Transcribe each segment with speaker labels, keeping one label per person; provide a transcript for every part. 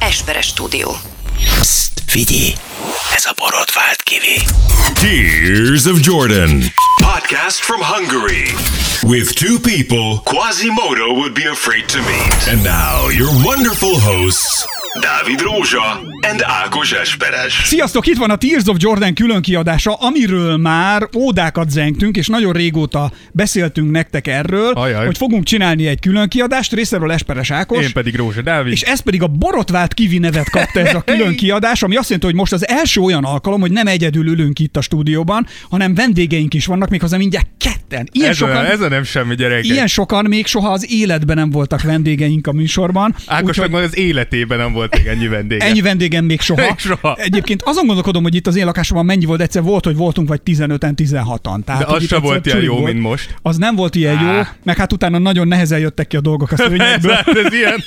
Speaker 1: Esperes stúdió.
Speaker 2: Psst, figyelj! Ez a borotvált kivé.
Speaker 3: Tears of Jordan
Speaker 4: Podcast from Hungary
Speaker 3: with two people,
Speaker 4: Quasimodo would be afraid to meet.
Speaker 3: and now your wonderful hosts,
Speaker 4: Dávid Rózsa and Ákos Esperes.
Speaker 5: Sziasztok, itt van a Tears of Jordan külön kiadása, amiről már ódákat zengtünk, és nagyon régóta beszéltünk nektek erről,
Speaker 6: Ajaj.
Speaker 5: hogy fogunk csinálni egy külön kiadást, részéről Esperes Ákos.
Speaker 6: Én pedig Rózsa Dávid.
Speaker 5: És ez pedig a borotvált kivi nevet kapta ez a külön kiadás, ami azt jelenti, hogy most az első olyan alkalom, hogy nem egyedül ülünk itt a stúdióban, hanem vendégeink is vannak, méghozzá mindjárt ketten. Ilyen
Speaker 6: ez,
Speaker 5: sokan,
Speaker 6: a, ez a nem semmi gyerek.
Speaker 5: ilyen sokan még soha az életben nem voltak vendégeink a műsorban.
Speaker 6: Ákos
Speaker 5: úgyhogy-
Speaker 6: meg az életében nem volt még ennyi vendége.
Speaker 5: Ennyi vendégem még soha.
Speaker 6: Még soha.
Speaker 5: Egyébként azon gondolkodom, hogy itt az én lakásomban mennyi volt, egyszer volt, hogy voltunk vagy 15-en, 16-an. Tehát,
Speaker 6: De
Speaker 5: hogy
Speaker 6: az
Speaker 5: itt
Speaker 6: se
Speaker 5: egyszer
Speaker 6: volt ilyen
Speaker 5: csúri
Speaker 6: jó, mint most.
Speaker 5: Az nem volt ilyen jó,
Speaker 6: Á.
Speaker 5: meg hát utána nagyon nehezen jöttek ki a dolgok a
Speaker 6: ez,
Speaker 5: szőnyegből.
Speaker 6: hát ez ilyen,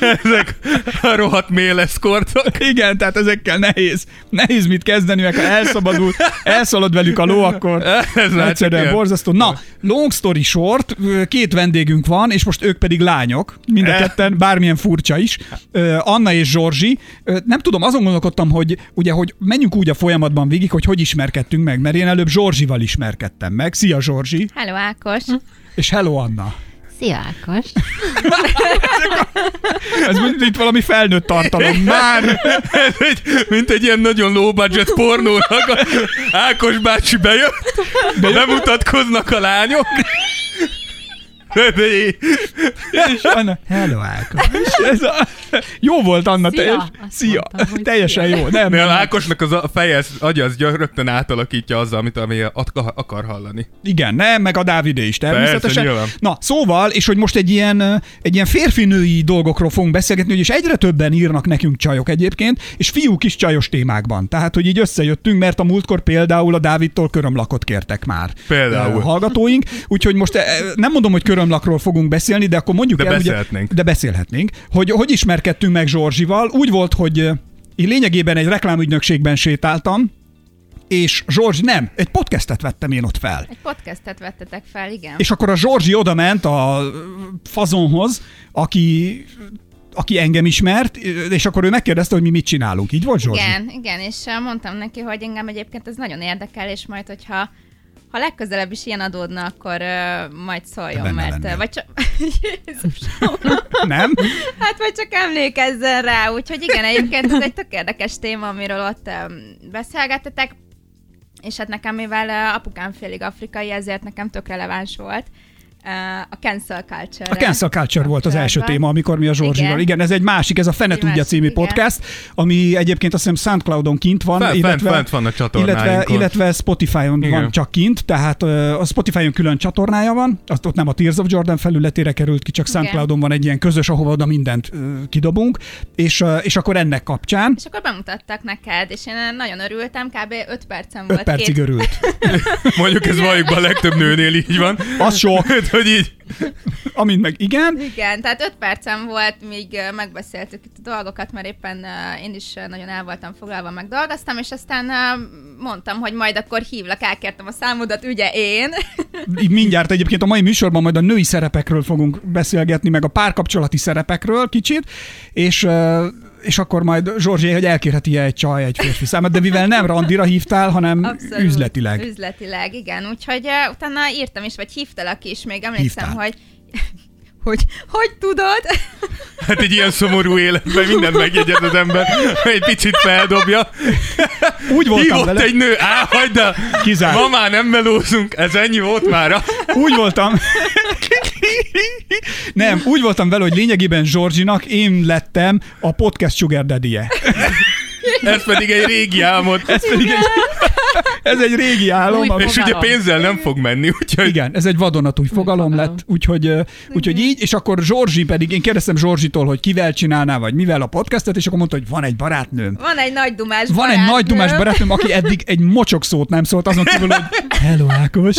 Speaker 6: ezek a rohadt méleszkortok.
Speaker 5: Igen, tehát ezekkel nehéz. Nehéz mit kezdeni, mert ha elszabadul, elszalad velük a ló, akkor
Speaker 6: Ez látszik
Speaker 5: egyszerűen
Speaker 6: ilyen.
Speaker 5: borzasztó. Na, long story short, ö, két vendégünk van, és most ők pedig lányok, mind a
Speaker 6: Eh.
Speaker 5: ketten, bármilyen furcsa is. Ö, Anna és Zsorzsi. Ö, Nem tudom, azon gondolkodtam, hogy ugye, hogy menjünk úgy a folyamatban végig, hogy hogy ismerkedtünk meg, mert én előbb Zsorzsival ismerkedtem meg. Szia Zsorzsi,
Speaker 7: Hello, Ákos!
Speaker 5: és hello Anna.
Speaker 7: Hm? Szia, Ákos!
Speaker 5: Ez mint itt valami felnőtt tartalom. Már
Speaker 6: Ez egy, mint egy ilyen nagyon low budget pornónak. a- Ákos bácsi bejött, bemutatkoznak a lányok. De- de-
Speaker 5: És Anna, hello Ákos. És ez a... Jó volt Anna,
Speaker 7: Szia,
Speaker 5: teljes...
Speaker 7: azt
Speaker 5: szia.
Speaker 7: mondtam, hogy
Speaker 5: teljesen
Speaker 7: szia.
Speaker 5: jó. Nem,
Speaker 6: Mivel
Speaker 5: nem.
Speaker 6: Ákosnak az a feje, az agya, az gy- rögtön átalakítja azzal, amit ami ak- akar hallani.
Speaker 5: Igen, nem, meg a Dávidé is természetesen.
Speaker 6: nyilván.
Speaker 5: Na, szóval, és hogy most egy ilyen, ö, egy ilyen férfinői dolgokról fogunk beszélgetni, hogy és egyre többen írnak nekünk csajok egyébként, és fiúk is csajos témákban. Tehát, hogy így összejöttünk, mert a múltkor például a Dávidtól körömlakot kértek már.
Speaker 6: Például.
Speaker 5: ö, hallgatóink, úgyhogy most ö, nem mondom, hogy körömlakról fogunk beszélni, de akkor mondjuk
Speaker 6: De
Speaker 5: el,
Speaker 6: beszélhetnénk.
Speaker 5: Ugye, de beszélhetnénk, hogy hogy ismerkedtünk meg Zsorzsival. Úgy volt, hogy ö, én lényegében egy reklámügynökségben sétáltam, és Zsorzsi nem, egy podcastet vettem én ott fel.
Speaker 7: Egy podcastet vettetek fel, igen.
Speaker 5: És akkor a Zsorzsi oda ment a fazonhoz, aki, aki engem ismert, és akkor ő megkérdezte, hogy mi mit csinálunk. Így volt, Zsorzsi?
Speaker 7: igen, igen, és uh, mondtam neki, hogy engem egyébként ez nagyon érdekel, és majd, hogyha ha legközelebb is ilyen adódna, akkor uh, majd szóljon,
Speaker 5: Benne
Speaker 7: mert...
Speaker 5: lennél.
Speaker 7: Uh, vagy csak... Jézusom!
Speaker 5: Nem?
Speaker 7: hát vagy csak emlékezzen rá, úgyhogy igen, egyébként ez egy tök érdekes téma, amiről ott um, beszélgettetek, és hát nekem, mivel uh, apukám félig afrikai, ezért nekem tök releváns volt uh, a cancel culture
Speaker 5: A cancel culture volt az első téma, amikor mi a Zsorzsival.
Speaker 7: Igen.
Speaker 5: Igen, ez egy másik, ez a Fene
Speaker 7: Egy
Speaker 5: tudja
Speaker 7: másik,
Speaker 5: című
Speaker 7: igen.
Speaker 5: podcast, ami egyébként azt hiszem Soundcloudon kint van,
Speaker 6: Fent-
Speaker 5: illetve,
Speaker 6: fent- fent van a
Speaker 5: illetve,
Speaker 6: csatornáinkon.
Speaker 5: illetve Spotify-on
Speaker 6: Igen.
Speaker 5: van csak kint, tehát ö, a Spotify-on külön csatornája van, azt ott nem a Tears of Jordan felületére került ki, csak
Speaker 7: Igen.
Speaker 5: Soundcloudon van egy ilyen közös, ahova oda mindent ö, kidobunk, és, ö, és akkor ennek kapcsán
Speaker 7: És akkor bemutattak neked, és én nagyon örültem, kb. 5 percem volt.
Speaker 5: 5 percig
Speaker 7: két...
Speaker 5: örült.
Speaker 6: Mondjuk ez valljuk be a legtöbb nőnél így van.
Speaker 5: Az sok,
Speaker 6: Hát, hogy így.
Speaker 5: amint meg igen.
Speaker 7: Igen, tehát 5 percem volt, míg ö, megbeszéltük itt a dolgokat, mert éppen ö, én is ö, nagyon el voltam foglalva, meg dolgoztam, és aztán ö, mondtam, hogy majd akkor hívlak, elkértem a számodat, ugye én.
Speaker 5: Így mindjárt egyébként a mai műsorban majd a női szerepekről fogunk beszélgetni, meg a párkapcsolati szerepekről kicsit, és ö, és akkor majd Zsorzsé, hogy elkérheti -e egy csaj egy férfi számot, de mivel nem randira hívtál, hanem Abszolút. üzletileg.
Speaker 7: Üzletileg, igen. Úgyhogy uh, utána írtam is, vagy hívtalak is, még emlékszem,
Speaker 5: Hívtál.
Speaker 7: hogy hogy, hogy tudod?
Speaker 6: Hát egy ilyen szomorú életben mindent megjegyez az ember, egy picit feldobja.
Speaker 5: Úgy voltam
Speaker 6: Hívott
Speaker 5: vele.
Speaker 6: egy nő, á, hagyd el.
Speaker 5: Kizárt.
Speaker 6: Ma már nem melózunk, ez ennyi volt már.
Speaker 5: Úgy voltam... Nem, úgy voltam vele, hogy lényegében Zsorzsinak én lettem a podcast sugar daddy-je.
Speaker 6: Ez pedig egy régi álmod.
Speaker 5: Ez pedig egy, ez egy régi álom. ami-
Speaker 6: És ugye pénzzel nem fog menni, úgyhogy
Speaker 5: Igen, ez egy vadonatúj fogalom lett, úgyhogy, ö, úgyhogy így, és akkor Zsorzsi pedig, én kérdeztem Zsorzsitól, hogy kivel csinálná, vagy mivel a podcastet, és akkor mondta, hogy van egy barátnőm.
Speaker 7: Van egy nagy dumás
Speaker 5: Van egy nagy dumás barátnőm, aki eddig egy mocsok szót nem szólt, azon kívül, hogy hello Ákos.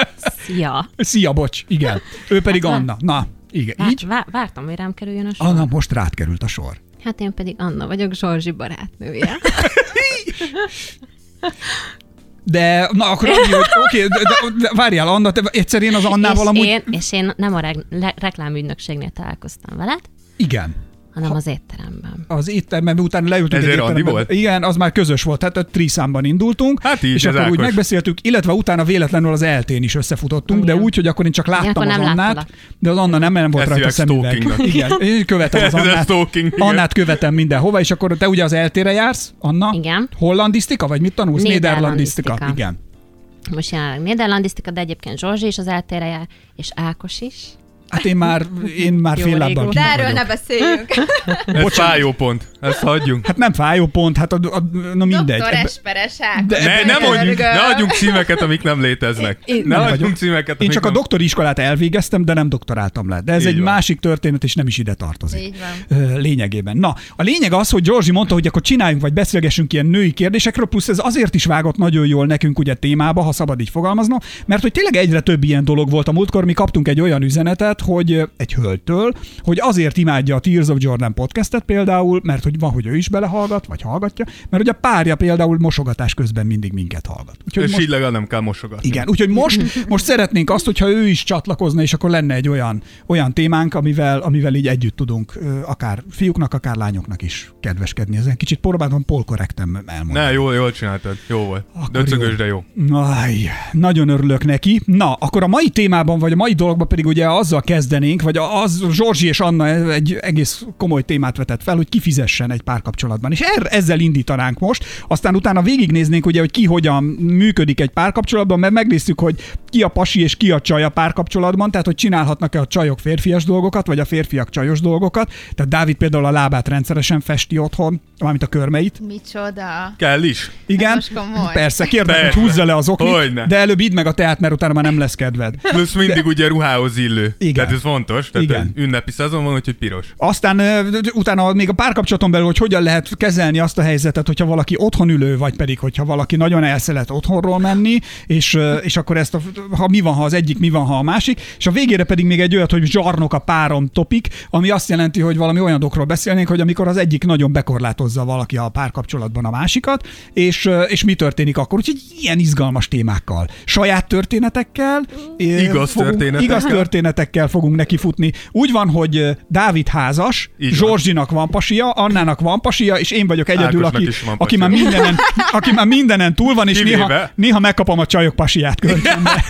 Speaker 8: Szia!
Speaker 5: Szia, bocs, igen. Ő pedig Anna. Na, igen,
Speaker 8: Vár,
Speaker 5: így.
Speaker 8: vá- vártam, hogy rám kerüljön a sor.
Speaker 5: Anna, most rád került a sor.
Speaker 8: Hát én pedig Anna vagyok, Zsorzsi barátnője.
Speaker 5: De, na akkor annyi, hogy oké, de, de, de, várjál, Anna, te egyszer én az Annával
Speaker 8: és,
Speaker 5: amúgy...
Speaker 8: én, és én nem a reg- le- reklámügynökségnél találkoztam veled,
Speaker 5: Igen.
Speaker 8: hanem az étteremben.
Speaker 5: az étteremben, utána leültünk
Speaker 6: Ez
Speaker 5: egy
Speaker 6: egy randi
Speaker 5: étterembe.
Speaker 6: volt?
Speaker 5: Igen, az már közös volt, tehát ott triszámban indultunk.
Speaker 6: Hát így,
Speaker 5: és
Speaker 6: ez
Speaker 5: akkor úgy
Speaker 6: Ákos.
Speaker 5: megbeszéltük, illetve utána véletlenül az eltén is összefutottunk, de
Speaker 8: Igen.
Speaker 5: úgy, hogy akkor én csak láttam
Speaker 8: akkor
Speaker 5: az
Speaker 8: nem
Speaker 5: Annát,
Speaker 8: láttalak.
Speaker 5: de az Anna nem, mert nem volt
Speaker 6: Ezt
Speaker 5: rajta
Speaker 6: hívják
Speaker 5: szemüveg.
Speaker 6: stalkingnak.
Speaker 5: Igen, én követem az
Speaker 6: Ez a
Speaker 5: Annát.
Speaker 6: stalking, igen.
Speaker 5: Annát követem mindenhova, és akkor te ugye az eltére jársz, Anna?
Speaker 8: Igen.
Speaker 5: Hollandisztika, vagy mit tanulsz?
Speaker 8: Néderlandisztika.
Speaker 5: Néderlandisztika. Igen.
Speaker 8: Most jelenleg néderlandisztika, de egyébként Zsorzsi is az eltére jár, és Ákos is.
Speaker 5: Hát én már, én már
Speaker 8: Jó
Speaker 5: fél lábbal
Speaker 8: régóta.
Speaker 7: De
Speaker 5: kint
Speaker 7: erről
Speaker 5: vagyok.
Speaker 7: ne beszéljünk.
Speaker 6: Ez fájó pont. Ezt hagyjunk.
Speaker 5: Hát nem fájó pont, hát a, a, na mindegy.
Speaker 7: Doktor
Speaker 5: Ebbe-
Speaker 7: Esperes Ákos.
Speaker 5: De-
Speaker 6: Ne, ne, mondjuk,
Speaker 7: Rögöl.
Speaker 6: ne adjunk címeket, amik nem léteznek.
Speaker 5: Én-
Speaker 6: ne
Speaker 5: nem
Speaker 6: adjunk
Speaker 5: vagyok.
Speaker 6: címeket,
Speaker 5: Én
Speaker 6: amik
Speaker 5: csak a
Speaker 6: nem...
Speaker 5: doktori iskolát elvégeztem, de nem doktoráltam le. De ez
Speaker 6: Így
Speaker 5: egy
Speaker 6: van.
Speaker 5: másik történet, és nem is ide tartozik.
Speaker 7: Így
Speaker 5: van. Lényegében. Na, a lényeg az, hogy Georgi mondta, hogy akkor csináljunk, vagy beszélgessünk ilyen női kérdésekről, plusz ez azért is vágott nagyon jól nekünk ugye témába, ha szabad így fogalmaznom, mert hogy tényleg egyre több ilyen dolog volt a múltkor, mi kaptunk egy olyan üzenetet, hogy ö, egy hölgytől, hogy azért imádja a Tears of Jordan podcastet például, mert hogy van, hogy ő is belehallgat, vagy hallgatja, mert hogy a párja például mosogatás közben mindig minket hallgat. Úgyhogy
Speaker 6: És
Speaker 5: most-
Speaker 6: így legalább nem kell mosogatni.
Speaker 5: igen, úgyhogy most, most szeretnénk azt, hogyha ő is csatlakozna, és akkor lenne egy olyan, olyan témánk, amivel, amivel így együtt tudunk ö, akár fiúknak, akár lányoknak is kedveskedni. Ezen kicsit próbáltam polkorrektem elmondani.
Speaker 6: Ne, jól, jól csináltad. Jó volt.
Speaker 5: Akkor
Speaker 6: Döcögös,
Speaker 5: jó.
Speaker 6: de jó.
Speaker 5: Aj, nagyon örülök neki. Na, akkor a mai témában, vagy a mai dologban pedig ugye azzal kezdenénk, vagy a- az Zsorzsi és Anna egy egész komoly témát vetett fel, hogy kifizessen egy párkapcsolatban. És er, ezzel indítanánk most, aztán utána végignéznénk ugye, hogy ki hogyan működik egy párkapcsolatban, mert megnéztük, hogy ki a pasi és ki a csaj a párkapcsolatban, tehát hogy csinálhatnak-e a csajok férfias dolgokat, vagy a férfiak csajos dolgokat. Tehát Dávid például a lábát rendszeresen festi otthon, mármint a körmeit.
Speaker 7: Micsoda.
Speaker 6: Kell is.
Speaker 5: Igen,
Speaker 7: Hát most komoly.
Speaker 5: persze, kérdem, hogy
Speaker 6: Persze.
Speaker 5: húzza le az oknit,
Speaker 6: Hogyne.
Speaker 5: de előbb idd meg a teát, mert utána már nem lesz kedved.
Speaker 6: Plusz mindig ugye ruhához illő.
Speaker 5: Igen.
Speaker 6: Tehát ez fontos. Tehát
Speaker 5: Igen.
Speaker 6: Igen. ünnepi szezon van, úgyhogy piros.
Speaker 5: Aztán ö, utána még a párkapcsolaton belül, hogy hogyan lehet kezelni azt a helyzetet, hogyha valaki otthon ülő, vagy pedig, hogyha valaki nagyon elszeret otthonról menni, és, ö, és akkor ezt, a, ha mi van, ha az egyik, mi van, ha a másik, és a végére pedig még egy olyat, hogy zsarnok a párom topik, ami azt jelenti, hogy valami olyan dolgokról beszélnénk, hogy amikor az egyik nagyon bekorlátozza valaki a párkapcsolatban a másikat, és, ö, és mi történik akkor. Úgyhogy ilyen izgalmas témákkal. Saját történetekkel. ö,
Speaker 6: Igaz történetekkel.
Speaker 5: Igaz történetekkel fogunk neki futni. Úgy van, hogy ö, Dávid házas,
Speaker 6: Így van.
Speaker 5: Zsorzsinak van pasia, Annának van pasia, és én vagyok egyedül,
Speaker 6: Ákosnak
Speaker 5: aki,
Speaker 6: is van
Speaker 5: aki,
Speaker 6: pasia.
Speaker 5: már mindenen, aki már mindenen túl van, és
Speaker 6: Kivéve-
Speaker 5: néha, néha megkapom a csajok pasiát kölcsönbe.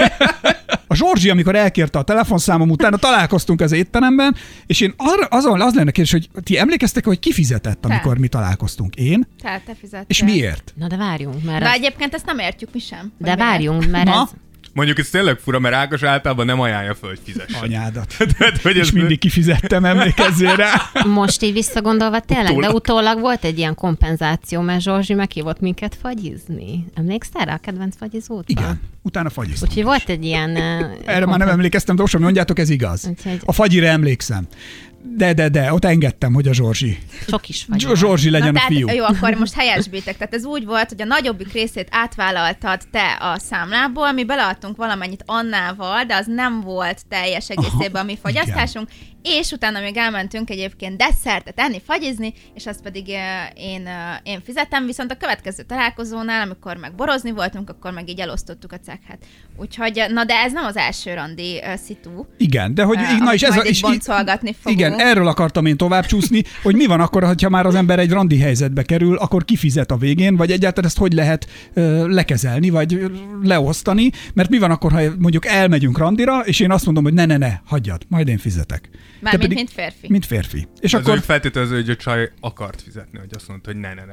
Speaker 5: A Zsorzsi, amikor elkérte a telefonszámom utána, találkoztunk az étteremben, és én arra, azon az lenne kérdés, hogy ti emlékeztek, hogy ki fizetett, amikor mi találkoztunk? Én?
Speaker 7: Tehát te fizettél.
Speaker 5: És miért?
Speaker 8: Na de várjunk, mert...
Speaker 7: Na
Speaker 8: az-
Speaker 7: egyébként ezt nem értjük mi sem. hogy
Speaker 8: de
Speaker 7: miért.
Speaker 8: várjunk, mert
Speaker 5: Na?
Speaker 8: ez...
Speaker 6: Mondjuk ez tényleg fura, mert Ákos általában nem ajánlja föl, hogy fizessen.
Speaker 5: Anyádat.
Speaker 6: Tehát, hogy
Speaker 5: És
Speaker 6: ez
Speaker 5: mindig kifizettem, emlékezzél rá.
Speaker 8: Most így visszagondolva tényleg,
Speaker 6: Utólag.
Speaker 8: de utólag volt egy ilyen kompenzáció, mert Zsorzsi meghívott minket fagyizni. Emlékszel rá a kedvenc fagyizót?
Speaker 5: Igen. Utána fagyiztunk.
Speaker 8: Úgyhogy volt egy ilyen... eh,
Speaker 5: Erre már nem emlékeztem, de most mondjátok, ez igaz.
Speaker 8: Úgyhogy-
Speaker 5: A fagyira emlékszem. De, de, de, ott engedtem, hogy a Zsorzsi.
Speaker 8: Sok is
Speaker 5: Zs-
Speaker 8: fagyi.
Speaker 5: Zsorzsi legyen
Speaker 7: Na,
Speaker 5: a
Speaker 7: tehát,
Speaker 5: fiú.
Speaker 7: Jó, akkor most helyesbítek. Tehát ez úgy volt, hogy a nagyobbik részét átvállaltad te a számlából, mi beleadtunk valamennyit Annával, de az nem volt teljes egészében a mi fogyasztásunk, és utána még elmentünk egyébként desszertet enni, fagyizni, és azt pedig eh, én, eh, én fizettem, viszont a következő találkozónál, amikor meg borozni voltunk, akkor meg így elosztottuk a cekhet. Úgyhogy, eh, na de ez nem az első randi eh, szitu.
Speaker 5: Igen, de hogy
Speaker 7: Á,
Speaker 5: így, na
Speaker 7: amit
Speaker 5: és ez a,
Speaker 7: majd itt
Speaker 5: és így-
Speaker 7: boncolgatni fogunk.
Speaker 5: Igen, erről akartam én tovább csúszni, hogy mi van akkor, ha már az ember egy randi helyzetbe kerül, akkor kifizet a végén, vagy egyáltalán ezt hogy lehet ö, lekezelni, vagy ö, leosztani, mert mi van akkor, ha mondjuk elmegyünk randira, és én azt mondom, hogy ne, ne, ne, hagyjad, majd én fizetek. Te
Speaker 7: Mármint, mint férfi.
Speaker 5: Mint férfi. És
Speaker 6: És akkor
Speaker 5: akkor
Speaker 6: feltételező, hogy a csaj akart fizetni, hogy azt mondta, hogy ne, ne, ne,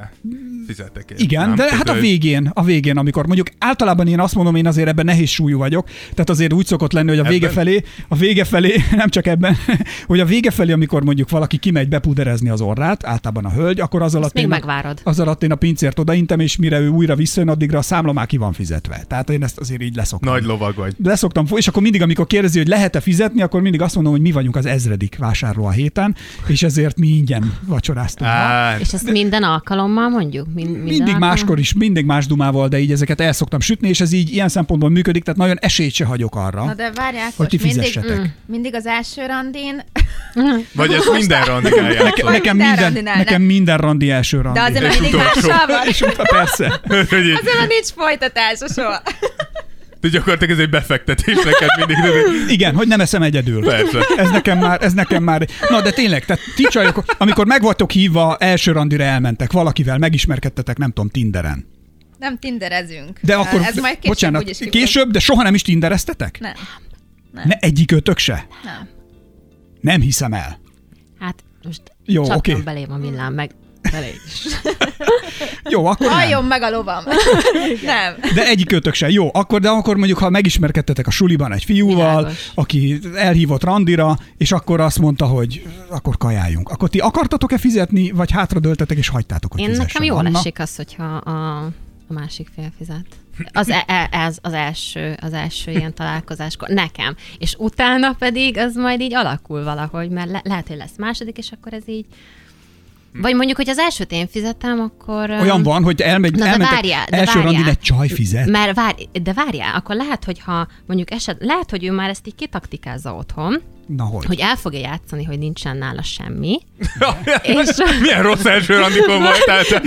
Speaker 6: fizetek én.
Speaker 5: Igen,
Speaker 6: Nem?
Speaker 5: de
Speaker 6: Tehát,
Speaker 5: hát a
Speaker 6: hogy-
Speaker 5: végén, a végén, amikor mondjuk általában én azt mondom, én azért ebben nehéz súlyú vagyok, tehát azért úgy szokott lenni, hogy a vége
Speaker 6: Ebben?
Speaker 5: felé, a vége felé, nem csak ebben, hogy a vége felé, amikor mondjuk valaki kimegy bepuderezni az orrát, általában a hölgy, akkor az alatt,
Speaker 8: még
Speaker 5: én,
Speaker 8: megvárod.
Speaker 5: az alatt én a pincért odaintem, és mire ő újra visszajön, addigra a számla már ki van fizetve. Tehát én ezt azért így leszoktam.
Speaker 6: Nagy lovag vagy.
Speaker 5: Leszoktam, fo- és akkor mindig, amikor kérdezi, hogy lehet-e fizetni, akkor mindig azt mondom, hogy mi vagyunk az ezredik vásárló a héten, és ezért mi ingyen vacsoráztunk. ma.
Speaker 6: Á,
Speaker 8: És ezt minden alkalommal mondjuk? Mind, minden
Speaker 5: Mindig
Speaker 8: alkalommal?
Speaker 5: máskor is, mindig más dumával, de így ezeket el szoktam sütni, és ez így ilyen szempontból működik, tehát nagyon esélyt se hagyok arra,
Speaker 7: Na de várják,
Speaker 5: hogy ti
Speaker 7: most mindig, Mm.
Speaker 5: fizessetek.
Speaker 7: mindig az első randin
Speaker 6: vagy ez minden randinál
Speaker 5: Nekem,
Speaker 6: játszol.
Speaker 5: nekem,
Speaker 7: minden
Speaker 5: minden,
Speaker 7: randinál, ne.
Speaker 5: nekem minden randi első randi.
Speaker 7: De azért
Speaker 6: És
Speaker 7: már mindig
Speaker 6: utolsó.
Speaker 7: mással van.
Speaker 5: és utána persze.
Speaker 6: Hogy így-
Speaker 7: Azért már nincs folytatása soha.
Speaker 6: De gyakorlatilag ez egy befektetés neked mindig.
Speaker 5: Igen, hogy nem eszem egyedül.
Speaker 6: Persze.
Speaker 5: Ez nekem már, ez nekem már. Na, de tényleg, tehát ti csajok, amikor megvatok hívva, első randira elmentek valakivel, megismerkedtetek, nem tudom, Tinderen.
Speaker 7: Nem tinderezünk.
Speaker 5: De akkor,
Speaker 7: Ez majd később
Speaker 5: bocsánat,
Speaker 7: úgyis kifog.
Speaker 5: később, de soha nem is tindereztetek?
Speaker 7: Nem.
Speaker 5: Ne egyik ötök se?
Speaker 7: Nem.
Speaker 5: Nem hiszem el.
Speaker 8: Hát most
Speaker 5: Jó,
Speaker 8: csattan
Speaker 5: oké. Hát
Speaker 8: belém a villám, meg belé is.
Speaker 5: Jó, akkor nem.
Speaker 7: Halljon meg a lovam. nem.
Speaker 5: De egyik ötök se. Jó, akkor, de akkor mondjuk, ha megismerkedtetek a suliban egy fiúval,
Speaker 8: Világos.
Speaker 5: aki elhívott randira, és akkor azt mondta, hogy akkor kajáljunk. Akkor ti akartatok-e fizetni, vagy hátradőltetek és hagytátok, hogy
Speaker 8: Én
Speaker 5: fizessen?
Speaker 8: nekem jól
Speaker 5: Anna?
Speaker 8: esik az, hogyha a, a másik fél fizet. Az, e, e- ez az első, az első ilyen találkozáskor nekem. És utána pedig az majd így alakul valahogy, mert le, lehet, hogy lesz második, és akkor ez így... Vagy mondjuk, hogy az elsőt én fizetem, akkor... um, öm,
Speaker 5: Olyan van, hogy elmegy,
Speaker 8: Na, de
Speaker 5: elmentek
Speaker 8: várjál, de
Speaker 5: első
Speaker 8: várjál.
Speaker 5: randin egy csaj fizet.
Speaker 8: Mert várj, de várjál, akkor lehet, hogy ha mondjuk eset, lehet, hogy ő már ezt így kitaktikázza otthon,
Speaker 5: Na hogy?
Speaker 8: hogy el fogja játszani, hogy nincsen nála semmi.
Speaker 6: És... Milyen rossz első randikon hát voltál te.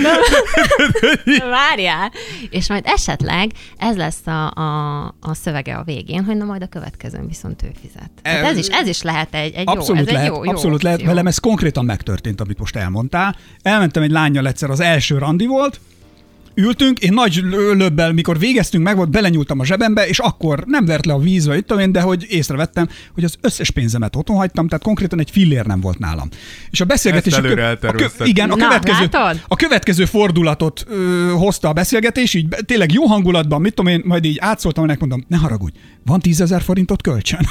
Speaker 8: Várjál! És majd esetleg ez lesz a, a, a szövege a végén, hogy na majd a következőn viszont ő fizet. Hát ez, is, ez is lehet egy, egy
Speaker 5: Abszolút
Speaker 8: jó, ez
Speaker 5: lehet,
Speaker 8: egy jó, jó
Speaker 5: abszolút lehet.
Speaker 8: opció.
Speaker 5: Velem ez konkrétan megtörtént, amit most elmondtál. Elmentem egy lányjal egyszer, az első randi volt, ültünk, én nagy lö- löbbel, mikor végeztünk, meg volt, belenyúltam a zsebembe, és akkor nem vert le a víz, vagy itt tudom én, de hogy észrevettem, hogy az összes pénzemet otthon hagytam, tehát konkrétan egy fillér nem volt nálam. És a beszélgetés...
Speaker 6: Ezt előre
Speaker 5: a kö,
Speaker 6: eltervezted.
Speaker 5: igen, a
Speaker 8: Na,
Speaker 5: következő,
Speaker 8: látod?
Speaker 5: a következő fordulatot ö, hozta a beszélgetés, így be- tényleg jó hangulatban, mit tudom én, majd így átszóltam, ennek mondom, ne haragudj, van 10.000 forintot kölcsön.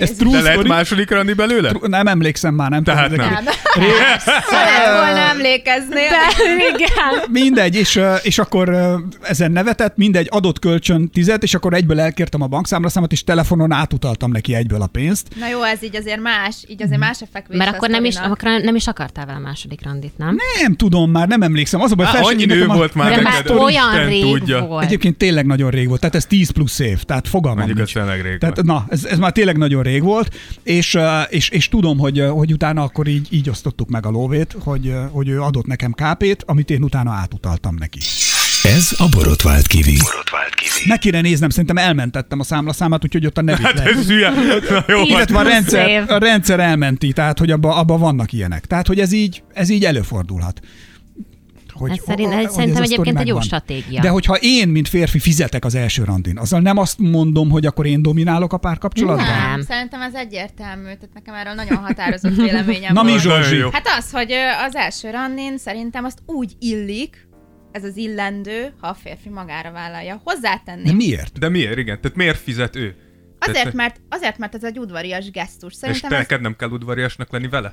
Speaker 5: Ez true
Speaker 6: De lett
Speaker 5: story.
Speaker 6: második randi belőle?
Speaker 5: Tru- Nem emlékszem már, nem
Speaker 6: Tehát
Speaker 5: tudom,
Speaker 6: nem.
Speaker 5: ezek-
Speaker 7: Nem. Talán volna emlékeznél.
Speaker 8: Igen.
Speaker 5: Mindegy, és, ö, és akkor ö, ezen nevetett, mindegy, adott kölcsön tizet, és akkor egyből elkértem a bankszámlaszámot, és telefonon átutaltam neki egyből a pénzt.
Speaker 7: Na jó, ez így azért más, így azért más a fekvés.
Speaker 8: Mert
Speaker 7: a
Speaker 8: akkor nem is,
Speaker 7: sztorinak.
Speaker 8: akkor nem is akartál vele második randit, nem?
Speaker 5: Nem tudom már, nem emlékszem. Az a baj,
Speaker 6: Á,
Speaker 5: felső-
Speaker 6: annyi
Speaker 5: nekem
Speaker 6: nő
Speaker 5: a-
Speaker 6: volt már
Speaker 8: De
Speaker 6: neked.
Speaker 8: már olyan
Speaker 6: Isten
Speaker 8: rég
Speaker 6: tudja.
Speaker 8: volt.
Speaker 5: Egyébként tényleg nagyon rég volt, tehát ez 10 plusz év, tehát fogalmam
Speaker 6: Mondjuk
Speaker 5: nincs.
Speaker 6: ez tényleg rég
Speaker 5: tehát,
Speaker 6: volt.
Speaker 5: Na, ez, ez, már tényleg nagyon rég volt, és, ö, és, és tudom, hogy, ö, hogy utána akkor így, így osztottuk meg a lóvét, hogy, ö, hogy ő adott nekem kápét, amit én utána átutaltam neki.
Speaker 2: Ez a borotvált kivi.
Speaker 4: Borotvált kivi.
Speaker 5: Nekire néznem, szerintem elmentettem a számlaszámát, úgyhogy ott a nevét
Speaker 6: Hát
Speaker 5: lehet.
Speaker 6: ez hülye. Na jó,
Speaker 8: Tíz-
Speaker 6: hát
Speaker 5: Illetve a
Speaker 8: Plusz év.
Speaker 5: rendszer, a rendszer elmenti, tehát hogy abban abba vannak ilyenek. Tehát, hogy ez így, ez így előfordulhat. Hogy,
Speaker 8: Ez Hát, szerint-
Speaker 5: hogy
Speaker 8: ez
Speaker 5: a
Speaker 8: szerintem
Speaker 5: sztori
Speaker 8: egyébként egy jó
Speaker 5: megvan.
Speaker 8: stratégia.
Speaker 5: De hogyha én, mint férfi fizetek az első randin, azzal nem azt mondom, hogy akkor én dominálok a párkapcsolatban?
Speaker 8: Nem.
Speaker 7: Szerintem ez egyértelmű, tehát nekem erről nagyon határozott véleményem
Speaker 5: Na, mi
Speaker 7: van.
Speaker 5: Zsolt?
Speaker 6: nagyon
Speaker 5: Zsolzsi.
Speaker 6: jó.
Speaker 7: Hát az, hogy ö, az első randin szerintem azt úgy illik, ez az illendő, ha a férfi magára vállalja.
Speaker 5: De
Speaker 7: Hozzátenném.
Speaker 5: miért?
Speaker 6: De miért? Igen. Tehát miért fizet ő?
Speaker 7: Azért
Speaker 6: Tehát-
Speaker 7: mert, azért, mert ez egy udvarias gesztus.
Speaker 6: És
Speaker 7: Szerintem
Speaker 6: te
Speaker 7: ez,
Speaker 6: neked nem kell udvariasnak lenni vele?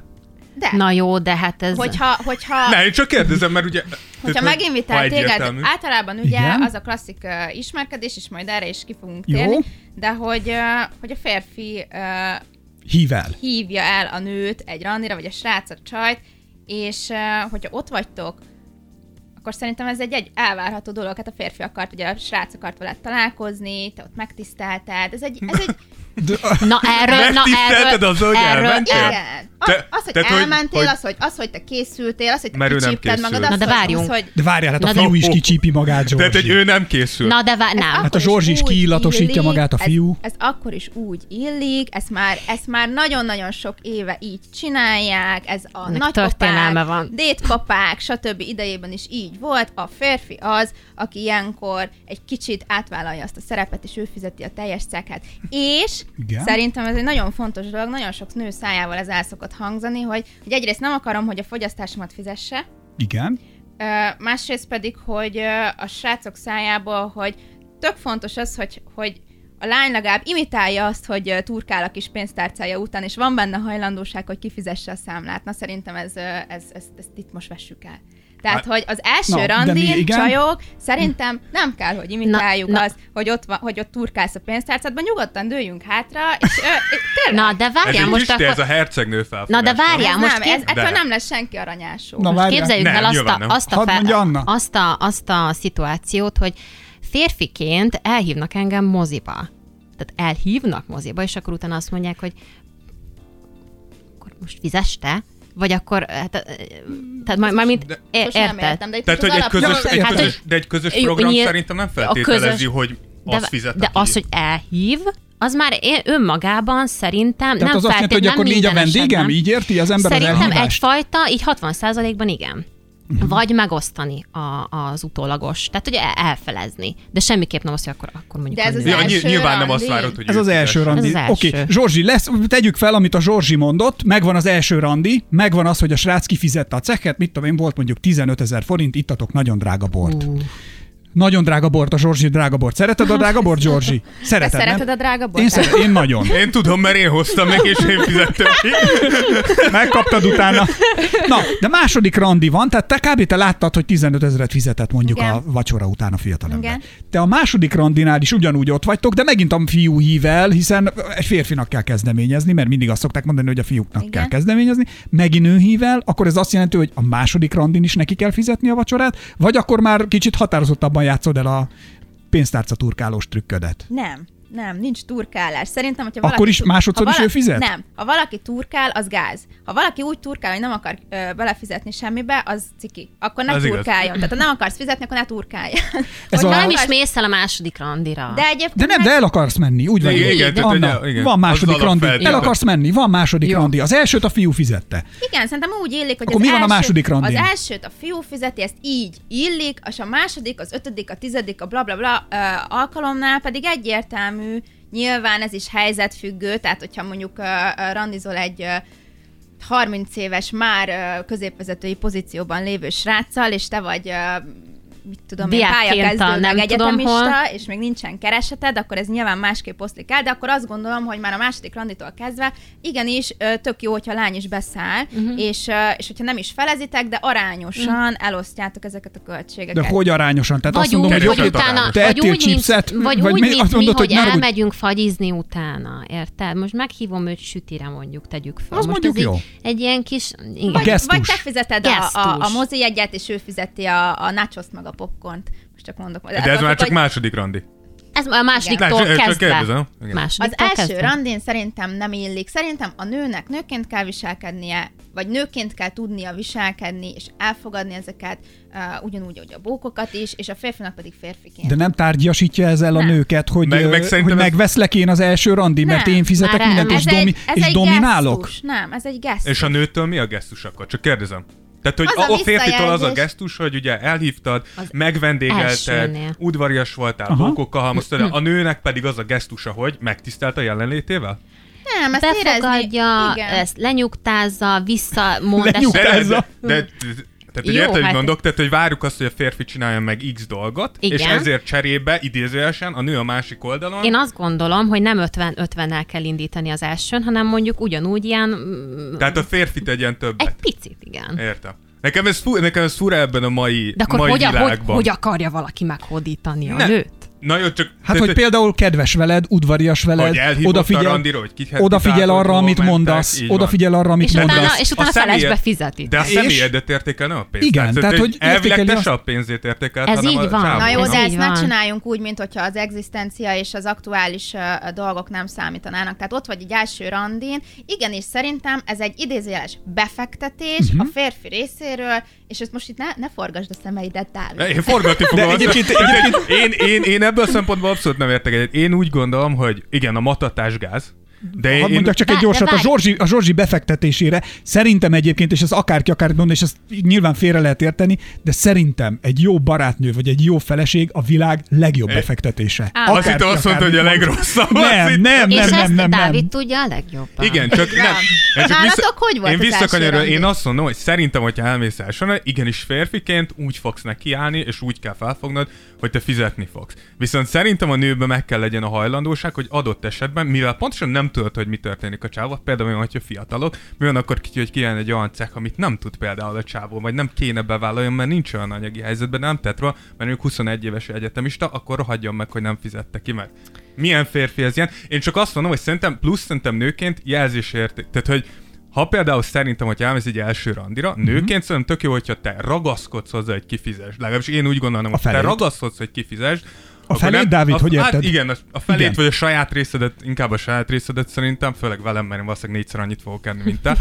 Speaker 7: de,
Speaker 8: Na jó, de hát ez...
Speaker 7: hogyha, hogyha,
Speaker 6: Ne, én csak kérdezem, mert ugye...
Speaker 7: hogyha
Speaker 6: tehát, ha
Speaker 7: meginvitál téged,
Speaker 6: egyértelmű.
Speaker 7: általában ugye
Speaker 5: Igen.
Speaker 7: Igen? az a klasszik uh, ismerkedés, és majd erre is ki fogunk
Speaker 5: Jó.
Speaker 7: térni, de hogy, uh, hogy a férfi uh,
Speaker 5: Hível.
Speaker 7: hívja el a nőt egy randira, vagy a srác a csajt, és eh, hogyha ott vagytok, akkor szerintem ez egy, egy elvárható dolog. Hát a férfi akart, ugye a srác akart veled találkozni, te ott megtisztelted. Ez egy, ez egy
Speaker 8: Na erről, na
Speaker 6: Megtisztelted
Speaker 8: erről,
Speaker 6: az, hogy elmentél?
Speaker 7: igen. Az,
Speaker 6: Hát Te-
Speaker 7: az, hogy
Speaker 6: tehát, hogy-
Speaker 7: elmentél,
Speaker 6: hogy-
Speaker 7: az, hogy, az, hogy te készültél, az, hogy te
Speaker 6: Mert ő nem
Speaker 7: kicsípted
Speaker 6: készült.
Speaker 7: magad, az,
Speaker 8: Na de
Speaker 7: hogy-
Speaker 8: várjunk.
Speaker 7: az, hogy
Speaker 5: De várjál, hát a
Speaker 8: Na de-
Speaker 5: fiú is kicsípi magát, Zsorzi.
Speaker 6: Tehát, hogy ő nem készül.
Speaker 8: na de vár, nem.
Speaker 5: Hát a
Speaker 7: akkor
Speaker 5: Zsorzsi is
Speaker 7: úgy
Speaker 5: kiillatosítja
Speaker 7: illik,
Speaker 5: magát a fiú.
Speaker 7: Ez, ez akkor is úgy illik, ezt már, ezt már nagyon-nagyon sok éve így csinálják, ez a
Speaker 8: Ennek történelme
Speaker 7: nagypapák,
Speaker 8: van.
Speaker 7: dédpapák, stb. idejében is így volt. A férfi az, aki ilyenkor egy kicsit átvállalja azt a szerepet, és ő fizeti a teljes cekhát. És
Speaker 5: Igen.
Speaker 7: szerintem ez egy nagyon fontos dolog, nagyon sok nő szájával ez el szokott hangzani, hogy, hogy egyrészt nem akarom, hogy a fogyasztásomat fizesse,
Speaker 5: Igen.
Speaker 7: Ö, másrészt pedig, hogy ö, a srácok szájából, hogy tök fontos az, hogy, hogy a lány legalább imitálja azt, hogy ö, turkál a kis pénztárcája után, és van benne hajlandóság, hogy kifizesse a számlát. Na szerintem ez, ö, ez, ez, ezt itt most vessük el.
Speaker 6: Hát,
Speaker 7: Tehát, hogy az
Speaker 5: Na,
Speaker 7: első
Speaker 5: de
Speaker 7: Na, randin,
Speaker 5: mi, igen?
Speaker 7: csajok, szerintem nem kell, hogy imitáljuk
Speaker 8: Na,
Speaker 7: na,
Speaker 8: na.
Speaker 7: azt, hogy ott, van, hogy ott turkálsz a pénztárcádban, nyugodtan dőljünk hátra, és ö, tényleg.
Speaker 8: Na de
Speaker 6: Ez
Speaker 8: várjál
Speaker 6: egy
Speaker 8: most
Speaker 6: most
Speaker 8: akkor...
Speaker 6: ez a hercegnő felfogás.
Speaker 8: Na de
Speaker 7: Ez
Speaker 8: várjál, most
Speaker 7: nem, ez,
Speaker 8: kép...
Speaker 6: De.
Speaker 7: ettől szóval nem lesz senki aranyású.
Speaker 5: Na,
Speaker 8: Most
Speaker 5: várjál.
Speaker 8: képzeljük
Speaker 6: Nem,
Speaker 8: el azt
Speaker 6: nyilván
Speaker 8: a,
Speaker 6: nem.
Speaker 8: azt, a
Speaker 5: Hadd mondja Anna.
Speaker 8: azt, a, azt a szituációt, hogy férfiként elhívnak engem moziba. Tehát elhívnak moziba, és akkor utána azt mondják, hogy akkor most fizes te? Vagy akkor, hát, eh, tehát már, már mint,
Speaker 7: Most nem
Speaker 8: érted?
Speaker 7: értem, de itt
Speaker 6: Tehát,
Speaker 7: az
Speaker 6: hogy egy
Speaker 7: alap-
Speaker 6: közös, egy
Speaker 5: Hát,
Speaker 6: közös,
Speaker 5: hogy-
Speaker 6: de egy közös
Speaker 8: Jó,
Speaker 6: program
Speaker 8: nyilv-
Speaker 6: szerintem nem
Speaker 8: a
Speaker 6: feltételezi,
Speaker 8: közös-
Speaker 6: hogy
Speaker 8: De,
Speaker 6: Azt fizet,
Speaker 8: de
Speaker 6: aki-
Speaker 8: az, hogy elhív, az már én önmagában
Speaker 5: Tehát
Speaker 8: szerintem nem
Speaker 5: az azt jelenti, hogy
Speaker 8: feltétlenül
Speaker 5: akkor négy a
Speaker 8: minden
Speaker 5: vendégem?
Speaker 8: esetben.
Speaker 5: Így érti az ember az
Speaker 8: Szerintem
Speaker 5: elhívást? Mhm.
Speaker 8: egyfajta, így 60%-ban igen. Vagy megosztani a, az utólagos, tehát ugye el- elfelezni. De semmiképp nem azt, hogy akkor, akkor mondjuk...
Speaker 7: De ez
Speaker 8: hogy
Speaker 7: az
Speaker 8: nem.
Speaker 6: Ja, ny-
Speaker 7: első
Speaker 6: nyilván nem azt
Speaker 7: randi.
Speaker 6: várod, hogy
Speaker 5: Ez
Speaker 6: ő
Speaker 5: az első
Speaker 6: fizes.
Speaker 5: randi.
Speaker 8: Ez az első.
Speaker 5: Oké, okay. Zsorzsi, lesz, tegyük fel, amit a Zsorzsi mondott, megvan az első randi, megvan az, hogy a srác kifizette a cekket, mit tudom én, volt mondjuk 15 ezer forint, ittatok nagyon drága bort. Uh. Nagyon drága bort, a Zsorzsi drága bort. Szereted a drága bort, Zsorzsi? Szereted,
Speaker 7: Te szereted
Speaker 5: nem?
Speaker 7: a drága
Speaker 5: Én,
Speaker 7: bort?
Speaker 5: szeret, én nagyon.
Speaker 6: Én tudom, mert én hoztam meg, és én fizettem ki.
Speaker 5: Megkaptad utána. Na, de második randi van, tehát te kb. te láttad, hogy 15 ezeret fizetett mondjuk Igen.
Speaker 7: Igen.
Speaker 5: a vacsora után a fiatalember.
Speaker 7: Igen.
Speaker 5: Te a második randinál is ugyanúgy ott vagytok, de megint a fiú hív el, hiszen egy férfinak kell kezdeményezni, mert mindig azt szokták mondani, hogy a fiúknak Igen.
Speaker 7: Igen.
Speaker 5: kell kezdeményezni. Megint ő hív el, akkor ez azt jelenti, hogy a második randin is neki kell fizetni a vacsorát, vagy akkor már kicsit határozottabban játszod el a pénztárca turkálós trükködet.
Speaker 7: Nem, nem, nincs turkálás. Szerintem, hogyha
Speaker 5: Akkor
Speaker 7: valaki...
Speaker 5: is
Speaker 7: tu-
Speaker 5: másodszor
Speaker 7: ha
Speaker 5: is ő fizet?
Speaker 7: Nem. Ha valaki turkál, az gáz. Ha valaki úgy turkál, hogy nem akar ö, belefizetni semmibe, az ciki. Akkor ne
Speaker 6: Ez igaz.
Speaker 7: turkáljon. Tehát ha nem akarsz fizetni, akkor ne turkáljon.
Speaker 5: Ez
Speaker 8: Hogy
Speaker 5: a-
Speaker 8: nem is mész el a második randira.
Speaker 7: De egyébként
Speaker 5: De nem, de
Speaker 7: meg-
Speaker 5: el akarsz menni, úgy vagy.
Speaker 6: Igen,
Speaker 5: így.
Speaker 6: igen, tehát,
Speaker 5: Anna,
Speaker 6: hogy- igen.
Speaker 5: van második
Speaker 6: Az az
Speaker 5: randi.
Speaker 6: alapfeltétel.
Speaker 5: El akarsz menni, van második
Speaker 8: Jó.
Speaker 5: randi. Az elsőt a fiú fizette.
Speaker 7: Igen, szerintem úgy illik, hogy
Speaker 5: Akkor
Speaker 7: az
Speaker 5: mi van a
Speaker 7: első,
Speaker 5: második randin?
Speaker 7: Az elsőt a fiú fizeti, ezt így illik, és a második, az ötödik, a tizedik, a bla bla bla ö, alkalomnál pedig egyértelmű, nyilván ez is helyzetfüggő, tehát hogyha mondjuk ö, ö, randizol egy ö, 30 éves, már ö, középvezetői pozícióban lévő sráccal, és te vagy ö, mit tudom én,
Speaker 8: Diákként a
Speaker 7: pályakezdő,
Speaker 8: nem
Speaker 7: meg
Speaker 8: tudom
Speaker 7: egyetemista, és még nincsen kereseted, akkor ez nyilván másképp oszlik el, de akkor azt gondolom, hogy már a második randitól kezdve igenis ö, tök jó, hogyha a lány is beszáll, uh-huh. és, ö, és hogyha nem is felezitek, de arányosan uh-huh. elosztjátok ezeket a költségeket.
Speaker 5: De hogy arányosan? Tehát
Speaker 8: Vagy
Speaker 5: Hát azt mondom,
Speaker 8: úgy,
Speaker 5: hogy
Speaker 8: hogy,
Speaker 5: oké,
Speaker 6: Keresen
Speaker 8: utána,
Speaker 6: találod.
Speaker 5: te
Speaker 8: vagy
Speaker 5: ettél
Speaker 8: úgy,
Speaker 5: chipset,
Speaker 8: mint, vagy
Speaker 5: vagy
Speaker 8: úgy,
Speaker 5: mi-
Speaker 8: mint
Speaker 5: azt mondod,
Speaker 8: mi,
Speaker 5: hogy
Speaker 8: hogy
Speaker 5: ne rugd.
Speaker 8: elmegyünk fagyizni utána, érted? Most meghívom őt sütire mondjuk, tegyük fel.
Speaker 5: Az
Speaker 8: Most
Speaker 5: mondjuk
Speaker 8: ez így
Speaker 5: jó.
Speaker 8: Egy ilyen kis... Igen.
Speaker 5: A
Speaker 7: Vagy,
Speaker 5: gesztus.
Speaker 7: vagy te fizeted a, a, a
Speaker 8: Gesztus.
Speaker 7: mozi jegyet, és ő fizeti a, a nachoszt meg a popcornt. Most csak mondok.
Speaker 6: De ez már csak
Speaker 7: hogy-
Speaker 6: második randi.
Speaker 8: Ez a másodiktól
Speaker 6: Igen. Csak- csak
Speaker 8: kezdve.
Speaker 6: kérdezem. Igen.
Speaker 7: Az
Speaker 8: Másodiktól
Speaker 7: első
Speaker 8: kezdve.
Speaker 7: randin szerintem nem illik. Szerintem a nőnek nőként kell viselkednie, vagy nőként kell tudnia viselkedni, és elfogadni ezeket, uh, ugyanúgy, hogy a bókokat is, és a férfinak pedig férfiként.
Speaker 5: De
Speaker 7: De
Speaker 5: nem tárgyasítja ezzel a
Speaker 7: Nem.
Speaker 5: nőket, hogy,
Speaker 6: Meg-
Speaker 5: meg,
Speaker 6: meg
Speaker 5: meg hogy
Speaker 6: szerintem ez-
Speaker 5: megveszlek én az első randi, mert
Speaker 7: Nem.
Speaker 5: én fizetek
Speaker 8: Már
Speaker 5: mindent,
Speaker 8: nem.
Speaker 5: és, domi, és dominálok?
Speaker 7: Gesztus. Nem, ez egy gesztus.
Speaker 6: És a nőtől mi a gesztus akkor? Csak kérdezem. Tehát, hogy
Speaker 7: Az
Speaker 6: a,
Speaker 7: a
Speaker 6: a férfitől az a
Speaker 7: visszajelzés.
Speaker 6: gesztus, hogy ugye elhívtad,
Speaker 8: Az
Speaker 6: megvendégelted,
Speaker 8: elsőnél.
Speaker 6: udvarias voltál,
Speaker 5: Aha.
Speaker 6: bókokkal halmoztad, a nőnek pedig az a gesztusa, hogy megtisztelt a jelenlétével?
Speaker 7: nem, ezt
Speaker 8: Befogadja,
Speaker 7: érezni. Igen.
Speaker 8: ezt lenyugtázza, visszamond.
Speaker 5: Lenyugtázza.
Speaker 8: esetleg.
Speaker 6: De,
Speaker 5: Utázza.
Speaker 6: de, de, tehát, hogy
Speaker 8: Jó,
Speaker 6: érted, hogy
Speaker 8: hát-
Speaker 6: mondok, tehát, hogy várjuk azt, hogy a férfi csináljon meg X dolgot,
Speaker 8: Igen.
Speaker 6: és ezért cserébe, idézőjesen, a nő a másik oldalon.
Speaker 8: Én azt gondolom, hogy nem 50-50-nel kell indítani az elsőn, hanem mondjuk ugyanúgy ilyen... mm,
Speaker 6: Tehát a férfi tegyen
Speaker 8: Egy
Speaker 6: többet.
Speaker 8: picit, igen.
Speaker 6: Értem. Nekem ez, fu- nekem ez fura ebben a mai,
Speaker 8: De akkor
Speaker 6: mai
Speaker 8: hogy, hogy,
Speaker 6: világban.
Speaker 8: hogy akarja valaki meghódítani a
Speaker 6: Ne.
Speaker 8: nőt?
Speaker 6: Na jó, csak...
Speaker 5: Hát, hogy például kedves veled, udvarias veled,
Speaker 6: Hogy elhívott
Speaker 5: odafigyel,
Speaker 6: a randira, hogy kit-
Speaker 5: odafigyel
Speaker 6: kitáltad,
Speaker 5: arra,
Speaker 6: hol
Speaker 5: amit
Speaker 6: mentek,
Speaker 5: mondasz,
Speaker 6: így van.
Speaker 5: odafigyel arra, amit
Speaker 8: És utána-
Speaker 5: mondasz.
Speaker 8: és utána felesbe
Speaker 6: személyed-
Speaker 8: fizeti.
Speaker 6: De a
Speaker 5: És-
Speaker 6: személyedet értékelne a pénzt.
Speaker 5: Igen, tehát, hogy
Speaker 6: elvileg te
Speaker 5: értékeli
Speaker 6: se
Speaker 5: azt.
Speaker 6: a pénzét értékelt,
Speaker 8: Ez
Speaker 6: hanem
Speaker 8: így
Speaker 6: a
Speaker 8: van.
Speaker 6: csávó.
Speaker 7: Na jó,
Speaker 8: Ez
Speaker 7: de
Speaker 8: így
Speaker 7: ezt ne
Speaker 8: van.
Speaker 7: csináljunk úgy, mint hogyha az egzisztencia és az aktuális uh, dolgok nem számítanának. Tehát ott vagy egy első randin. Igenis, szerintem ez egy idézőjeles befektetés
Speaker 8: Mhm.
Speaker 7: uh-huh. a férfi részéről, és ezt most itt ne, ne forgasd a szemeidet, Dávid.
Speaker 6: Én forgatni fogom.
Speaker 5: De
Speaker 6: azt.
Speaker 5: egyébként-
Speaker 6: én, én, én ebből a szempontból abszolút nem értek egyet. Én úgy gondolom, hogy igen, a matatás gáz, de én,
Speaker 5: Hadd
Speaker 6: én,
Speaker 5: mondjak csak egy
Speaker 8: Vá- de
Speaker 5: gyorsat a
Speaker 8: várj.
Speaker 5: Zsorzsi, a Zsorzsi befektetésére. Szerintem egyébként, és ez akárki akár mondani, és ezt nyilván félre lehet érteni, de szerintem egy jó barátnő vagy egy jó feleség a világ legjobb befektetése.
Speaker 6: azt hittem azt mondta, hogy a legrosszabb. azt
Speaker 5: Nem,
Speaker 6: hittem.
Speaker 5: nem,
Speaker 8: és
Speaker 5: nem,
Speaker 8: ezt
Speaker 5: nem, nem,
Speaker 8: Dávid
Speaker 5: nem.
Speaker 8: tudja a legjobban.
Speaker 6: Igen, csak nem. Én csak
Speaker 7: Nálatok hogy volt
Speaker 6: Én
Speaker 7: az első
Speaker 6: visszakanyarodom, én
Speaker 7: randi?
Speaker 6: azt mondom, hogy szerintem, hogyha elmész elsőre, igenis férfiként úgy fogsz nekiállni, és úgy kell felfognod, hogy te fizetni fogsz. Viszont szerintem a nőben meg kell legyen a hajlandóság, hogy adott esetben, mivel pontosan nem tudod, hogy mi történik a csávó, például olyan, hogyha fiatalok, mi van akkor ki, hogy kijön egy olyan cech, amit nem tud például a csávó, vagy nem kéne bevállaljon, mert nincs olyan anyagi helyzetben, de nem tett rá, mert ők 21 éves egyetemista, akkor hagyjon meg, hogy nem fizette ki meg. Milyen férfi ez ilyen? Én csak azt mondom, hogy szerintem, plusz szerintem nőként jelzésért, tehát hogy ha például szerintem, hogy elmész egy első
Speaker 5: Mhm.
Speaker 6: randira, nőként szerintem tök jó, hogyha te ragaszkodsz hozzá, hogy kifizes. Legalábbis én úgy gondolom, hogy te
Speaker 5: felét.
Speaker 6: ragaszkodsz, hogy kifizes,
Speaker 5: A felét, Dávid,
Speaker 6: a,
Speaker 5: hogy
Speaker 6: Hát
Speaker 5: érted?
Speaker 6: igen, a- a felét
Speaker 5: Igen.
Speaker 6: igen. vagy a saját részedet, inkább a saját részedet szerintem, főleg velem, mert én valószínűleg négyszer annyit fogok enni, mint te.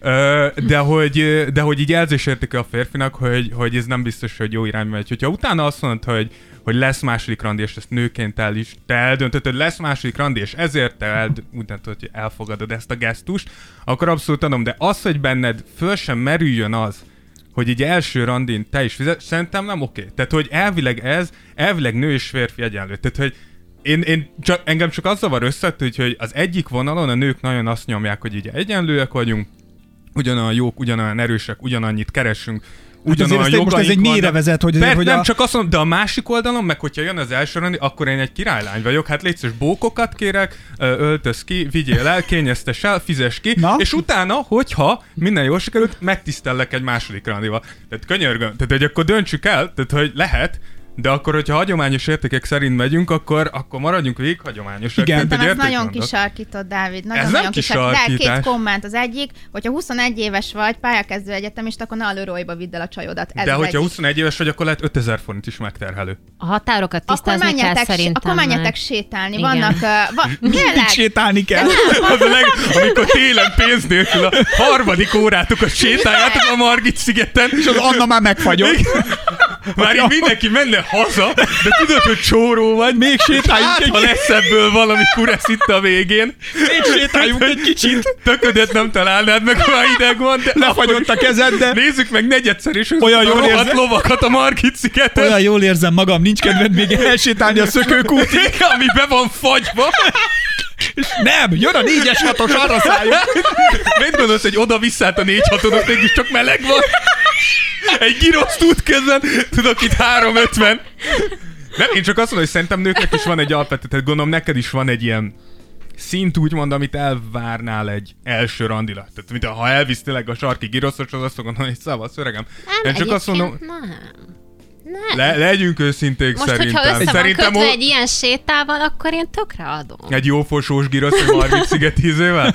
Speaker 6: Ö, de, hogy, de hogy így jelzésértéke a férfinak, hogy, hogy ez nem biztos, hogy jó irányba megy. Hogyha utána azt mondod, hogy, hogy lesz második randi, és ezt nőként el is, te eldöntöd, hogy lesz második randi, és ezért te el, úgy nem tudod, hogy elfogadod ezt a gesztust, akkor abszolút adom, de az, hogy benned föl sem merüljön az, hogy így első randin te is fizet, szerintem nem oké. Tehát, hogy elvileg ez, elvileg nő és férfi egyenlő. Tehát, hogy én, én csak, engem csak az zavar össze, hogy hogy az egyik vonalon a nők nagyon azt nyomják, hogy így egyenlőek vagyunk, ugyanolyan jók, ugyanolyan erősek, ugyanannyit keresünk, ugyanolyan
Speaker 5: Hát azért ezt most ez
Speaker 6: jogaink
Speaker 5: egy mélyre
Speaker 6: vannak.
Speaker 5: vezet, hogy azért,
Speaker 6: Persze,
Speaker 5: hogy
Speaker 6: nem
Speaker 5: a-
Speaker 6: csak azt mondom, de a másik oldalon, meg hogyha jön az első randi, akkor én egy királylány vagyok, hát légy szíves, bókokat kérek, ö, öltöz ki, vigyél el, kényeztes el, fizes ki,
Speaker 5: Na?
Speaker 6: Na? és utána, hogyha minden jól sikerült, megtisztellek egy második randival. Tehát könyörgöm, tehát hogy akkor döntsük el, tehát hogy lehet, de akkor, hogyha hagyományos értékek szerint megyünk, akkor, akkor maradjunk végig
Speaker 5: Igen.
Speaker 6: hagyományosak. Tehát,
Speaker 7: Szerintem
Speaker 6: hogy
Speaker 7: ez nagyon
Speaker 6: értékrendek.
Speaker 7: kisarkított, Dávid. Nagyon,
Speaker 6: Ez nem
Speaker 7: nagyon kisarkított. De két
Speaker 6: kisarkítás.
Speaker 7: komment. Az egyik, hogyha 21 éves vagy, pályakezdő egyetemista, akkor ne a Leroyba vidd el a csajodat. Ez
Speaker 6: De
Speaker 7: az
Speaker 6: hogyha
Speaker 7: egyik.
Speaker 6: 21 éves vagy, akkor lehet 5000 forint is megterhelő.
Speaker 8: A határokat
Speaker 7: akkor
Speaker 8: tisztázni kell
Speaker 7: menjetek,
Speaker 8: szerintem.
Speaker 7: akkor menjetek
Speaker 8: már.
Speaker 7: sétálni.
Speaker 8: Igen.
Speaker 7: Vannak, uh, va-
Speaker 5: Mindig
Speaker 7: tényleg,
Speaker 5: sétálni kell.
Speaker 6: Az a leg, amikor télen pénz nélkül a harmadik órátokat sétáljátok a Margit szigeten, és
Speaker 5: Az Anna már megfagyott.
Speaker 6: Már így mindenki menne haza, de tudod, hogy csóró vagy, még
Speaker 5: sétáljunk
Speaker 6: hát,
Speaker 5: egy-
Speaker 6: ha lesz ebből valami kuresz itt a végén.
Speaker 5: Még sétáljunk egy kicsit.
Speaker 6: Töködet nem találnád meg, ha már ideg van, de
Speaker 5: Lefagyott a kezed, de
Speaker 6: Nézzük meg negyedszer is
Speaker 5: Olyan
Speaker 6: a
Speaker 5: jól
Speaker 6: rohadt
Speaker 5: érzed.
Speaker 6: lovakat a Margit
Speaker 5: olyan
Speaker 6: szigeten,
Speaker 5: jól érzem magam, nincs kedved még elsétálni a szökőkútig.
Speaker 6: ami be van fagyva.
Speaker 5: Nem, jön a négyes hatos, arra szálljon.
Speaker 6: Mit gondolsz, hogy oda visszát a négy hatodot, mégis csak meleg van? Egy giroszt út közben, tudok itt 350. Nem, én csak azt mondom, hogy szerintem nőknek is van egy alapvető, tehát gondolom neked is van egy ilyen szint úgymond, amit elvárnál egy első randira. Tehát mint ha elvisz tényleg a sarki giroszos, az azt fogod mondani, hogy szavasz, öregem.
Speaker 8: Nem,
Speaker 6: Én csak azt mondom,
Speaker 8: Nem. Nem.
Speaker 6: le, legyünk őszinték
Speaker 8: Most,
Speaker 6: szerintem.
Speaker 8: hogyha össze van
Speaker 6: szerintem
Speaker 8: kötve
Speaker 6: o-
Speaker 8: egy ilyen sétával, akkor én tökre adom.
Speaker 6: egy jó fosós girosz, egy Margit sziget ízével?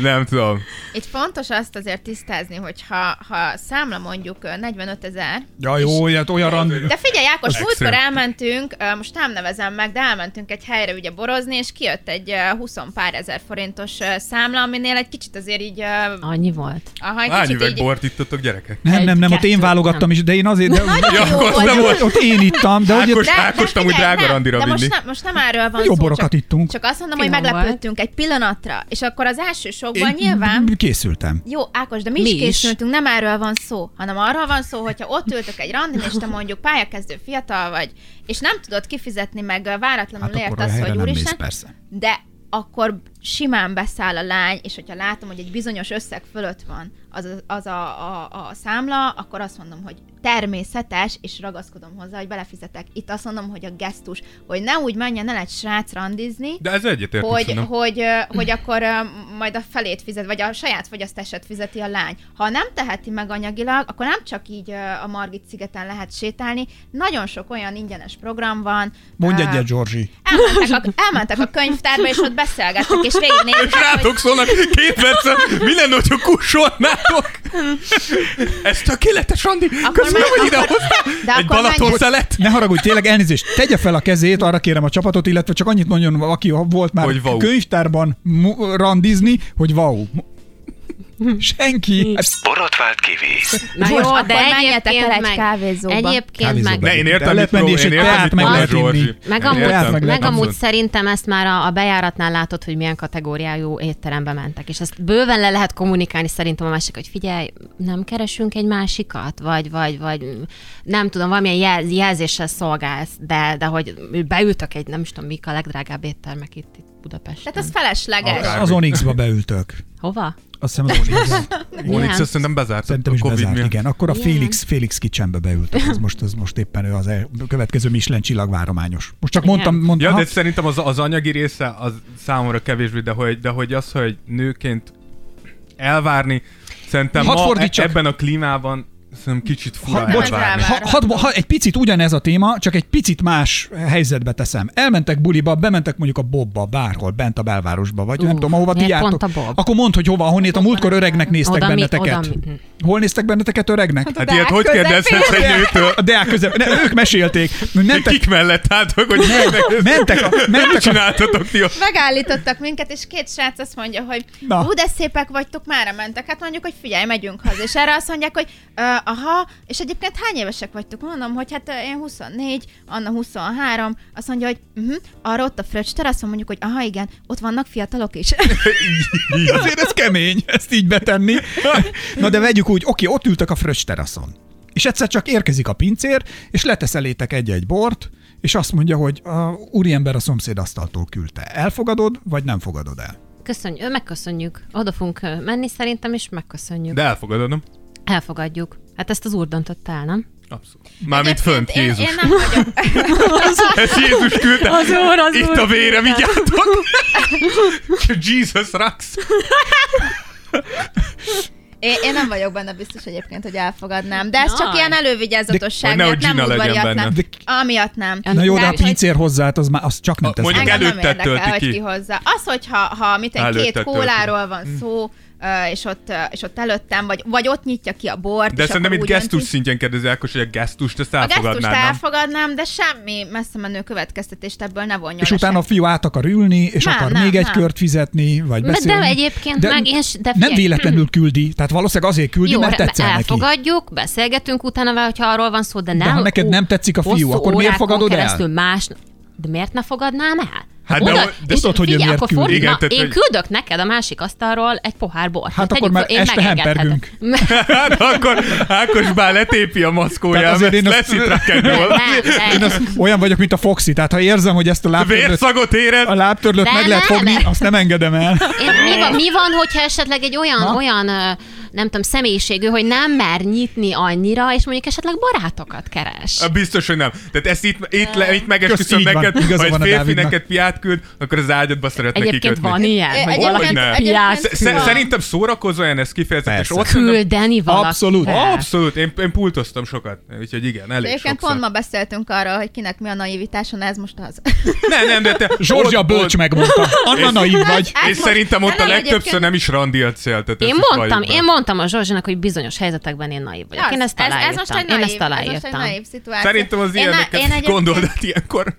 Speaker 6: Nem tudom.
Speaker 7: itt fontos azt azért tisztázni, hogy ha, ha számla mondjuk ö, 45 ezer,
Speaker 5: Ja, jó, ilyet, olyan rand.
Speaker 7: De figyelj, Ákos, múltkor
Speaker 6: extrém.
Speaker 7: elmentünk, ö, most nem nevezem meg, de elmentünk egy helyre ugye borozni, és kijött egy ö, 20 pár ezer forintos ö, számla, aminél egy kicsit azért így... ö,
Speaker 8: Annyi volt.
Speaker 7: Aha, egy
Speaker 6: Hány
Speaker 7: kicsit
Speaker 6: üveg
Speaker 7: így...
Speaker 6: bort ittatok, gyerekek?
Speaker 5: Nem, nem, nem, ott
Speaker 8: Kettő,
Speaker 5: én válogattam is, de én azért... De,
Speaker 7: Nagyon
Speaker 6: Ja,
Speaker 7: jó
Speaker 6: akkor
Speaker 7: volt.
Speaker 6: nem
Speaker 5: ott, ott én ittam, de hogy...
Speaker 6: Ákos, Ákos nem úgy
Speaker 7: figyelj,
Speaker 6: drága
Speaker 7: nem,
Speaker 6: randira
Speaker 7: de most
Speaker 6: vinni.
Speaker 7: nem, most nem erről van
Speaker 5: Jó
Speaker 7: szó,
Speaker 5: borokat
Speaker 7: csak,
Speaker 5: ittunk.
Speaker 7: csak azt mondom, hogy
Speaker 8: Finom volt.
Speaker 7: meglepődtünk egy pillanatra, és akkor az első sokban nyilván
Speaker 5: Készültem.
Speaker 7: Jó, Ákos, de mi, mi
Speaker 8: Mi
Speaker 7: is
Speaker 8: is.
Speaker 7: készültünk, nem erről van szó, hanem arról van szó, hogyha ott ültök egy randin, és te mondjuk pályakezdő fiatal vagy, és nem tudod kifizetni, meg ö, váratlanul
Speaker 5: Hát
Speaker 7: hát
Speaker 5: akkor
Speaker 7: ért
Speaker 5: olyan
Speaker 7: az,
Speaker 5: helyre
Speaker 7: hogy
Speaker 5: nem mész,
Speaker 7: úristen,
Speaker 5: persze.
Speaker 7: de akkor simán beszáll a lány, és hogyha látom, hogy egy bizonyos összeg fölött van az, a- az a, a, a számla, akkor azt mondom, hogy természetes, és ragaszkodom hozzá, hogy belefizetek. Itt azt mondom, hogy a gesztus, hogy ne úgy menjen el egy srác randizni,
Speaker 6: De ez egyetértünk
Speaker 7: hogy,
Speaker 6: szerintem.
Speaker 7: hogy, ö, hogy akkor ö, majd a felét fizet, vagy a saját fogyasztását fizeti a lány. Ha nem teheti meg anyagilag, akkor nem csak így ö, a Margit szigeten lehet sétálni, nagyon sok olyan ingyenes program van.
Speaker 5: Mondj
Speaker 7: Ö,
Speaker 5: egyet, Georgi.
Speaker 7: elmentek a, elmentek a könyvtárba, és ott beszélgettek, és végignéztek,
Speaker 6: És rátok szólnak két percen, mi lenne, hogyha kussolnátok? Ez tökéletes, Andi. Köszönöm,
Speaker 7: menj-
Speaker 6: hogy ide
Speaker 7: akkor- de
Speaker 6: hoztál. Egy
Speaker 7: akkor menj-
Speaker 6: Balaton szelet.
Speaker 5: Ne haragudj, tényleg elnézést, tegye fel a kezét, arra kérem a csapatot, illetve csak annyit mondjon, aki volt már
Speaker 6: Hogy vau.
Speaker 5: könyvtárban mu- randizni, hogy wow. Senki. Hát,
Speaker 2: Borotvált kivi.
Speaker 8: Na
Speaker 7: Most akkor menjetek el egy kávézóba.
Speaker 8: Egyébként
Speaker 5: Kávézóba.
Speaker 8: meg...
Speaker 6: Ne, én
Speaker 5: De
Speaker 6: értem,
Speaker 5: lehet
Speaker 6: mit pró-
Speaker 5: menni, és
Speaker 6: én
Speaker 5: egy
Speaker 6: értem,
Speaker 5: teát
Speaker 6: mit
Speaker 5: meg
Speaker 6: mondod,
Speaker 5: lehet
Speaker 6: Zsolzsi.
Speaker 5: inni.
Speaker 6: Én
Speaker 8: Meg
Speaker 6: értem.
Speaker 8: amúgy,
Speaker 5: Lehet, meg
Speaker 8: meg
Speaker 5: lehet,
Speaker 8: amúgy
Speaker 6: abszolút.
Speaker 8: szerintem ezt már a, a bejáratnál látod, hogy milyen kategóriájú étterembe mentek, és ezt bőven le lehet kommunikálni szerintem a másik, hogy figyelj, nem keresünk egy másikat, vagy, vagy, vagy nem tudom, valamilyen jel, jelzéssel szolgálsz, de, de hogy beültök egy, nem is tudom, mik a legdrágább éttermek itt, itt Budapesten.
Speaker 7: tehát az felesleges.
Speaker 5: Az Onyx-ba beültök.
Speaker 8: Hova?
Speaker 5: Azt hiszem az Onyx.
Speaker 6: Onyx,
Speaker 8: Milyen?
Speaker 6: azt szerintem bezárt.
Speaker 5: Szerintem is
Speaker 6: Covid
Speaker 5: bezárt,
Speaker 6: miatt.
Speaker 5: igen. Akkor a
Speaker 8: Igen.
Speaker 5: Félix, Félix kicsembe beültek. Ez most, ez most éppen ő az el, következő Michelin csillagvárományos. Most csak mondtam, mondtam.
Speaker 6: Ja,
Speaker 5: ha-
Speaker 6: de szerintem az, az anyagi része az számomra kevésbé, de hogy, de hogy az, hogy nőként elvárni, szerintem
Speaker 5: Hadd
Speaker 6: ma e-
Speaker 5: fordítsak.
Speaker 6: ebben a klímában Szerintem kicsit fura
Speaker 5: Ha, bocs,
Speaker 6: elvárni.
Speaker 7: elvárni.
Speaker 5: ha, ha, ha, egy picit ugyanez a téma, csak egy picit más helyzetbe teszem. Elmentek buliba, bementek mondjuk a Bobba, bárhol, bent a belvárosba, vagy
Speaker 8: Ú,
Speaker 5: nem tudom, ahova ti
Speaker 8: miért
Speaker 5: jártok.
Speaker 8: pont a Bob?
Speaker 5: Akkor mondd, hogy hova, honnét a múltkor öregnek néztek
Speaker 8: Oda mi-
Speaker 5: benneteket.
Speaker 8: oda mi-
Speaker 5: Hol néztek benneteket öregnek?
Speaker 6: Hát ilyet hogy
Speaker 7: közepén.
Speaker 6: kérdezhetsz egy nőtől?
Speaker 5: A Deák közep, ne, ők mesélték. Mentek,
Speaker 6: Kik mellett álltok, hogy mentek,
Speaker 5: mentek, a,
Speaker 6: mit
Speaker 5: mentek, a,
Speaker 6: csináltatok ti? ott?
Speaker 7: Megállítottak minket, és két srác azt mondja, hogy
Speaker 5: Na.
Speaker 7: hú, de szépek vagytok, mára mentek. Hát mondjuk, hogy figyelj, megyünk haza. És erre azt mondják, hogy ö, aha, és egyébként hány évesek vagytok? Mondom, hogy hát ö, én 24, Anna 23. Azt mondja, hogy uh-huh, arra ott a fröccs teraszon mondjuk, hogy aha, igen, ott vannak fiatalok is.
Speaker 5: azért ez kemény, ezt így betenni. Na de vegyük úgy, oké, ott ültök a fröccs teraszon. És egyszer csak érkezik a pincér, és letesz elétek egy-egy bort, és azt mondja, hogy a úriember a szomszéd asztaltól küldte. Elfogadod, vagy nem fogadod el?
Speaker 8: Köszönjük, megköszönjük. Oda fogunk ö, menni szerintem, és megköszönjük.
Speaker 6: De elfogadod, nem?
Speaker 8: Elfogadjuk. Hát ezt az úr döntötte el, nem?
Speaker 6: Abszolút. Mármint fönt,
Speaker 7: Egyébként
Speaker 6: Jézus.
Speaker 7: Én, én nem vagyok.
Speaker 6: Ezt Jézus küldte.
Speaker 8: Az úr, az
Speaker 6: Itt
Speaker 8: úr.
Speaker 6: a vére, vigyázzatok! Jesus rocks!
Speaker 7: Én, én nem vagyok benne biztos egyébként, hogy elfogadnám. De ez
Speaker 8: Jaj.
Speaker 7: csak ilyen elővigyázatosság
Speaker 6: Hogy nehogy
Speaker 7: miatt, nem
Speaker 6: Gina legyen
Speaker 7: udvariat, nem.
Speaker 5: benne.
Speaker 7: Amiatt nem.
Speaker 8: Ja,
Speaker 5: Na jó, de a
Speaker 8: Tehát, hogy-
Speaker 5: pincér hozzád, az már, az csak nem
Speaker 6: Ha,
Speaker 5: tesz.
Speaker 6: mondjuk
Speaker 5: meg.
Speaker 7: Engem nem
Speaker 6: előtte
Speaker 7: érdekel,
Speaker 6: tölti
Speaker 7: hogy
Speaker 6: ki.
Speaker 7: ki hozza. Az, hogyha ha, mit én,
Speaker 6: Előtte
Speaker 7: két
Speaker 6: tölti. Mm.
Speaker 7: kóláról van szó, ö, és ott, ö, és ott előttem, vagy, vagy ott nyitja ki a bort.
Speaker 6: De
Speaker 7: és
Speaker 6: szerintem
Speaker 7: akkor
Speaker 6: itt
Speaker 7: úgy
Speaker 6: gesztus
Speaker 7: dönti.
Speaker 6: szintjén kérdezi Ákos, hogy a gesztust ezt
Speaker 7: A gesztust
Speaker 6: elfogadnád, nem?
Speaker 7: elfogadnám, de semmi messze menő következtetést ebből ne vonjon.
Speaker 5: És
Speaker 7: le
Speaker 5: utána a
Speaker 7: senki.
Speaker 5: fiú át akar ülni, és
Speaker 7: Nem,
Speaker 5: akar
Speaker 7: nem,
Speaker 5: még egy
Speaker 7: nem.
Speaker 5: kört fizetni, vagy
Speaker 8: de
Speaker 5: beszélni.
Speaker 8: egyébként meg én s- de
Speaker 5: nem
Speaker 8: figyelj.
Speaker 5: véletlenül küldi, tehát valószínűleg azért küldi,
Speaker 8: Jó,
Speaker 5: mert
Speaker 8: re-
Speaker 5: tetszel neki.
Speaker 8: elfogadjuk, beszélgetünk utána vele, hogyha arról van szó, de nem.
Speaker 5: ha neked
Speaker 8: ó,
Speaker 5: nem tetszik a fiú,
Speaker 8: hosszú
Speaker 5: akkor miért
Speaker 8: órákon
Speaker 5: fogadod el?
Speaker 8: keresztül Más... De miért ne fogadnám el?
Speaker 6: Hát
Speaker 8: Oda-
Speaker 6: de-
Speaker 5: de
Speaker 8: és
Speaker 5: tudod, hogy ő
Speaker 8: figyelj,
Speaker 5: miért
Speaker 8: akkor
Speaker 5: küld.
Speaker 8: fordít-
Speaker 6: Igen,
Speaker 8: na,
Speaker 6: tehát,
Speaker 8: én
Speaker 6: hogy-
Speaker 8: küldök neked a másik asztalról egy pohár bort.
Speaker 5: Hát akkor
Speaker 8: tegyük
Speaker 5: már
Speaker 8: föl, én
Speaker 5: este
Speaker 8: megengedhetem.
Speaker 5: hempergünk.
Speaker 6: Hát akkor Ákos bár letépi a
Speaker 5: Tehát
Speaker 6: maszkóját,
Speaker 5: azért
Speaker 6: ezt
Speaker 5: én azt-
Speaker 6: leszít rakendról.
Speaker 8: Nem,
Speaker 5: Én
Speaker 8: nem.
Speaker 5: az, olyan vagyok, mint a Foxy, tehát ha érzem, hogy ezt a lábtörlőt,
Speaker 6: Vérszagot éred?
Speaker 5: a lábtörlőt
Speaker 8: De
Speaker 5: meg lehet
Speaker 8: nem.
Speaker 5: fogni, azt nem engedem el.
Speaker 8: Én, mi, van, mi van, hogyha esetleg egy olyan,
Speaker 5: Na?
Speaker 8: olyan ö, nem tudom, személyiségű, hogy nem mer nyitni annyira, és mondjuk esetleg barátokat keres.
Speaker 6: Ah, Biztos, hogy nem. Tehát ezt itt, itt, le, itt megesküszöm
Speaker 5: így van,
Speaker 6: neked,
Speaker 5: igaza
Speaker 6: ha
Speaker 5: van
Speaker 6: egy
Speaker 5: a
Speaker 6: férfi
Speaker 5: Dávidnak.
Speaker 6: neked piát küld, akkor az ágyadba szeretne
Speaker 8: Egyébként
Speaker 6: kikötni.
Speaker 8: van
Speaker 7: É,
Speaker 8: ilyen, hogy
Speaker 7: egyébként-
Speaker 8: valaki
Speaker 6: Hogyne.
Speaker 8: piát
Speaker 7: egyébként
Speaker 6: e- Sze-
Speaker 7: van.
Speaker 6: Szerintem szórakozóan ez kifejezetten, és
Speaker 5: Persze.
Speaker 6: ott szerintem-
Speaker 8: küldeni valakit.
Speaker 5: Abszolút.
Speaker 6: Abszolút, én, én pultoztam sokat, úgyhogy igen, elég
Speaker 7: Egyébként
Speaker 6: sokszor.
Speaker 7: pont ma beszéltünk arról, hogy kinek mi a naivitása, na ez most az.
Speaker 6: Nem, nem, de te...
Speaker 5: Zsorzsia
Speaker 6: ott-
Speaker 5: bölcs
Speaker 6: ott-
Speaker 5: megmondta. Anna naív vagy.
Speaker 7: Hát
Speaker 6: És
Speaker 7: most-
Speaker 6: szerintem ott
Speaker 7: de
Speaker 6: a
Speaker 7: nem,
Speaker 6: legtöbbször
Speaker 7: egyébként-
Speaker 6: nem is randi a cél. Tehát ezt
Speaker 8: Én
Speaker 6: is
Speaker 8: mondtam,
Speaker 6: valljuk be.
Speaker 8: én mondtam a Zsorzsinak, hogy bizonyos helyzetekben én naív vagyok.
Speaker 7: Az,
Speaker 8: én ezt
Speaker 7: ez,
Speaker 8: aláírtam.
Speaker 7: ez most egy
Speaker 8: én
Speaker 7: naív,
Speaker 8: ezt
Speaker 7: Ez most egy
Speaker 8: aláírtam.
Speaker 7: naív szituáció.
Speaker 6: Szerintem az
Speaker 7: Én-
Speaker 6: ilyeneket
Speaker 7: én egyébként-
Speaker 6: gondold át ilyenkor.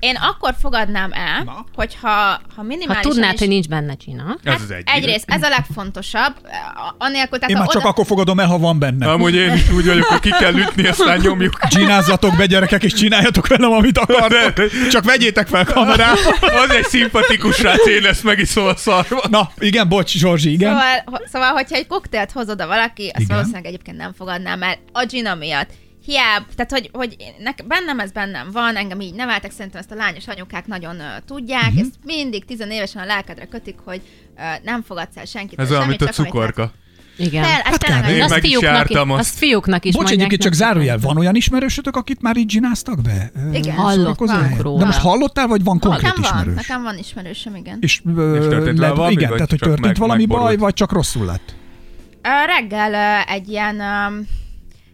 Speaker 7: Én akkor fogadnám el,
Speaker 5: Na.
Speaker 7: hogyha ha
Speaker 8: Ha
Speaker 7: minimálisan
Speaker 8: tudnád,
Speaker 7: is...
Speaker 8: hogy nincs benne Csina.
Speaker 5: Hát
Speaker 6: Ez az egy.
Speaker 7: Egyrészt ez a legfontosabb, a- anélkül, tehát
Speaker 5: Én
Speaker 7: ha
Speaker 5: már csak
Speaker 7: oda...
Speaker 5: akkor fogadom el, ha van benne.
Speaker 6: Amúgy én is úgy vagyok, hogy ki kell ütni, aztán nyomjuk.
Speaker 5: Csinázzatok be, gyerekek, és csináljatok velem, amit akartok.
Speaker 6: De-
Speaker 5: Csak vegyétek fel kamerát.
Speaker 6: Az egy szimpatikus srác, én ezt megiszom a szarva.
Speaker 5: Na, igen, bocs, Zsorzsi, igen.
Speaker 7: Szóval, ho- szóval, hogyha egy koktélt hoz oda valaki, azt
Speaker 5: Igen.
Speaker 7: Igen. valószínűleg egyébként nem fogadnám el a gina miatt. Hiába, tehát hogy, hogy én- nek, bennem ez bennem van, engem így neveltek, szerintem ezt a lányos anyukák nagyon uh, tudják, uh-huh. ezt mindig tizenévesen a lelkedre kötik, hogy uh, nem fogadsz el senkit.
Speaker 6: Ez olyan, mint a cukorka.
Speaker 8: Igen.
Speaker 7: Fel, ez
Speaker 5: kb.
Speaker 7: tényleg
Speaker 6: Én
Speaker 8: Azt
Speaker 6: meg is
Speaker 8: fiúknak,
Speaker 6: jártam azt.
Speaker 8: azt fiúknak is
Speaker 5: Bocs,
Speaker 8: mondják,
Speaker 5: egyébként csak
Speaker 8: nem
Speaker 5: zárójel, van olyan ismerősötök, akit már így csináztak be? Ö,
Speaker 7: Igen.
Speaker 5: szórakozó
Speaker 8: Hallottunk
Speaker 5: helyen?
Speaker 8: róla.
Speaker 5: De most hallottál, vagy van konkrét
Speaker 7: nekem van,
Speaker 5: ismerős?
Speaker 7: nekem van ismerősöm, igen.
Speaker 5: És, ö,
Speaker 6: És történt vele
Speaker 5: lett-
Speaker 6: valami,
Speaker 5: igen,
Speaker 6: vagy
Speaker 5: tehát hogy
Speaker 6: csak
Speaker 5: történt
Speaker 6: meg-
Speaker 5: valami baj,
Speaker 6: megborult?
Speaker 5: vagy csak rosszul lett?
Speaker 7: Ö, reggel ö, egy ilyen, ö,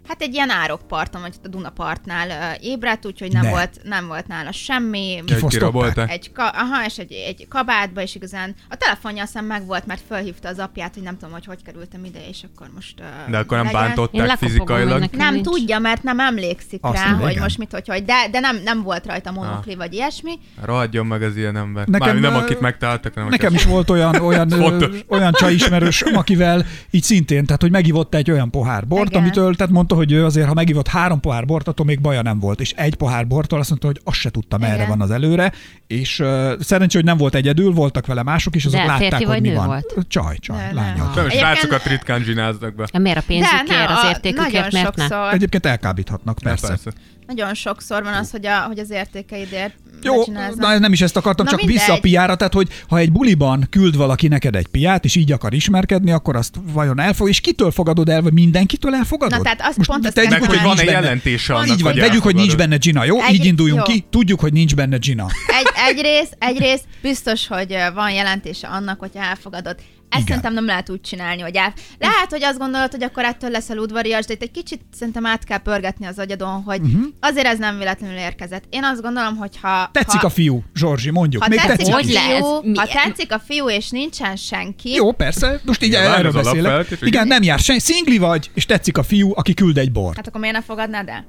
Speaker 7: hát egy ilyen árokparton, vagy ott a Dunapartnál ö, ébredt, úgyhogy nem,
Speaker 5: Ne.
Speaker 7: volt, nem volt nála semmi.
Speaker 5: Kifosztották?
Speaker 6: Kirabolták.
Speaker 7: Egy, ka- aha, és egy, egy kabátba, és igazán a telefonja aztán meg volt, mert fölhívta az apját, hogy nem tudom, hogy hogy kerültem ide, és akkor most... ö,
Speaker 6: De akkor nem
Speaker 7: legyen.
Speaker 8: Én
Speaker 6: bántották
Speaker 8: lekopogom
Speaker 6: fizikailag.
Speaker 8: ennek.
Speaker 7: Nem
Speaker 8: Nincs.
Speaker 7: Nincs. tudja, mert nem emlékszik
Speaker 5: Azt
Speaker 7: Azt rá,
Speaker 5: mondja,
Speaker 7: hogy
Speaker 5: igen. Ah.
Speaker 7: most mit, hogy, hogy de, de nem, nem volt rajta monokli, vagy ilyesmi.
Speaker 6: Radjon meg az ilyen ember.
Speaker 5: Nekem,
Speaker 6: Mármint nem
Speaker 5: ö,
Speaker 6: akit megtaláltak, hanem
Speaker 5: Nekem
Speaker 6: akit-
Speaker 5: is volt olyan, olyan, ö,
Speaker 6: Fontos.
Speaker 5: olyan csajismerős, akivel így szintén, tehát hogy megivott egy olyan pohár bort, Igen.
Speaker 7: Igen.
Speaker 5: amitől tehát mondta, hogy ő azért, ha megivott három pohár bort, attól még baja nem volt, és egy pohár bortól azt mondta, hogy azt se tudta, merre
Speaker 7: Igen.
Speaker 5: van az előre, és uh, szerencsé, hogy nem volt egyedül, voltak vele mások is, azok
Speaker 8: De
Speaker 5: látták,
Speaker 8: férfi
Speaker 5: hogy
Speaker 8: vagy
Speaker 5: mi
Speaker 8: nő
Speaker 5: van.
Speaker 8: volt?
Speaker 5: Csaj, csaj,
Speaker 7: Ne, ne.
Speaker 5: lánya.
Speaker 6: Nem,
Speaker 7: Egyébként-
Speaker 6: srácokat ritkán zsináznak be.
Speaker 8: Ja, miért a pénzükért, az
Speaker 7: a-
Speaker 8: értékükért,
Speaker 7: hát, nagyon
Speaker 8: miért ne?
Speaker 7: sokszor,
Speaker 5: Egyébként elkábíthatnak, persze. persze.
Speaker 7: nagyon sokszor van az, hogy, a, hogy az értékeidért
Speaker 5: Jó,
Speaker 7: megcsináznak.
Speaker 5: na, nem is ezt akartam,
Speaker 7: Na,
Speaker 5: csak
Speaker 7: mindegy.
Speaker 5: vissza a piára, tehát hogy ha egy buliban küld valaki neked egy piát, és így akar ismerkedni, akkor azt vajon elfog, és kitől fogadod el, vagy mindenkitől elfogadod?
Speaker 7: Na, tehát azt
Speaker 5: Most
Speaker 7: pont azt
Speaker 5: tegyük,
Speaker 7: kell
Speaker 6: Meg, hogy
Speaker 7: van-e
Speaker 5: nincs
Speaker 6: van-e
Speaker 5: benne.
Speaker 6: jelentése annak,
Speaker 5: Így van,
Speaker 6: hogy
Speaker 5: vegyük, hogy nincs
Speaker 6: elfogadod?
Speaker 5: benne Gina, jó?
Speaker 7: Egy-
Speaker 5: így induljunk
Speaker 7: jó.
Speaker 5: ki, tudjuk, hogy nincs benne Gina.
Speaker 7: Egy, egyrészt, egyrészt biztos, hogy ö, van jelentése annak, hogyha elfogadod. Ezt
Speaker 2: Igen.
Speaker 7: szerintem nem lehet úgy csinálni, hogy el... Lehet, hogy azt gondolod, hogy akkor ettől leszel udvarias, de itt egy kicsit szerintem át kell pörgetni az agyadon, hogy
Speaker 5: Mhm.
Speaker 7: uh-huh. azért ez nem véletlenül érkezett. Én azt gondolom, hogy ha...
Speaker 5: Tetszik
Speaker 7: ha,
Speaker 5: a fiú, Zsorzsi, mondjuk.
Speaker 7: ha
Speaker 5: Még
Speaker 7: tetszik,
Speaker 5: tetszik
Speaker 7: a
Speaker 8: Hogy
Speaker 5: is.
Speaker 8: lehet?
Speaker 7: fiú, ha
Speaker 8: Milyen?
Speaker 7: tetszik a fiú, és nincsen senki,
Speaker 5: Jó, persze, most így
Speaker 6: Nyilván,
Speaker 5: erről
Speaker 6: ez
Speaker 5: beszélek.
Speaker 6: alapfeltétel,
Speaker 5: Igen,
Speaker 6: igen.
Speaker 5: nem jár sem, szingli vagy, és tetszik a fiú, aki küld egy bort.
Speaker 7: hát akkor miért ne fogadnád el?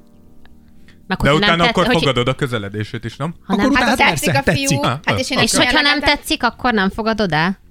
Speaker 8: Meg,
Speaker 6: De
Speaker 8: hogyha nem
Speaker 6: utána
Speaker 8: tett-
Speaker 6: akkor
Speaker 8: hogy-
Speaker 6: fogadod a közeledését is, nem?
Speaker 8: Ha nem,
Speaker 5: Akkor
Speaker 7: Hát,
Speaker 5: Hát
Speaker 7: hát ha tetszik
Speaker 5: persze,
Speaker 7: a fiú,
Speaker 5: tetszik. Ah,
Speaker 6: Ha,
Speaker 7: hát és én
Speaker 8: és
Speaker 7: is
Speaker 8: hogyha nem
Speaker 7: tetszik,
Speaker 8: tetszik, akkor nem fogadod el?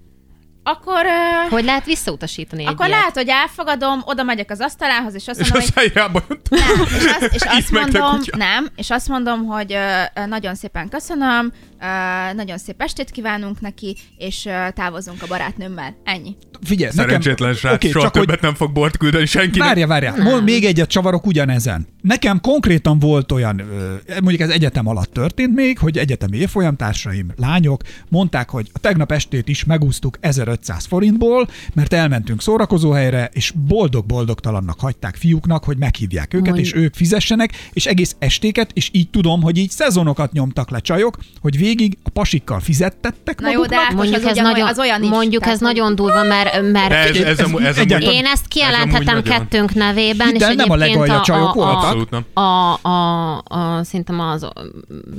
Speaker 7: akkor... ö,
Speaker 8: Hogy lehet visszautasítani egy
Speaker 7: Akkor
Speaker 8: ilyet?
Speaker 7: lehet, hogy elfogadom, oda megyek az asztalához, és azt
Speaker 6: És
Speaker 7: mondom,
Speaker 6: az
Speaker 7: hogy
Speaker 6: helyába jött.
Speaker 7: nem, és azt, és azt
Speaker 6: Itt meg te
Speaker 7: mondom,
Speaker 6: kutya.
Speaker 7: nem, és azt mondom, hogy ö, ö, nagyon szépen köszönöm, ö, nagyon szép estét kívánunk neki, és ö, távozunk a barátnőmmel. Ennyi.
Speaker 5: Figyelj,
Speaker 6: Szerencsétlen
Speaker 5: nekem...
Speaker 6: srác,
Speaker 5: Oké,
Speaker 6: okay, soha
Speaker 5: csak hogy
Speaker 6: többet nem fog bort küldeni senkinek.
Speaker 5: Várja,
Speaker 7: Hm.
Speaker 5: várja, Mond még egyet csavarok ugyanezen. Nekem konkrétan volt olyan, ö, mondjuk ez egyetem alatt történt még, hogy egyetemi évfolyamtársaim, lányok mondták, hogy a tegnap estét is megúsztuk 1500 forintból, mert elmentünk szórakozóhelyre, és boldog-boldogtalannak hagyták fiúknak, hogy meghívják őket,
Speaker 8: Mondj.
Speaker 5: és ők fizessenek, és egész estéket, és így tudom, hogy így szezonokat nyomtak le csajok, hogy végig a pasikkal fizettettek
Speaker 7: Na jó,
Speaker 5: maguknak,
Speaker 7: de- hát, Most
Speaker 8: Mondjuk
Speaker 7: az
Speaker 8: ez
Speaker 7: ugyan-
Speaker 8: nagyon,
Speaker 7: az olyan is,
Speaker 8: mondjuk
Speaker 7: tehát,
Speaker 8: ez nagyon durva, mert,
Speaker 6: De
Speaker 8: mert
Speaker 6: ez, ez,
Speaker 5: ez
Speaker 6: ez, amúgy- ez, amúgy-
Speaker 5: egyáltalán-
Speaker 8: Hát Én ezt
Speaker 6: Ez
Speaker 8: kijelenthetem
Speaker 6: amúgy nagyon-
Speaker 8: kettőnk nevében,
Speaker 5: Hidd el,
Speaker 8: és
Speaker 5: nem a
Speaker 8: egyébként
Speaker 5: legalja csajok voltak.
Speaker 6: Abszolút nem.
Speaker 8: a, a, a, a, szerintem az,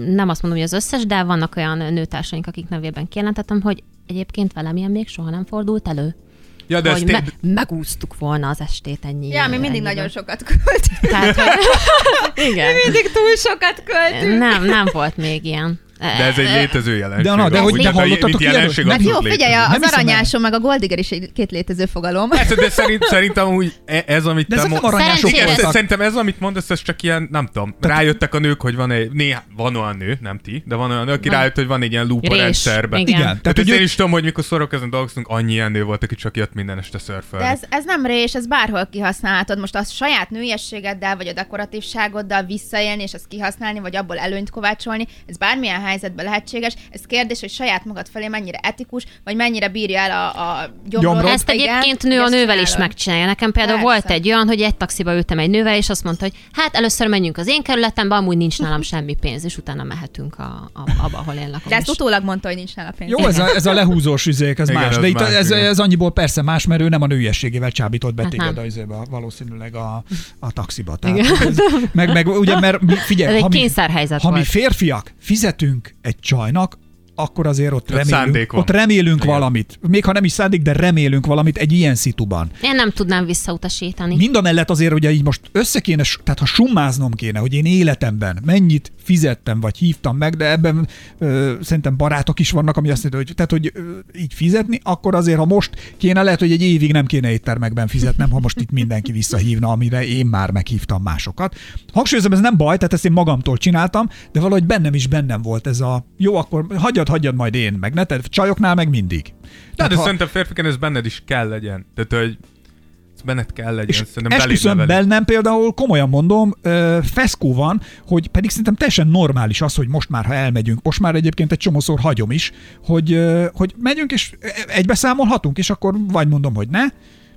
Speaker 8: nem azt mondom, hogy az összes, de vannak olyan nőtársaink, akik nevében kijelentettem, hogy egyébként velem ilyen még soha nem fordult elő.
Speaker 6: Ja, de ez
Speaker 8: hogy me,
Speaker 6: tény-
Speaker 8: megúsztuk volna az estét ennyi.
Speaker 7: Ja, mi mindig
Speaker 8: ennyivel.
Speaker 7: nagyon sokat költünk.
Speaker 8: Tehát, hogy, igen.
Speaker 7: Mindig túl sokat költünk.
Speaker 8: Nem, nem volt még ilyen. E,
Speaker 6: de ez egy létező jelenség.
Speaker 5: na, de
Speaker 6: amúgy,
Speaker 5: hogy
Speaker 6: tehát
Speaker 5: nem
Speaker 6: a-
Speaker 5: hallottatok
Speaker 6: mint
Speaker 5: ilyenről?
Speaker 6: jelenség
Speaker 5: Hát
Speaker 7: Hát jó,
Speaker 6: abszolút
Speaker 7: figyelj,
Speaker 6: létezik.
Speaker 5: Nem
Speaker 7: az
Speaker 5: hiszem el.
Speaker 7: aranyásom meg a goldiger is egy két létező fogalom.
Speaker 6: Persze, de szerint, szerintem úgy e- ez, amit
Speaker 5: De
Speaker 6: te
Speaker 5: ezek nem
Speaker 6: mo-
Speaker 5: aranyások
Speaker 8: Szerencsére-
Speaker 6: Ez-
Speaker 5: voltak.
Speaker 6: Szerintem ez, amit mondasz, ez csak ilyen, nem tudom, rájöttek a nők, hogy van egy, néha, van olyan nő, nem ti, de van olyan nő, aki rájött, hogy van egy ilyen loop a
Speaker 8: Rés.
Speaker 6: rendszerben.
Speaker 8: Igen.
Speaker 5: Igen.
Speaker 6: Tehát
Speaker 5: Tehát,
Speaker 6: Tehát
Speaker 5: hogy
Speaker 6: én
Speaker 5: ők-
Speaker 6: is tudom, hogy mikor szorokezünk dolgoztunk, annyi ilyen nő volt, aki csak jött minden este
Speaker 7: De
Speaker 6: szörfölni.
Speaker 7: ez, ez nem rés, ez bárhol kihasználhatod. Most a saját nőiességeddel, vagy a dekoratívságoddal visszaélni, és azt kihasználni, vagy abból előnyt kovácsolni, ez bármilyen helyzetben lehetséges. Ez kérdés, hogy saját magad felé mennyire etikus, vagy mennyire bírja el a, a gyomrod.
Speaker 5: Gyomrod.
Speaker 8: Ezt egyébként nő a
Speaker 7: hogy
Speaker 8: nővel
Speaker 7: ezt
Speaker 8: is
Speaker 7: csinálod.
Speaker 8: megcsinálja. Nekem például
Speaker 7: Persze.
Speaker 8: volt egy olyan, hogy egy taxiba ültem egy nővel, és azt mondta, hogy hát először menjünk az én kerületembe, amúgy nincs nálam semmi pénz, és utána mehetünk a, a, abba, ahol én lakom.
Speaker 7: De ezt
Speaker 8: És-
Speaker 7: utólag mondta, hogy nincs nála pénz.
Speaker 5: Jó, ez a, ez a lehúzós üzék, ez
Speaker 6: Igen,
Speaker 5: igen, más.
Speaker 6: az
Speaker 5: De itt
Speaker 6: más,
Speaker 5: ez,
Speaker 6: igen.
Speaker 5: ez annyiból persze más, mert ő nem a nőiességével csábított be
Speaker 8: Hát
Speaker 5: téged
Speaker 8: nem.
Speaker 5: a izébe, valószínűleg a, a taxiba. Tehát ez, meg, meg ugye, mert mi- figyelj,
Speaker 8: Ez egy
Speaker 5: ha, mi,
Speaker 8: kényszerhelyzet
Speaker 5: ha mi
Speaker 8: volt.
Speaker 5: férfiak fizetünk egy csajnak, akkor azért ott,
Speaker 6: szándék
Speaker 5: remélünk,
Speaker 6: van.
Speaker 5: ott remélünk
Speaker 6: Igen.
Speaker 5: valamit. Még ha nem is szándék, de remélünk valamit egy ilyen szituban.
Speaker 8: Én nem tudnám visszautasítani.
Speaker 5: Mind a mellett azért, ugye így most össze kéne, tehát ha summáznom kéne, hogy én életemben mennyit fizettem, vagy hívtam meg, de ebben ö, szerintem barátok is vannak, ami azt jelenti, hogy, tehát, hogy ö, így fizetni, akkor azért, ha most kéne, lehet, hogy egy évig nem kéne éttermekben fizetnem, ha most itt mindenki visszahívna, amire én már meghívtam másokat. Hangsúlyozom, ez nem baj, tehát ezt én magamtól csináltam, de valahogy bennem is bennem volt ez a jó, akkor hagyjad, hagyjad majd én, meg ne, tehát csajoknál meg mindig.
Speaker 6: De,
Speaker 5: Tehát
Speaker 6: de
Speaker 5: ha-
Speaker 6: szerintem férfiken ez benned is kell legyen. Tehát, hogy ez benned kell legyen.
Speaker 5: És
Speaker 6: Szerintem beléd
Speaker 5: esküszöm
Speaker 6: nevelik.
Speaker 5: bennem például, komolyan mondom, ö, feszkó van, hogy pedig szerintem teljesen normális az, hogy most már, ha elmegyünk, most már egyébként egy csomószor hagyom is, hogy, ö, hogy megyünk és egybeszámolhatunk, és akkor vagy mondom, hogy ne,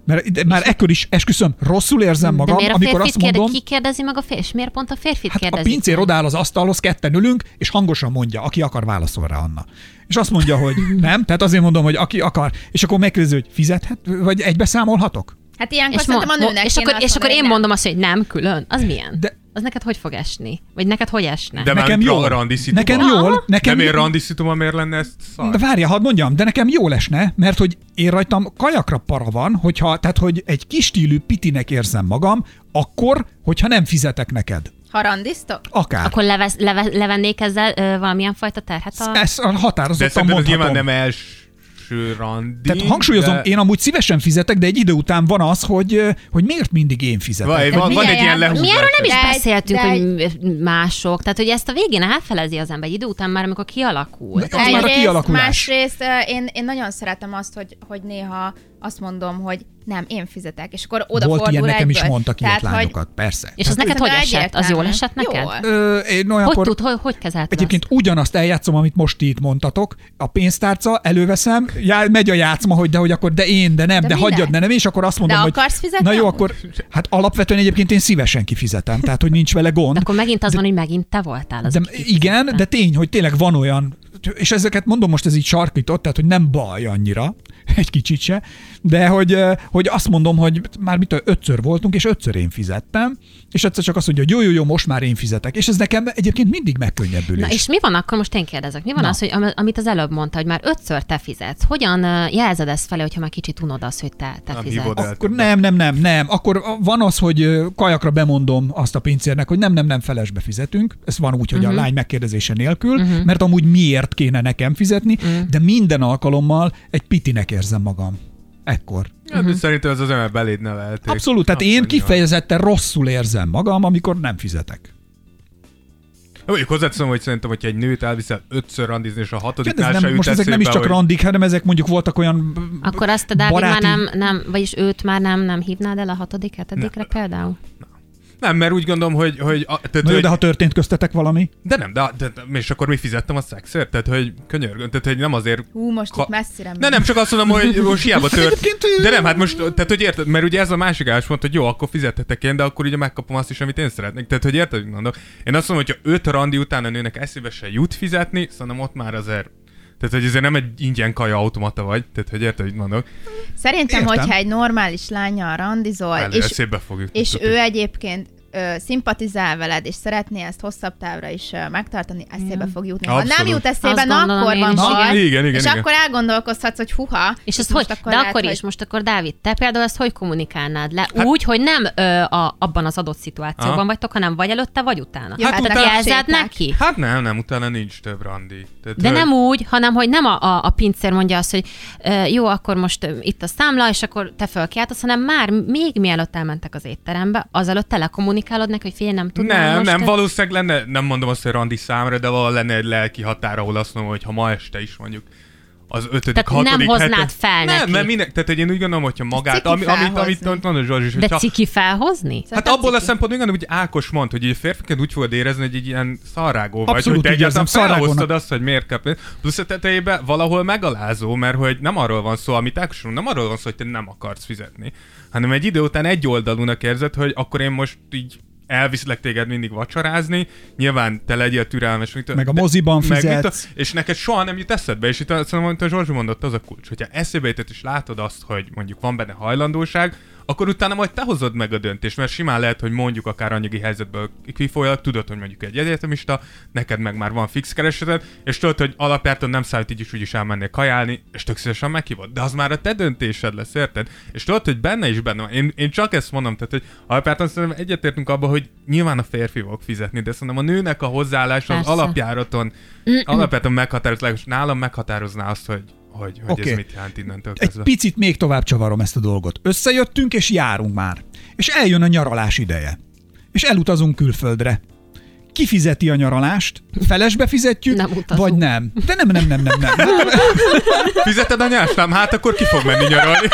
Speaker 5: mert ide- már ekkor is esküszöm, rosszul érzem
Speaker 8: de
Speaker 5: magam,
Speaker 8: miért a
Speaker 5: amikor
Speaker 8: férfit
Speaker 5: azt
Speaker 8: kérde-
Speaker 5: mondom,
Speaker 8: ki kérdezi meg a férfi, és miért pont a férfit
Speaker 5: hát a
Speaker 8: kérdezi?
Speaker 5: pincér odáll az asztalhoz, ketten ülünk, és hangosan mondja, aki akar, válaszol rá Anna. És azt mondja, hogy nem, tehát azért mondom, hogy aki akar, és akkor megkérdezi, hogy fizethet, vagy egybeszámolhatok?
Speaker 7: Hát ilyenkor
Speaker 8: És,
Speaker 7: és szerintem a
Speaker 8: mo-
Speaker 7: nőnek
Speaker 8: és,
Speaker 7: kéne
Speaker 8: akkor,
Speaker 7: azt
Speaker 8: és akkor
Speaker 7: mondani,
Speaker 8: én
Speaker 7: hogy
Speaker 8: mondom azt, hogy nem külön. Az milyen?
Speaker 5: De-
Speaker 8: De... Az neked hogy fog esni? Vagy neked hogy esne?
Speaker 6: De
Speaker 5: Nekem
Speaker 6: már
Speaker 5: jól.
Speaker 6: ra- randi szituma.
Speaker 5: Nekem jól. Nekem
Speaker 6: nem én
Speaker 5: jól.
Speaker 6: randi szituma, miért lenne ez szar?
Speaker 5: De várja, hadd mondjam, de nekem jó lesne, mert hogy én rajtam kajakra para van, hogyha, tehát hogy egy kis stílű pitinek érzem magam, akkor, hogyha nem fizetek neked.
Speaker 7: Ha randiztok?
Speaker 5: Akár. Akkor
Speaker 8: Akkor levesz, leve, levennék ezzel ö, valamilyen fajta terhet a...
Speaker 5: ezt
Speaker 6: De
Speaker 5: határozottan
Speaker 6: szerintem ez
Speaker 5: mondhatom.
Speaker 6: nyilván nem első randi.
Speaker 5: tehát hangsúlyozom,
Speaker 6: de-
Speaker 5: én amúgy szívesen fizetek, de egy idő után van az, hogy, hogy miért mindig én fizetek.
Speaker 6: Van, van, van
Speaker 7: milyen
Speaker 6: egy ilyen
Speaker 7: jel-
Speaker 6: lehúzás.
Speaker 8: Mi erről hát nem is
Speaker 7: De egy-
Speaker 8: beszéltünk,
Speaker 7: de
Speaker 8: hogy m- mások. Tehát, hogy ezt a végén elfelezi az ember egy idő után már, amikor kialakul.
Speaker 5: De- Az már a kialakulás.
Speaker 7: Másrészt ö, én, én nagyon szeretem azt, hogy, hogy néha azt mondom, hogy nem, én fizetek, és akkor odafordul
Speaker 5: Volt ilyen, nekem is
Speaker 7: egyből.
Speaker 5: mondtak ilyet
Speaker 7: Tehát, hogy-
Speaker 5: lányokat, persze.
Speaker 8: És az neked hogy
Speaker 7: De
Speaker 8: esett? Az
Speaker 7: egyértelmű.
Speaker 8: jól esett neked?
Speaker 7: Jól.
Speaker 5: Ö, én
Speaker 8: Hogy
Speaker 5: olyankor...
Speaker 8: tud, hogy, hogy kezelted
Speaker 5: Egyébként ugyanazt eljátszom, amit most ti itt mondtatok. A pénztárca, előveszem, já, megy a játszma, hogy de hogy akkor de én, de nem, de,
Speaker 7: De
Speaker 5: de
Speaker 7: minek?
Speaker 5: hagyjad, de nem, és akkor azt mondom,
Speaker 7: De
Speaker 5: hogy
Speaker 7: akarsz fizetni
Speaker 5: na jó,
Speaker 7: amúgy?
Speaker 5: akkor hát alapvetően egyébként én szívesen kifizetem, tehát hogy nincs vele gond.
Speaker 8: De akkor megint az van, hogy megint te voltál az,
Speaker 5: De
Speaker 8: aki
Speaker 5: igen,
Speaker 8: kifizette.
Speaker 5: de tény, hogy tényleg van olyan és ezeket mondom most, ez így sarkított, tehát hogy nem baj annyira, egy kicsit se, de hogy, ö, hogy azt mondom, hogy már mit tudom, ötször voltunk, és ötször én fizettem, és egyszer csak azt mondja, hogy jó, jó, jó, most már én fizetek. És ez nekem egyébként mindig megkönnyebbülés.
Speaker 8: Na és mi van akkor, most én kérdezek, mi van Na. az, hogy am- amit az előbb mondta, hogy már ötször te fizetsz, hogyan ö, jelzed ezt felé, hogyha már kicsit unod az, hogy te, te
Speaker 6: Nem hívod
Speaker 8: fizetsz?
Speaker 6: el.
Speaker 5: Akkor nem, nem, nem, nem. Akkor van az, hogy ö, kajakra bemondom azt a pincérnek, hogy nem, nem, nem, felesbe fizetünk. Ez van úgy, hogy uh-huh. a lány megkérdezése nélkül, uh-huh. mert amúgy miért kéne nekem fizetni, uh-huh. de minden alkalommal egy pitinek érzem magam. Ekkor.
Speaker 6: Uh-huh. Szerintem ez az ember beléd nevelték.
Speaker 5: Abszolút, tehát
Speaker 6: Azt
Speaker 5: én
Speaker 6: mondja.
Speaker 5: kifejezetten rosszul érzem magam, amikor nem fizetek.
Speaker 6: Mondjuk hozzáteszem, hogy szerintem, hogyha egy nőt elviszel ötször randizni, és a
Speaker 5: Ja, de
Speaker 6: hatodiknál
Speaker 5: Hát ez
Speaker 6: se
Speaker 5: nem,
Speaker 6: jut
Speaker 5: most ezek nem is
Speaker 6: eszébe,
Speaker 5: csak randik, hanem ezek mondjuk voltak olyan b-
Speaker 8: Akkor azt a Dávid
Speaker 5: baráti...
Speaker 8: már nem, nem, vagyis őt már nem, nem hívnád el a hatodik, hetedikre például?
Speaker 6: Nem, mert úgy gondolom, hogy... hogy, a, tehát,
Speaker 5: Na jó,
Speaker 6: hogy
Speaker 5: de ha történt köztetek valami?
Speaker 6: de nem, de, de, de, és akkor mi fizettem a szexért? Tehát, hogy könyörgöm, tehát, hogy nem azért...
Speaker 7: Hú, most
Speaker 6: Ka-
Speaker 7: itt messzire
Speaker 6: Ne, nem, csak azt mondom, hogy most hiába tört.
Speaker 5: Egyébként-
Speaker 6: De nem, hát most, tehát hogy érted, mert ugye ez a másik álláspont, hogy jó, akkor fizethetek én, de akkor ugye megkapom azt is, amit én szeretnék. Tehát, hogy érted, mit mondok? Én azt mondom, hogy ha öt randi után a nőnek eszébe se jut fizetni, szerintem ott már azért tehát, hogy ezért nem egy ingyen kaja automata vagy, tehát, hogy érted, mit mondok?
Speaker 7: Szerintem,
Speaker 5: Értem.
Speaker 7: hogyha egy normális lányjal randizol,
Speaker 6: Elő,
Speaker 7: és,
Speaker 6: eszébe fog jutni.
Speaker 7: és
Speaker 6: Tehát,
Speaker 7: ő egyébként ö, szimpatizál veled, és szeretné ezt hosszabb távra is ö, megtartani, eszébe fog jutni. Ha nem
Speaker 6: Abszolút.
Speaker 7: jut eszébe,
Speaker 8: Azt
Speaker 7: na
Speaker 8: gondolom
Speaker 7: akkor
Speaker 8: én
Speaker 7: van
Speaker 8: is,
Speaker 7: baj.
Speaker 8: igen.
Speaker 6: Igen, igen,
Speaker 7: És
Speaker 6: igen.
Speaker 7: akkor elgondolkozhatsz, hogy huha.
Speaker 8: És ezt hogy,
Speaker 7: most
Speaker 8: akkor de
Speaker 7: lehet,
Speaker 8: akkor
Speaker 7: hogy-
Speaker 8: is, most akkor Dávid, te például ezt hogy kommunikálnád le? Hát, Úgy, hogy nem ö, a, abban az adott szituációban
Speaker 6: Aha.
Speaker 8: vagytok, hanem vagy előtte, vagy utána.
Speaker 7: Jó,
Speaker 8: hát
Speaker 7: hát
Speaker 8: utána
Speaker 7: utána
Speaker 8: jelzed
Speaker 7: sétálsz.
Speaker 8: neki?
Speaker 6: Hát nem, nem, utána nincs több randi. Tehát,
Speaker 8: De
Speaker 6: hogy-
Speaker 8: nem úgy, hanem hogy nem a, a, a pincér mondja azt, hogy ö, jó, akkor most ö, itt a számla, és akkor te fölkiáltasz, hanem már még mielőtt elmentek az étterembe, azelőtt telekommunikálod neki, hogy figyelj, nem tudom.
Speaker 6: Nem,
Speaker 8: most
Speaker 6: nem,
Speaker 8: ö,
Speaker 6: valószínűleg lenne, nem mondom azt, hogy randi számra, de valahol lenne egy lelki határ, ahol azt mondom, hogy ha ma este is mondjuk az ötödik,
Speaker 8: Tehát nem
Speaker 6: hatodik,
Speaker 8: hoznád
Speaker 6: heted-
Speaker 8: fel
Speaker 6: nem,
Speaker 8: neki.
Speaker 6: mert minden, tehát hogy én úgy gondolom, hogyha magát,
Speaker 7: ciki
Speaker 6: ami, amit, amit,
Speaker 7: felhozni.
Speaker 6: amit mondod Zsorzs is,
Speaker 8: De
Speaker 6: hogyha,
Speaker 8: ciki felhozni?
Speaker 6: Hát
Speaker 7: Szerintem
Speaker 6: abból a
Speaker 7: ciki.
Speaker 6: szempontból igen, hogy Ákos mondta, hogy így férfiként úgy fogod érezni, hogy egy ilyen szarrágó vagy,
Speaker 5: Abszolút
Speaker 6: hogy te
Speaker 5: úgy
Speaker 6: egyáltalán
Speaker 5: érzem, szarrágónak.
Speaker 6: felhoztad azt, hogy miért kap. Plusz a tetejében valahol megalázó, mert hogy nem arról van szó, amit Ákos mond, nem arról van szó, hogy te nem akarsz fizetni, hanem egy idő után egy oldalúnak érzed, hogy akkor én most így elviszlek téged mindig vacsorázni, nyilván te legyél türelmes. Mit,
Speaker 5: Meg a
Speaker 6: de-
Speaker 5: moziban
Speaker 6: meg mit a-
Speaker 5: fizetsz.
Speaker 6: és neked soha nem jut eszedbe, és itt azt mondom, amit a Zsorzsi mondott, az a kulcs, hogyha eszébe jutott, és látod azt, hogy mondjuk van benne hajlandóság, akkor utána majd te hozod meg a döntést, mert simán lehet, hogy mondjuk akár anyagi helyzetből kifolyólag tudod, hogy mondjuk egy egyetemista, neked meg már van fix kereseted, és tudod, hogy alapjártan nem számít, így is úgyis elmennél kajálni, és tök szívesen meghívod. De az már a te döntésed lesz, érted? És tudod, hogy benne is benne van. Én, én csak ezt mondom, tehát, hogy alapjártan szerintem egyetértünk abba, hogy nyilván a férfi fog fizetni, de szerintem a nőnek a hozzáállása az
Speaker 8: Persze.
Speaker 6: alapján járaton alapvetően meghatároz, legalábbis nálam meghatározná azt, hogy, hogy, hogy
Speaker 5: Oké.
Speaker 6: ez mit jelent innentől
Speaker 5: egy
Speaker 6: kezdve.
Speaker 5: picit még tovább csavarom ezt a dolgot. Összejöttünk, és járunk már. És eljön a nyaralás ideje. És elutazunk külföldre. Ki fizeti a nyaralást? Felesbe fizetjük,
Speaker 8: Nem utazunk.
Speaker 5: vagy nem? De nem, nem, nem, nem, nem.
Speaker 6: Fizeted a nyásnám? Hát akkor ki fog menni nyaralni?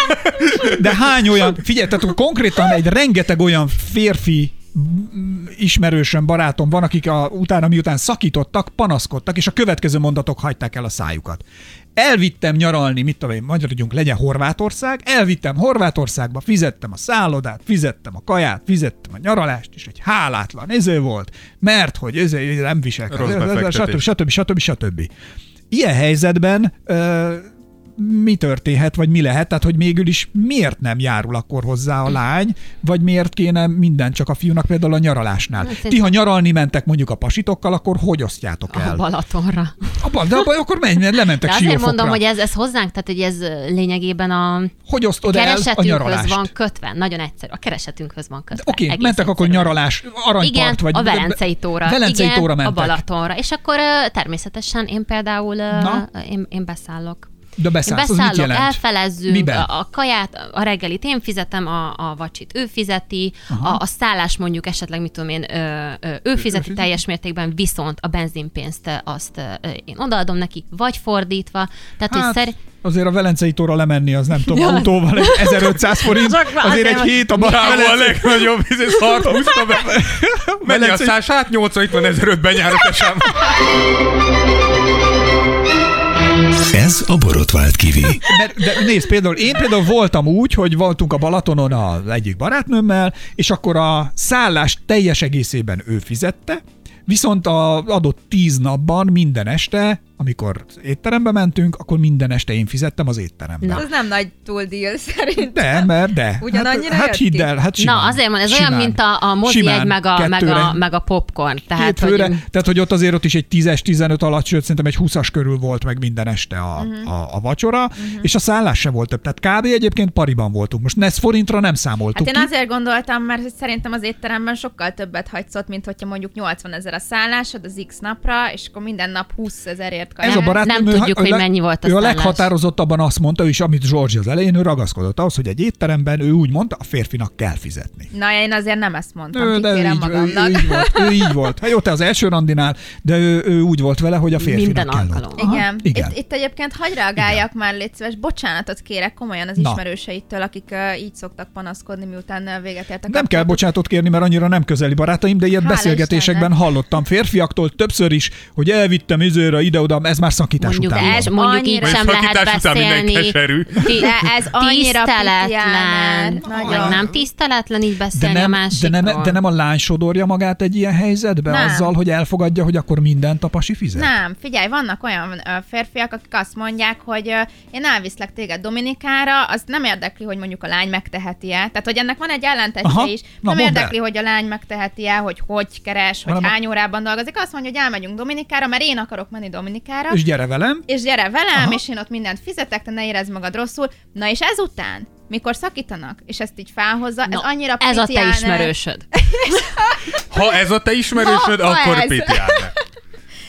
Speaker 5: De hány olyan, figyelj, tehát akkor konkrétan egy rengeteg olyan férfi mm, ismerősöm, barátom van, akik a, utána miután szakítottak, panaszkodtak, és a következő mondatok hagyták el a szájukat. Elvittem nyaralni, mit tudom én, magyarodjunk, legyen Horvátország, elvittem Horvátországba, fizettem a szállodát, fizettem a kaját, fizettem a nyaralást, és egy hálátlan ező volt, mert hogy ező nem
Speaker 6: Rossz
Speaker 5: viselkedik, stb.
Speaker 6: befektetés.
Speaker 5: stb. stb. stb. Ilyen helyzetben ö, mi történhet, vagy mi lehet, tehát hogy mégül is miért nem járul akkor hozzá a lány, vagy miért kéne minden csak a fiúnak például a nyaralásnál.
Speaker 8: Hát ez-
Speaker 5: Ti, ha nyaralni mentek mondjuk a pasitokkal, akkor hogy osztjátok
Speaker 8: A
Speaker 5: el?
Speaker 8: Balatonra.
Speaker 5: Abba, de abba, akkor menj, mert lementek
Speaker 8: De azért
Speaker 5: siófokra.
Speaker 8: mondom, hogy ez, ez hozzánk, tehát hogy ez ö, lényegében a
Speaker 5: Hogy osztod el a
Speaker 8: keresetünkhöz
Speaker 5: nyaralást?
Speaker 8: van kötve. Nagyon egyszerű. A keresetünkhöz van kötve.
Speaker 5: Oké,
Speaker 8: Egész
Speaker 5: okay, mentek akkor
Speaker 8: egyszerűen.
Speaker 5: nyaralás, aranypart,
Speaker 8: Igen,
Speaker 5: vagy...
Speaker 8: a Velencei tóra.
Speaker 5: Velencei
Speaker 8: Igen,
Speaker 5: tóra
Speaker 8: a
Speaker 5: mentek.
Speaker 8: Balatonra. És akkor ö, természetesen én például ö,
Speaker 5: Na?
Speaker 8: én, én beszállok.
Speaker 5: De beszállsz,
Speaker 8: én
Speaker 5: az mit
Speaker 8: beszállok,
Speaker 5: jelent?
Speaker 8: elfelezzünk,
Speaker 5: Miben?
Speaker 8: a, a kaját, a reggelit én fizetem, a, a vacsit ő fizeti, a, a szállás mondjuk esetleg, mit tudom én, ö, ö, ő fizeti teljes mértékben, viszont a benzinpénzt ö, azt ö, én odaadom neki, vagy fordítva. Tehát, hogy
Speaker 5: Hát,
Speaker 8: szer...
Speaker 5: azért a Velencei tóra lemenni, az nem tudom, autóval egy 1500 forint,
Speaker 8: Csak már
Speaker 5: azért egy
Speaker 8: azért,
Speaker 5: hét a barátból.
Speaker 6: Távol a legnagyobb izé szart húzta be. Menj a hát
Speaker 5: Velencei-
Speaker 6: szását, 850 ezer benyárok esem.
Speaker 2: Ez a borotvált kivi.
Speaker 5: Mert, de nézd, például én például voltam úgy, hogy voltunk a Balatonon az egyik barátnőmmel, és akkor a szállást teljes egészében ő fizette, viszont a adott tíz napban minden este amikor étterembe mentünk, akkor minden este én fizettem az étterembe.
Speaker 8: Na.
Speaker 7: Az nem nagy túl deal szerintem.
Speaker 5: De, mert de.
Speaker 7: Ugyanannyira
Speaker 5: hát, hát
Speaker 7: jött
Speaker 5: hidd
Speaker 7: ki?
Speaker 5: el, hát simán.
Speaker 8: Na azért van, ez
Speaker 5: simán,
Speaker 8: olyan, mint a, a mozi
Speaker 5: simán,
Speaker 8: egy, meg a, meg,
Speaker 5: kettőre,
Speaker 8: a, meg a popcorn. Tehát,
Speaker 5: két főre,
Speaker 8: hogy
Speaker 5: tehát hogy ott azért ott is egy 10-es, 15 alatt, sőt szerintem egy 20-as körül volt meg minden este a,
Speaker 8: Mhm.
Speaker 5: uh-huh. a, a vacsora, uh-huh. és a szállás se volt több. Tehát kb. egyébként pariban voltunk. Most ne, ezt forintra nem számoltuk
Speaker 7: Hát én
Speaker 5: ki.
Speaker 7: azért gondoltam, mert hogy szerintem az étteremben sokkal többet hagysz ott, mint hogyha mondjuk 80 ezer a szállásod az X napra, és akkor minden nap 20 ezerért kaját.
Speaker 5: Ez a barátnőm,
Speaker 8: hát nem
Speaker 5: ő-
Speaker 8: tudjuk,
Speaker 5: ő
Speaker 8: hogy
Speaker 5: leg-
Speaker 8: mennyi volt a
Speaker 5: Ő a
Speaker 8: szállás.
Speaker 5: leghatározottabban azt mondta, és amit Zsorzsi az elején, ő ragaszkodott ahhoz, hogy egy étteremben ő úgy mondta, a férfinak kell fizetni.
Speaker 7: Na, én azért nem ezt mondtam,
Speaker 5: Ő, de ő
Speaker 7: kikérem
Speaker 5: így, ő,
Speaker 7: magamnak.
Speaker 5: ő így volt, ő így volt. Hát jó, te az első randinál, de ő, ő úgy volt vele, hogy a férfinak
Speaker 8: Minden
Speaker 5: kell ott.
Speaker 8: alkalommal.
Speaker 5: Aha,
Speaker 7: Igen.
Speaker 5: igen.
Speaker 7: Itt, itt egyébként hagyj reagáljak Igen. már, légy szíves, bocsánatot kérek komolyan az
Speaker 5: Na.
Speaker 7: ismerőseittől, akik uh, így szoktak panaszkodni, miután uh, véget ért a
Speaker 5: Nem kell bocsánatot kérni, mert annyira nem közeli barátaim, de ilyet
Speaker 7: Hála
Speaker 5: beszélgetésekben
Speaker 7: Istennek.
Speaker 5: hallottam férfiaktól többször is, hogy elvittem izőre, ide-oda, ez már szakítás
Speaker 8: Mondjuk,
Speaker 5: után.
Speaker 8: ez,
Speaker 5: van.
Speaker 8: mondjuk így
Speaker 7: Annyira-
Speaker 8: sem
Speaker 6: Vagy
Speaker 8: lehet
Speaker 6: szakítás után minden
Speaker 8: beszélni.
Speaker 6: keserű.
Speaker 8: Ti-
Speaker 7: De ez annyira
Speaker 8: tiszteletlen.
Speaker 7: pitiánál. Nagyon.
Speaker 8: Meg nem tiszteletlen így
Speaker 5: De
Speaker 8: beszélni a
Speaker 5: nem, de,
Speaker 8: másikról.
Speaker 5: nem, de nem a lány sodorja magát egy ilyen helyzetbe
Speaker 7: Nem.
Speaker 5: azzal, hogy elfogadja, hogy akkor mindent a pasi fizet?
Speaker 7: Nem, figyelj, vannak olyan ö, férfiak, akik azt mondják, hogy ö, én elviszlek téged Dominikára, az nem érdekli, hogy mondjuk a lány megteheti-e. Tehát, hogy ennek van egy ellentetje
Speaker 5: Aha.
Speaker 7: is.
Speaker 5: Na,
Speaker 7: nem
Speaker 5: mondd
Speaker 7: érdekli,
Speaker 5: el.
Speaker 7: hogy a lány megteheti-e, hogy hogy keres, hogy
Speaker 5: Hanem a-
Speaker 7: hány órában dolgozik. Azt mondja, hogy elmegyünk Dominikára, mert én akarok menni Dominikára.
Speaker 5: És gyere velem,
Speaker 7: és gyere velem,
Speaker 5: Aha.
Speaker 7: Aha. és én ott mindent fizetek, te ne érezd magad rosszul. Na és ezután, mikor szakítanak, és ezt így felhozza,
Speaker 8: Na,
Speaker 7: ez annyira
Speaker 8: ez a te
Speaker 7: pitiánál-
Speaker 8: ismerősöd.
Speaker 6: Ha ez a te ismerősöd,
Speaker 7: Ha- ha
Speaker 6: akkor
Speaker 7: ez.
Speaker 6: pitiálnak.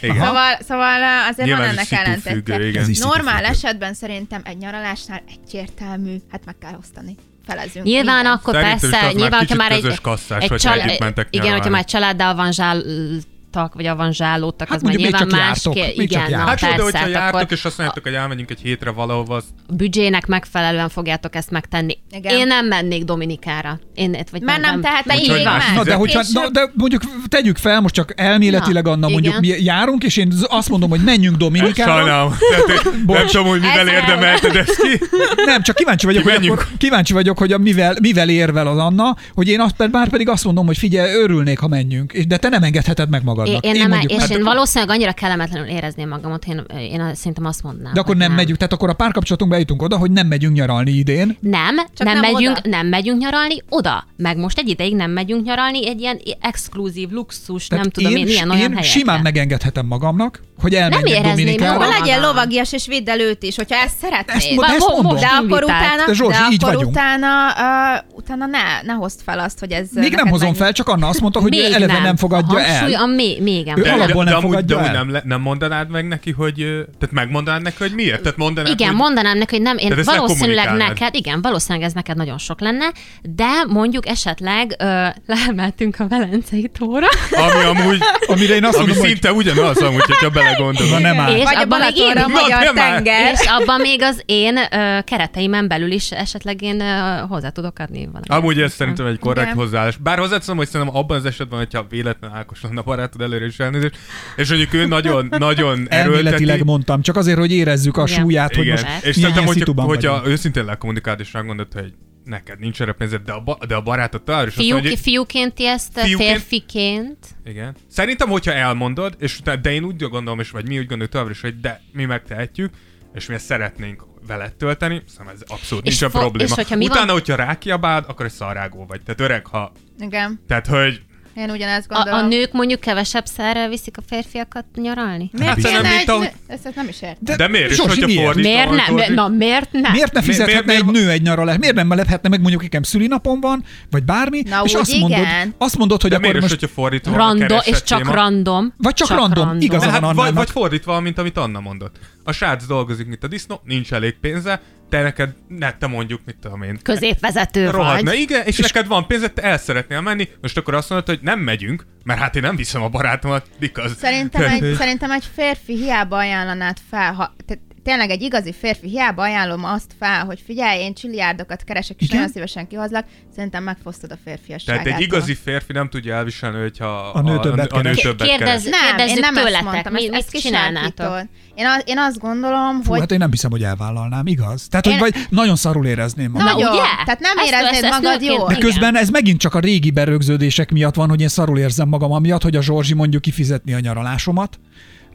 Speaker 6: Igen.
Speaker 7: Szóval, szóval ö, azért
Speaker 6: Nyilván ez
Speaker 7: van ennek
Speaker 6: is
Speaker 7: ellentetje.
Speaker 6: szitufüggő, igen.
Speaker 5: Ez is
Speaker 7: Normál
Speaker 5: szitufüggő.
Speaker 7: esetben szerintem egy nyaralásnál egyértelmű, hát meg kell osztani. Felezünk.
Speaker 8: Nyilván
Speaker 7: mindent.
Speaker 8: akkor
Speaker 6: Szerintem is
Speaker 8: persze,
Speaker 6: az már
Speaker 8: nyilván, hogyha
Speaker 6: kicsit
Speaker 8: már egy,
Speaker 6: közös kasszás,
Speaker 8: egy
Speaker 6: hogyha együtt mentek
Speaker 8: igen,
Speaker 6: nyaralni.
Speaker 8: hogyha már egy családdal avanzsáltak, vagy avanzsálódtak,
Speaker 5: Hát
Speaker 8: az már
Speaker 5: mondjuk még
Speaker 8: nyilván
Speaker 5: csak jártok,
Speaker 8: másképp.
Speaker 5: még csak
Speaker 8: Igen, na,
Speaker 5: jártok.
Speaker 6: Hát jó, de
Speaker 8: persze,
Speaker 6: hogyha
Speaker 8: hát
Speaker 6: jártok,
Speaker 8: akkor
Speaker 6: és azt mondjátok, hogy elmegyünk egy hétre valahova, az
Speaker 8: a büdzsének megfelelően fogjátok ezt megtenni.
Speaker 7: Igen.
Speaker 8: Én nem mennék Dominikára. Én, vagy
Speaker 7: Mert nem tehet le
Speaker 6: Úgyhogy
Speaker 7: így
Speaker 6: más
Speaker 5: Na, de,
Speaker 6: Később-
Speaker 5: hogyha, na, de mondjuk tegyük fel, most csak elméletileg,
Speaker 8: Na,
Speaker 5: Anna, mondjuk
Speaker 8: igen.
Speaker 5: mi járunk, és én z- azt mondom, hogy menjünk Dominikára.
Speaker 6: Sajnálom. Tehát, hogy nem
Speaker 5: Bocs.
Speaker 6: tudom, hogy mivel
Speaker 7: Ez
Speaker 6: érdemelted ezt ki.
Speaker 5: Nem, csak kíváncsi vagyok, hogy,
Speaker 6: Kimenjünk.
Speaker 5: akkor, kíváncsi vagyok, hogy a, mivel, mivel érvel az Anna, hogy én azt, már pedig azt mondom, hogy figyelj, örülnék, ha menjünk, és- de te nem engedheted meg
Speaker 8: Én,
Speaker 5: magadnak.
Speaker 8: én, nem,
Speaker 5: mondjuk-
Speaker 8: és
Speaker 5: hát
Speaker 8: én
Speaker 5: akkor-
Speaker 8: valószínűleg annyira kellemetlenül érezném magam ott, én, én szerintem azt mondnám.
Speaker 5: De akkor
Speaker 8: hogy
Speaker 5: nem, megyünk, tehát akkor a párkapcsolatunkba jutunk oda, hogy nem megyünk nyaralni idén.
Speaker 8: Nem,
Speaker 7: Csak
Speaker 8: nem,
Speaker 7: nem
Speaker 8: megyünk,
Speaker 7: oda.
Speaker 8: nem megyünk nyaralni oda. Meg most egy ideig nem megyünk nyaralni egy ilyen exkluzív, luxus,
Speaker 5: Tehát
Speaker 8: nem tudom én, ilyen olyan
Speaker 5: én
Speaker 8: helyekre.
Speaker 5: simán megengedhetem magamnak, hogy elmenjek
Speaker 8: érezném
Speaker 5: Dominikára.
Speaker 8: jól
Speaker 7: Akkor legyen
Speaker 8: Valahol.
Speaker 7: lovagias és védd el őt is, hogyha ezt szeretnéd.
Speaker 5: Ezt mo- de ezt
Speaker 8: Mo-
Speaker 5: mondom.
Speaker 8: most
Speaker 7: de akkor
Speaker 8: invitált.
Speaker 7: utána,
Speaker 5: De
Speaker 7: de,
Speaker 5: Zsorzsi, így
Speaker 7: akkor
Speaker 5: vagyunk.
Speaker 7: utána, uh, utána ne, ne hozd fel azt, hogy ez
Speaker 5: Még nem
Speaker 7: neked
Speaker 5: hozom
Speaker 7: mennyi.
Speaker 5: fel, csak Anna azt mondta, hogy
Speaker 8: Még
Speaker 5: eleve nem fogadja
Speaker 8: a hangsúly
Speaker 5: el.
Speaker 8: A még, még nem.
Speaker 5: Ő
Speaker 8: De,
Speaker 5: alapból nem
Speaker 6: amúgy,
Speaker 5: fogadja
Speaker 6: de amúgy
Speaker 5: el.
Speaker 6: nem, le- nem mondanád meg neki, hogy... ö, Tehát megmondanád neki, hogy miért? Tehát mondanád,
Speaker 8: igen,
Speaker 6: hogy...
Speaker 8: mondanám neki, hogy nem, én
Speaker 6: Tehát ezt
Speaker 8: valószínűleg
Speaker 6: lekommunikálnád.
Speaker 8: neked, igen, valószínűleg ez neked nagyon sok lenne, de mondjuk esetleg ö, leemeltünk a Velencei tóra,
Speaker 6: Ami amúgy...
Speaker 5: Amire én azt
Speaker 6: ami
Speaker 5: mondom, hogy
Speaker 6: szinte ugyanaz amúgy, hogyha belegondolok.
Speaker 5: Na, nem áll.
Speaker 8: és
Speaker 7: Vagy a
Speaker 8: abban még
Speaker 7: Balatonra, a
Speaker 8: én,
Speaker 6: Na, de
Speaker 7: magyar
Speaker 6: már.
Speaker 7: tenger.
Speaker 8: és abban még az én ö, kereteimen belül is esetleg én ö, hozzá tudok adni valamit.
Speaker 6: Amúgy ez szerintem egy korrekt
Speaker 7: Igen.
Speaker 6: hozzáállás. Bár hozzáteszem, hogy szerintem abban az esetben, hogyha véletlen Ákos lenne a barátod előre is elnézést, és mondjuk ő nagyon, nagyon erőlteti,
Speaker 5: elméletileg mondtam, csak azért, hogy érezzük a
Speaker 8: Igen.
Speaker 5: súlyát, hogy
Speaker 6: Igen.
Speaker 5: most
Speaker 8: Lehet.
Speaker 6: és
Speaker 5: milyen
Speaker 6: szerintem, hogy,
Speaker 5: szituban
Speaker 6: hogyha
Speaker 5: vagyunk.
Speaker 6: őszintén lekommunikáld, és megmondod, hogy neked nincs erre pénzed, de a, ba- de a barátod talál, és azt
Speaker 8: Fiúk,
Speaker 6: mondja, hogy
Speaker 8: fiúként ti ezt
Speaker 6: Fiúként?
Speaker 8: fiúként? férfiként?
Speaker 6: igen. Szerintem, hogyha elmondod, és utána, de én úgy gondolom, és vagy mi úgy gondoljuk tovább is, hogy de mi megtehetjük, és mi ezt szeretnénk veled tölteni, szerintem ez abszolút
Speaker 8: És
Speaker 6: nincs
Speaker 8: fo-
Speaker 6: a probléma.
Speaker 8: és hogyha mi
Speaker 6: utána,
Speaker 8: van-
Speaker 6: hogyha rákiabáld, akkor egy szarrágó vagy. Tehát öreg, ha...
Speaker 7: Igen,
Speaker 6: Tehát, hogy
Speaker 7: én ugyanezt
Speaker 8: A,
Speaker 7: gondolom.
Speaker 8: a nők mondjuk kevesebb szerrel viszik a férfiakat nyaralni?
Speaker 7: Miért
Speaker 6: Hát
Speaker 7: kéne
Speaker 6: szerintem
Speaker 7: egy
Speaker 6: itt, ahogy-
Speaker 7: nő- Ezt ezt nem is értem.
Speaker 6: De miért is,
Speaker 5: Zsorsi,
Speaker 6: hogyha
Speaker 5: miért?
Speaker 6: fordít-
Speaker 8: Miért
Speaker 6: Biztos,
Speaker 8: nem?
Speaker 6: hogy-
Speaker 8: Na miért nem?
Speaker 7: Hát,
Speaker 5: Miért ne
Speaker 6: miért-
Speaker 5: fizethetne
Speaker 6: miért-
Speaker 5: egy nő egy nyaralást? Miért nem lehetne meg mondjuk nekem szülinapon van, vagy bármi,
Speaker 7: Na,
Speaker 5: és
Speaker 7: úgy
Speaker 5: azt mondod,
Speaker 7: igen.
Speaker 5: azt mondod, hogy
Speaker 6: de
Speaker 5: akkor
Speaker 6: miért is,
Speaker 5: most
Speaker 6: hogyha fordítva van a
Speaker 8: Random, és
Speaker 6: keresett
Speaker 8: csak
Speaker 6: téma?
Speaker 8: random.
Speaker 5: Vagy csak random, igaza van
Speaker 6: De hát, vagy,
Speaker 5: Annának.
Speaker 6: vagy fordítva, mint amit Anna mondott. A srác dolgozik, mint a disznó, nincs elég pénze, te neked, ne, te mondjuk, mit tudom én.
Speaker 8: Középvezető
Speaker 6: Rohadna,
Speaker 8: vagy.
Speaker 6: igen, és, és, neked van pénzed, te el szeretnél menni, most akkor azt mondod, hogy nem megyünk, mert hát én nem viszem a barátomat, because...
Speaker 7: Szerintem egy, szerintem egy férfi hiába ajánlanád fel, ha, te, tényleg egy igazi férfi hiába ajánlom azt fel, hogy figyelj, én csiliárdokat keresek, és
Speaker 5: Igen?
Speaker 7: nagyon szívesen kihozlak, szerintem megfosztod a férfiasságát.
Speaker 6: Tehát egy igazi férfi nem tudja elviselni, hogyha
Speaker 5: A nő többet
Speaker 6: a, a nő
Speaker 5: keres.
Speaker 6: többet
Speaker 8: Kérdez,
Speaker 6: keres.
Speaker 7: nem, én
Speaker 8: kérdezzük
Speaker 7: nem
Speaker 8: tőletek,
Speaker 7: ezt mondtam,
Speaker 8: mi,
Speaker 7: ezt,
Speaker 8: mit
Speaker 7: ezt
Speaker 8: csinálnátok?
Speaker 7: kisárkítod. Én, a, én azt gondolom,
Speaker 5: Fú,
Speaker 7: hogy
Speaker 5: hát én nem hiszem, hogy elvállalnám, igaz? Tehát,
Speaker 7: Én-
Speaker 5: hogy vagy nagyon szarul érezném magam.
Speaker 7: nagyon,
Speaker 8: ugye?
Speaker 7: tehát nem
Speaker 8: Ezt-
Speaker 7: éreznéd
Speaker 8: ezt- ezt
Speaker 7: magad
Speaker 8: nőként-
Speaker 7: jól.
Speaker 5: De
Speaker 8: Igen.
Speaker 5: közben ez megint csak a régi berögződések miatt van, hogy én szarul érzem magam amiatt, hogy a Zsorzsi mondjuk kifizetni a nyaralásomat,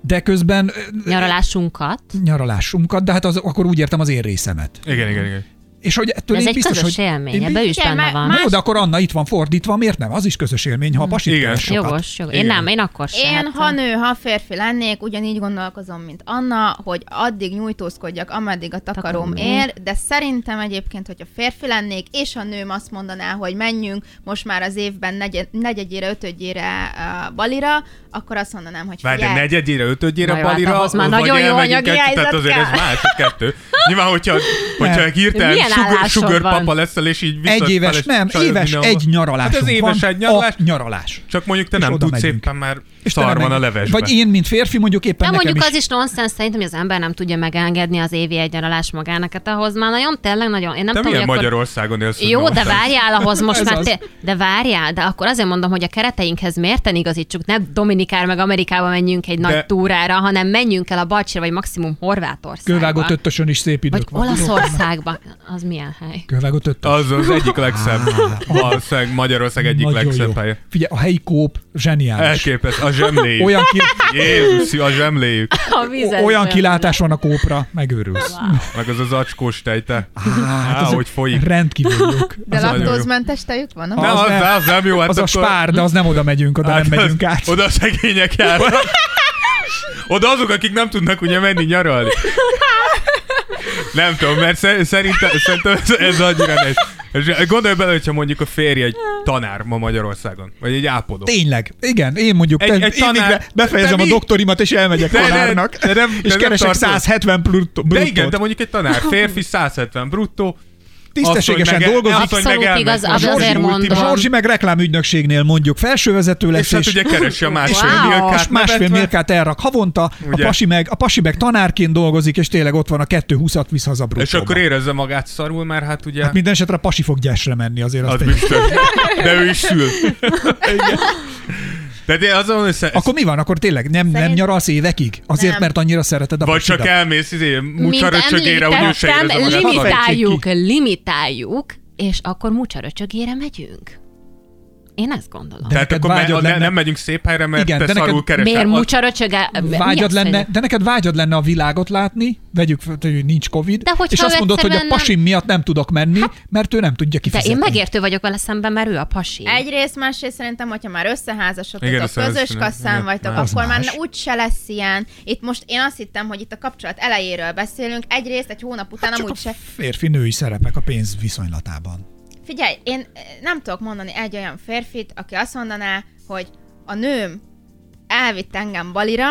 Speaker 5: de közben ö,
Speaker 8: Nyaralásunkat.
Speaker 5: nyaralásunkat, de hát az, akkor úgy értem az én részemet.
Speaker 6: Igen, igen, igen.
Speaker 5: És hogy ettől
Speaker 8: De ez
Speaker 5: én
Speaker 8: egy
Speaker 5: biztos,
Speaker 8: közös
Speaker 5: hogy
Speaker 8: élmény,
Speaker 5: én
Speaker 8: ebbe ő is
Speaker 7: Igen,
Speaker 8: benne
Speaker 7: mert
Speaker 8: van.
Speaker 7: más-
Speaker 5: Jó, de akkor Anna itt van fordítva, miért nem? Az is közös élmény, ha a pasit
Speaker 6: Igen.
Speaker 5: keres sokat.
Speaker 8: Jogos, jogos. Én
Speaker 6: Igen.
Speaker 8: nem, én akkor sem.
Speaker 7: Én,
Speaker 8: hát,
Speaker 7: ha nő, ha férfi lennék, ugyanígy gondolkozom, mint Anna, hogy addig nyújtózkodjak, ameddig a takarom
Speaker 8: Takarom
Speaker 7: ér, de szerintem egyébként, hogyha férfi lennék, és a nőm azt mondaná, hogy menjünk most már az évben negye- negyedjére, ötödjére uh, balira, akkor azt mondanám, hogy
Speaker 6: Várj, de
Speaker 7: figyelj,
Speaker 6: negyedjére, ötödjére,
Speaker 8: Na jó, hát
Speaker 6: balira,
Speaker 8: ahhoz már
Speaker 6: vagy
Speaker 8: nagyon jó
Speaker 6: elmegyünk
Speaker 8: anyagi
Speaker 6: együtt,
Speaker 8: helyzet
Speaker 6: Tehát azért ez
Speaker 8: kell.
Speaker 6: más, a kettő. Nyilván, hogyha, hogyha
Speaker 5: Nem.
Speaker 6: hirtelen
Speaker 8: Milyen
Speaker 6: sugar,
Speaker 8: állásod
Speaker 6: sugar
Speaker 8: van?
Speaker 6: papa leszel, és így vissza...
Speaker 5: Egy éves, nem, éves egy nyaralás.
Speaker 6: Hát ez éves egy nyaralás.
Speaker 5: nyaralás. A nyaralás.
Speaker 6: Csak mondjuk te
Speaker 5: És
Speaker 6: nem
Speaker 5: oda
Speaker 6: tudsz
Speaker 5: megyünk.
Speaker 6: éppen már
Speaker 5: És te nem
Speaker 6: szar van a
Speaker 5: menj.
Speaker 6: levesbe.
Speaker 5: Vagy én, mint férfi, mondjuk éppen
Speaker 8: Nem
Speaker 5: nekem
Speaker 8: mondjuk
Speaker 5: is.
Speaker 8: az is nonsens szerintem, hogy az ember nem tudja megengedni az évi egy nyaralás magának, hát ahhoz már nagyon tényleg nagyon. Én nem
Speaker 6: Te
Speaker 8: tudom,
Speaker 6: milyen
Speaker 8: hogy akkor...
Speaker 6: Magyarországon élsz? hogy
Speaker 8: Jó, de
Speaker 6: nonsens?
Speaker 8: várjál ahhoz most
Speaker 5: Ez
Speaker 8: már.
Speaker 5: az.
Speaker 8: Te, de várjál, de akkor azért mondom, hogy a kereteinkhez mérten igazítsuk, ne Dominikára meg Amerikába menjünk egy de...
Speaker 6: De-
Speaker 8: nagy túrára, hanem menjünk el a Balcsira, vagy maximum Horvátországba.
Speaker 5: Kővágott öttösön is szép
Speaker 8: Vagy
Speaker 5: idők van.
Speaker 8: Olaszországba. Az milyen hely?
Speaker 5: Kővágott öttös.
Speaker 6: Az az egyik legszebb. Valószínűleg Magyarország egyik
Speaker 5: Nagyon
Speaker 6: legszebb
Speaker 5: jó.
Speaker 6: helye.
Speaker 5: Figyelj, a helyi kóp zseniális.
Speaker 6: Elképesztő. A zsemléjük.
Speaker 5: Olyan, ki,
Speaker 6: Jézus, a zsemléjük.
Speaker 8: A vizes
Speaker 5: olyan
Speaker 8: zöld.
Speaker 5: kilátás van a kópra, megőrülsz.
Speaker 6: Meg az az acskós tejte.
Speaker 5: Hát, az
Speaker 6: hogy folyik.
Speaker 5: Rendkívül jók.
Speaker 7: de
Speaker 6: az nagyon jó.
Speaker 7: laktózmentes tejük van?
Speaker 6: Ne,
Speaker 7: ahol-
Speaker 5: az
Speaker 6: az,
Speaker 5: nem.
Speaker 6: ne, az nem jó. Hát
Speaker 5: Az a
Speaker 6: akkor- Hát
Speaker 5: spár, de az nem oda megyünk, oda nem
Speaker 6: az-
Speaker 5: megyünk át.
Speaker 6: Oda a szegények járnak. Oda azok, akik nem tudnak ugye menni nyaralni. Nem tudom, mert szer- szerintem, szerintem ez, ez annyira nehéz. És Gondolj bele, hogyha mondjuk a férj egy tanár ma Magyarországon, vagy egy ápoló.
Speaker 5: Tényleg, igen, én mondjuk
Speaker 6: Egy-
Speaker 5: egy,
Speaker 6: egy
Speaker 5: egy
Speaker 6: tanár-
Speaker 5: befejezem
Speaker 6: de
Speaker 5: a
Speaker 6: mi?
Speaker 5: doktorimat, és elmegyek
Speaker 6: De- de-
Speaker 5: tanárnak,
Speaker 6: de nem- de
Speaker 5: és
Speaker 6: nem
Speaker 5: keresek
Speaker 6: tartod.
Speaker 5: 170 bruttót.
Speaker 6: De igen, de mondjuk egy tanár, férfi 170 bruttó,
Speaker 5: Tisztességesen
Speaker 6: asszony meg el-
Speaker 5: dolgozik.
Speaker 6: asszony
Speaker 8: Abszolút
Speaker 6: meg elmegy.
Speaker 8: igaz,
Speaker 6: A
Speaker 8: az
Speaker 6: Zsuzsi
Speaker 8: azért
Speaker 6: ultima-
Speaker 8: mondom.
Speaker 5: A Zsorzsi meg reklámügynökségnél mondjuk felsővezető lesz,
Speaker 6: És hát ugye keresi a másfél
Speaker 8: Wow.
Speaker 6: milkát.
Speaker 5: és másfél
Speaker 6: nevetve.
Speaker 5: mérkát elrak havonta,
Speaker 6: Ugye?
Speaker 5: a pasi, meg, a pasi meg tanárként dolgozik, és tényleg ott van a 220-at visz haza
Speaker 6: És
Speaker 5: bruttóba.
Speaker 6: akkor érezze magát szarul, mert hát ugye...
Speaker 5: Hát minden esetre a pasi fog gyásra menni, azért azt
Speaker 6: az
Speaker 5: egy...
Speaker 6: biztos. De ő is sül. Tehát én azon, hogy sze-
Speaker 5: Akkor mi van? Akkor tényleg nem, nem
Speaker 7: Szerint-
Speaker 5: nyaralsz évekig? Azért,
Speaker 7: Nem.
Speaker 5: mert annyira szereted a
Speaker 6: Vagy
Speaker 5: pasidat.
Speaker 6: csak elmész izé,
Speaker 8: Mint
Speaker 6: mucsaröcsögére, hogy ő se érezze
Speaker 8: említettem,
Speaker 6: magát.
Speaker 5: limit-
Speaker 8: limitáljuk, limitáljuk, és akkor mucsaröcsögére megyünk. Én ezt gondolom. De
Speaker 6: Tehát
Speaker 5: neked
Speaker 6: akkor me-
Speaker 5: vágyad
Speaker 6: ne,
Speaker 5: Hát lenne.
Speaker 6: nem megyünk szép helyre, mert
Speaker 5: Igen,
Speaker 6: te
Speaker 5: de neked-
Speaker 6: szarul keresel.
Speaker 8: Miért
Speaker 6: Az-
Speaker 8: mucsaröcsöge? mi
Speaker 5: vágyad
Speaker 8: az,
Speaker 5: lenne,
Speaker 8: hogy-
Speaker 5: de neked vágyad lenne a világot látni, vegyük fel, hogy nincs Covid,
Speaker 8: De hogyha
Speaker 5: és azt
Speaker 8: ő
Speaker 5: mondod, hogy a
Speaker 8: egyszerűen nem-
Speaker 5: pasim miatt nem tudok menni, mert ő nem tudja
Speaker 8: De
Speaker 5: kifizetni.
Speaker 8: én megértő vagyok vele szemben, mert ő a pasi.
Speaker 7: Egyrészt, másrészt szerintem, hogyha már összeházasodtok,
Speaker 6: Igen,
Speaker 7: Igen,
Speaker 6: összeházasodni.
Speaker 7: közös kasszán
Speaker 6: Igen,
Speaker 7: vagytok,
Speaker 6: az
Speaker 7: akkor
Speaker 5: más.
Speaker 7: már úgy se lesz ilyen. Itt most én azt hittem, hogy itt a kapcsolat elejéről beszélünk, egyrészt egy hónap
Speaker 6: Hát
Speaker 7: után
Speaker 5: Csak
Speaker 7: amúgy
Speaker 5: a
Speaker 7: se.
Speaker 5: férfi-női szerepek a pénz viszonylatában.
Speaker 7: Figyelj, én eh, nem tudok mondani egy olyan férfit, aki azt mondaná, hogy a nőm elvitt engem balira,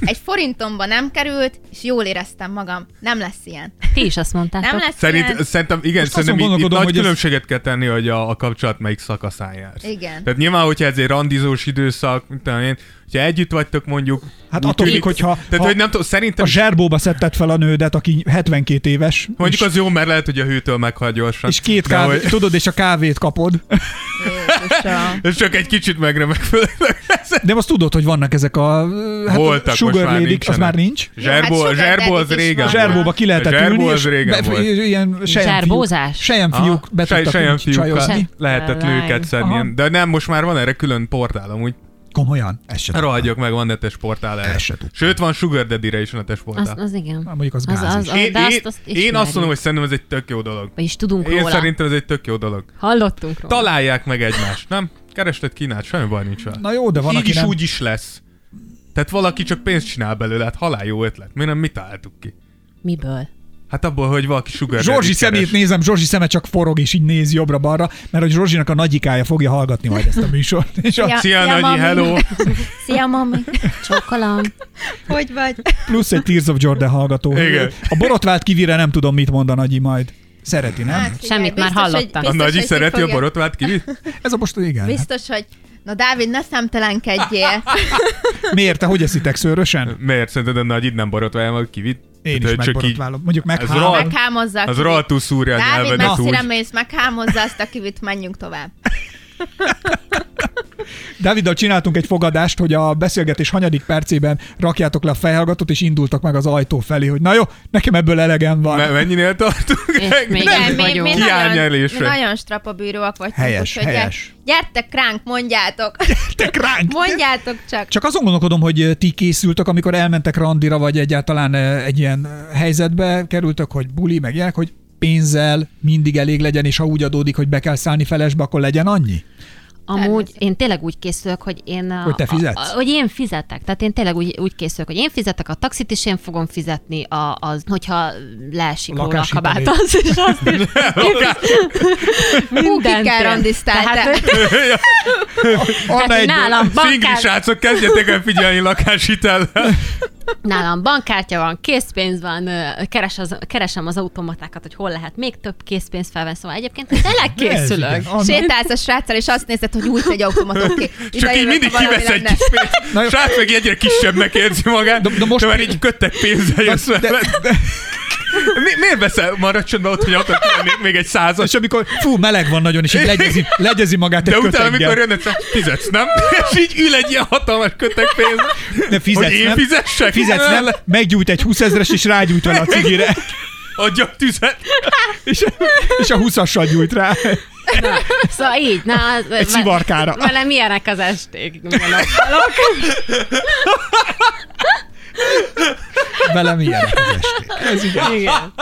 Speaker 7: egy forintomba nem került, és jól éreztem magam. Nem lesz ilyen.
Speaker 8: Ti is azt mondtátok.
Speaker 7: Nem lesz ilyen.
Speaker 6: Szerint, szerintem, igen,
Speaker 5: Most azon
Speaker 6: szerintem itt, itt
Speaker 5: gondolkodom,
Speaker 6: nagy
Speaker 5: hogy ez-
Speaker 6: különbséget kell tenni, hogy a, a kapcsolat melyik szakaszán jársz.
Speaker 7: Igen.
Speaker 6: Tehát nyilván, hogyha ez egy randizós időszak, mit tudom én, hogyha együtt vagytok mondjuk...
Speaker 5: Hát
Speaker 6: úgy
Speaker 5: attól
Speaker 6: tűnik-
Speaker 5: függ, hogyha-
Speaker 6: Tehát,
Speaker 5: ha-
Speaker 6: hogy nem tudom, szerintem...
Speaker 5: A zserbóba szedted fel a nődet, aki 72 éves,
Speaker 6: Mondjuk
Speaker 5: és,
Speaker 6: az jó, mert lehet, hogy a hőtől meghal gyorsan.
Speaker 5: és két
Speaker 6: De
Speaker 5: kávé,
Speaker 6: hogy-
Speaker 5: tudod, és a kávét kapod.
Speaker 7: Jézusom.
Speaker 6: És csak egy kicsit megremeg föl.
Speaker 5: De azt tudod, hogy vannak ezek a ö, hát
Speaker 6: Voltak,
Speaker 5: a sugar
Speaker 6: most már
Speaker 5: lady, az
Speaker 6: nincsenek.
Speaker 5: már nincs.
Speaker 7: Jó,
Speaker 6: Zserbó,
Speaker 7: hát sugar
Speaker 6: zserbó az
Speaker 7: daddy-k is
Speaker 6: régen
Speaker 5: A
Speaker 7: vannak.
Speaker 6: volt.
Speaker 5: zserbóba ki lehetett
Speaker 6: A zserbó
Speaker 5: ülni,
Speaker 6: az
Speaker 5: és
Speaker 6: régen
Speaker 5: be,
Speaker 6: volt.
Speaker 5: ilyen sejenfiúk,
Speaker 8: Zserbózás?
Speaker 5: sejenfiúk be
Speaker 6: Sej-
Speaker 5: tudtak
Speaker 6: sejen
Speaker 5: úgy csajozni.
Speaker 6: fiúkkal lehetett
Speaker 8: Lány.
Speaker 6: nőket szedni.
Speaker 5: Aha.
Speaker 6: ilyen- De nem, most már van erre külön portál, amúgy.
Speaker 5: Komolyan? Ez sem.
Speaker 6: Rohagyok meg, van netes portál erre.
Speaker 5: Ezt se tudtam.
Speaker 6: Sőt, van Sugar Daddy-re is netes
Speaker 8: Az,
Speaker 6: portál.
Speaker 8: az igen.
Speaker 5: Hát mondjuk az
Speaker 8: az,
Speaker 5: gáz
Speaker 8: az,
Speaker 5: is.
Speaker 8: az,
Speaker 6: Én,
Speaker 8: de
Speaker 6: én,
Speaker 8: azt, azt
Speaker 6: én azt mondom, hogy szerintem ez egy tök jó dolog.
Speaker 8: Vagyis tudunk
Speaker 6: Én
Speaker 8: róla.
Speaker 6: szerintem ez egy tök jó dolog.
Speaker 8: Hallottunk róla.
Speaker 6: Találják meg egymást, nem? Kerested Kínát, semmi baj nincs vele.
Speaker 5: Na jó, de van,
Speaker 6: Így
Speaker 5: aki
Speaker 6: is
Speaker 5: nem.
Speaker 6: úgy is lesz. Tehát valaki csak pénzt csinál belőle, hát halál jó ötlet. Mi nem mit találtuk ki?
Speaker 8: Miből?
Speaker 6: Hát abból, hogy valaki sugar
Speaker 5: Zsorzsi
Speaker 6: daddy-t keres.
Speaker 5: szemét nézem, Zsorzsi szeme csak forog, és így nézi jobbra-balra, mert hogy Zsorzsinak a nagyikája fogja hallgatni majd ezt a műsort. És a
Speaker 7: Ja.
Speaker 6: Szia,
Speaker 7: Szia,
Speaker 6: Nagyi,
Speaker 7: mami.
Speaker 6: hello!
Speaker 7: Szia, mami.
Speaker 8: Csókolom.
Speaker 7: Hogy vagy?
Speaker 5: plusz egy Tears of Jordan hallgató.
Speaker 6: Igen.
Speaker 5: A borotvált kivire nem tudom, mit mond a nagyi majd. Szereti, nem?
Speaker 7: Hát,
Speaker 8: Semmit már
Speaker 7: biztos, hogy-
Speaker 8: hallottam.
Speaker 6: A
Speaker 7: biztos,
Speaker 6: nagyi
Speaker 7: hogy ki
Speaker 6: szereti a
Speaker 7: fogja-
Speaker 6: borotvált kivit?
Speaker 5: Ez a most igen. Hát,
Speaker 7: Biztos, hogy Na Dávid, ne szemtelenkedjél.
Speaker 5: Hát, miért? Te hogy eszitek szőrösen?
Speaker 6: Miért szerinted a nagyid nem borotválja meg a kivit?
Speaker 5: Én is
Speaker 6: Tehát, hogy Hát, csak így-
Speaker 5: megborotválom. Mondjuk meg
Speaker 6: Ez rohadt.
Speaker 7: Meghámozza. a
Speaker 6: Az
Speaker 7: kivit.
Speaker 6: rohadtul szúrja a
Speaker 7: Dávid,
Speaker 6: nyelvedet
Speaker 7: messzire
Speaker 6: úgy.
Speaker 7: mész, meghámozza azt a kivit, menjünk tovább.
Speaker 5: Dáviddal csináltunk egy fogadást, hogy a beszélgetés hanyadik percében rakjátok le a fejhallgatót, és indultak meg az ajtó felé, hogy na jó, nekem ebből elegem van.
Speaker 6: Me- mennyinél tartunk?
Speaker 8: És még
Speaker 7: Igen,
Speaker 8: itt
Speaker 7: mi, mi,
Speaker 8: vagyunk.
Speaker 7: nagyon, mi
Speaker 6: Hiányelésre.
Speaker 7: nagyon strapabűróak vagyunk.
Speaker 5: Helyes,
Speaker 7: úgyhogy
Speaker 5: helyes.
Speaker 7: gyert- Gyertek ránk, mondjátok.
Speaker 5: Te kránk!
Speaker 7: Mondjátok csak.
Speaker 5: Csak azon gondolkodom, hogy ö, ti készültök, amikor elmentek randira, vagy egyáltalán ö, egy ilyen ö, helyzetbe kerültök, hogy buli, meg ilyenek, hogy pénzzel mindig elég legyen, és ha úgy adódik, hogy be kell szállni felesbe, akkor legyen annyi?
Speaker 8: Amúgy én tényleg úgy készülök, hogy én... a-
Speaker 5: Hogy te fizetsz?
Speaker 8: A, a, hogy én fizetek. Tehát én tényleg úgy, úgy készülök, hogy én fizetek a taxit, és én fogom fizetni, a, az, hogyha leesik
Speaker 5: A
Speaker 8: róla a
Speaker 5: lakáshitelét.
Speaker 8: kabát. Az, és azt is.
Speaker 7: Hú, ki kell
Speaker 8: Mindent.
Speaker 7: randisztáltál.
Speaker 8: Tehát,
Speaker 6: Hát,
Speaker 5: Anna
Speaker 8: Tehát, hogy
Speaker 5: egyből.
Speaker 8: nálam
Speaker 6: Szingli
Speaker 8: bankkár...
Speaker 6: srácok, kezdjetek el figyelni lakáshitellel.
Speaker 8: Nálam bankkártya van, készpénz van, ö, keres az, keresem az automatákat, hogy hol lehet még több készpénzt felvenni, szóval egyébként tényleg
Speaker 5: Ez
Speaker 8: készülök.
Speaker 5: igen. Anna-
Speaker 7: Sétálsz a sráccal, és azt nézed, hogy úgy egy automaton ki. Ide
Speaker 6: Csak így
Speaker 7: jövök,
Speaker 6: mindig
Speaker 7: ha valami
Speaker 6: kivesz egy
Speaker 7: lenne.
Speaker 6: kis pénzt.
Speaker 5: Na jó.
Speaker 6: Srác meg egyre kisebbnek érzi magát, de,
Speaker 5: de most
Speaker 6: most már
Speaker 5: mi-
Speaker 6: így köttek pénzzel jössz
Speaker 5: de-
Speaker 6: veled. Mi, miért veszel? Maradj csöndben ott, hogy akarok még, még egy százas.
Speaker 5: És amikor fú, meleg van nagyon, és így legyezi, legyezi magát egy
Speaker 6: De utána,
Speaker 5: kötenggel.
Speaker 6: amikor jön, egyszer, fizetsz, nem? És így ül egy ilyen hatalmas kötek pénz.
Speaker 5: ne, fizetsz,
Speaker 6: hogy én
Speaker 5: nem?
Speaker 6: fizessek?
Speaker 5: Fizetsz, nem? Meggyújt egy 20 ezres, és rágyújt vele a cigire,
Speaker 6: Adja tüzet.
Speaker 5: és, és a 20-assal gyújt rá.
Speaker 8: Szóval így, na, az,
Speaker 5: Egy szivarkára.
Speaker 8: Velem ilyenek az esték.
Speaker 5: Velem ilyen az esték. Ez igen.
Speaker 8: Igen.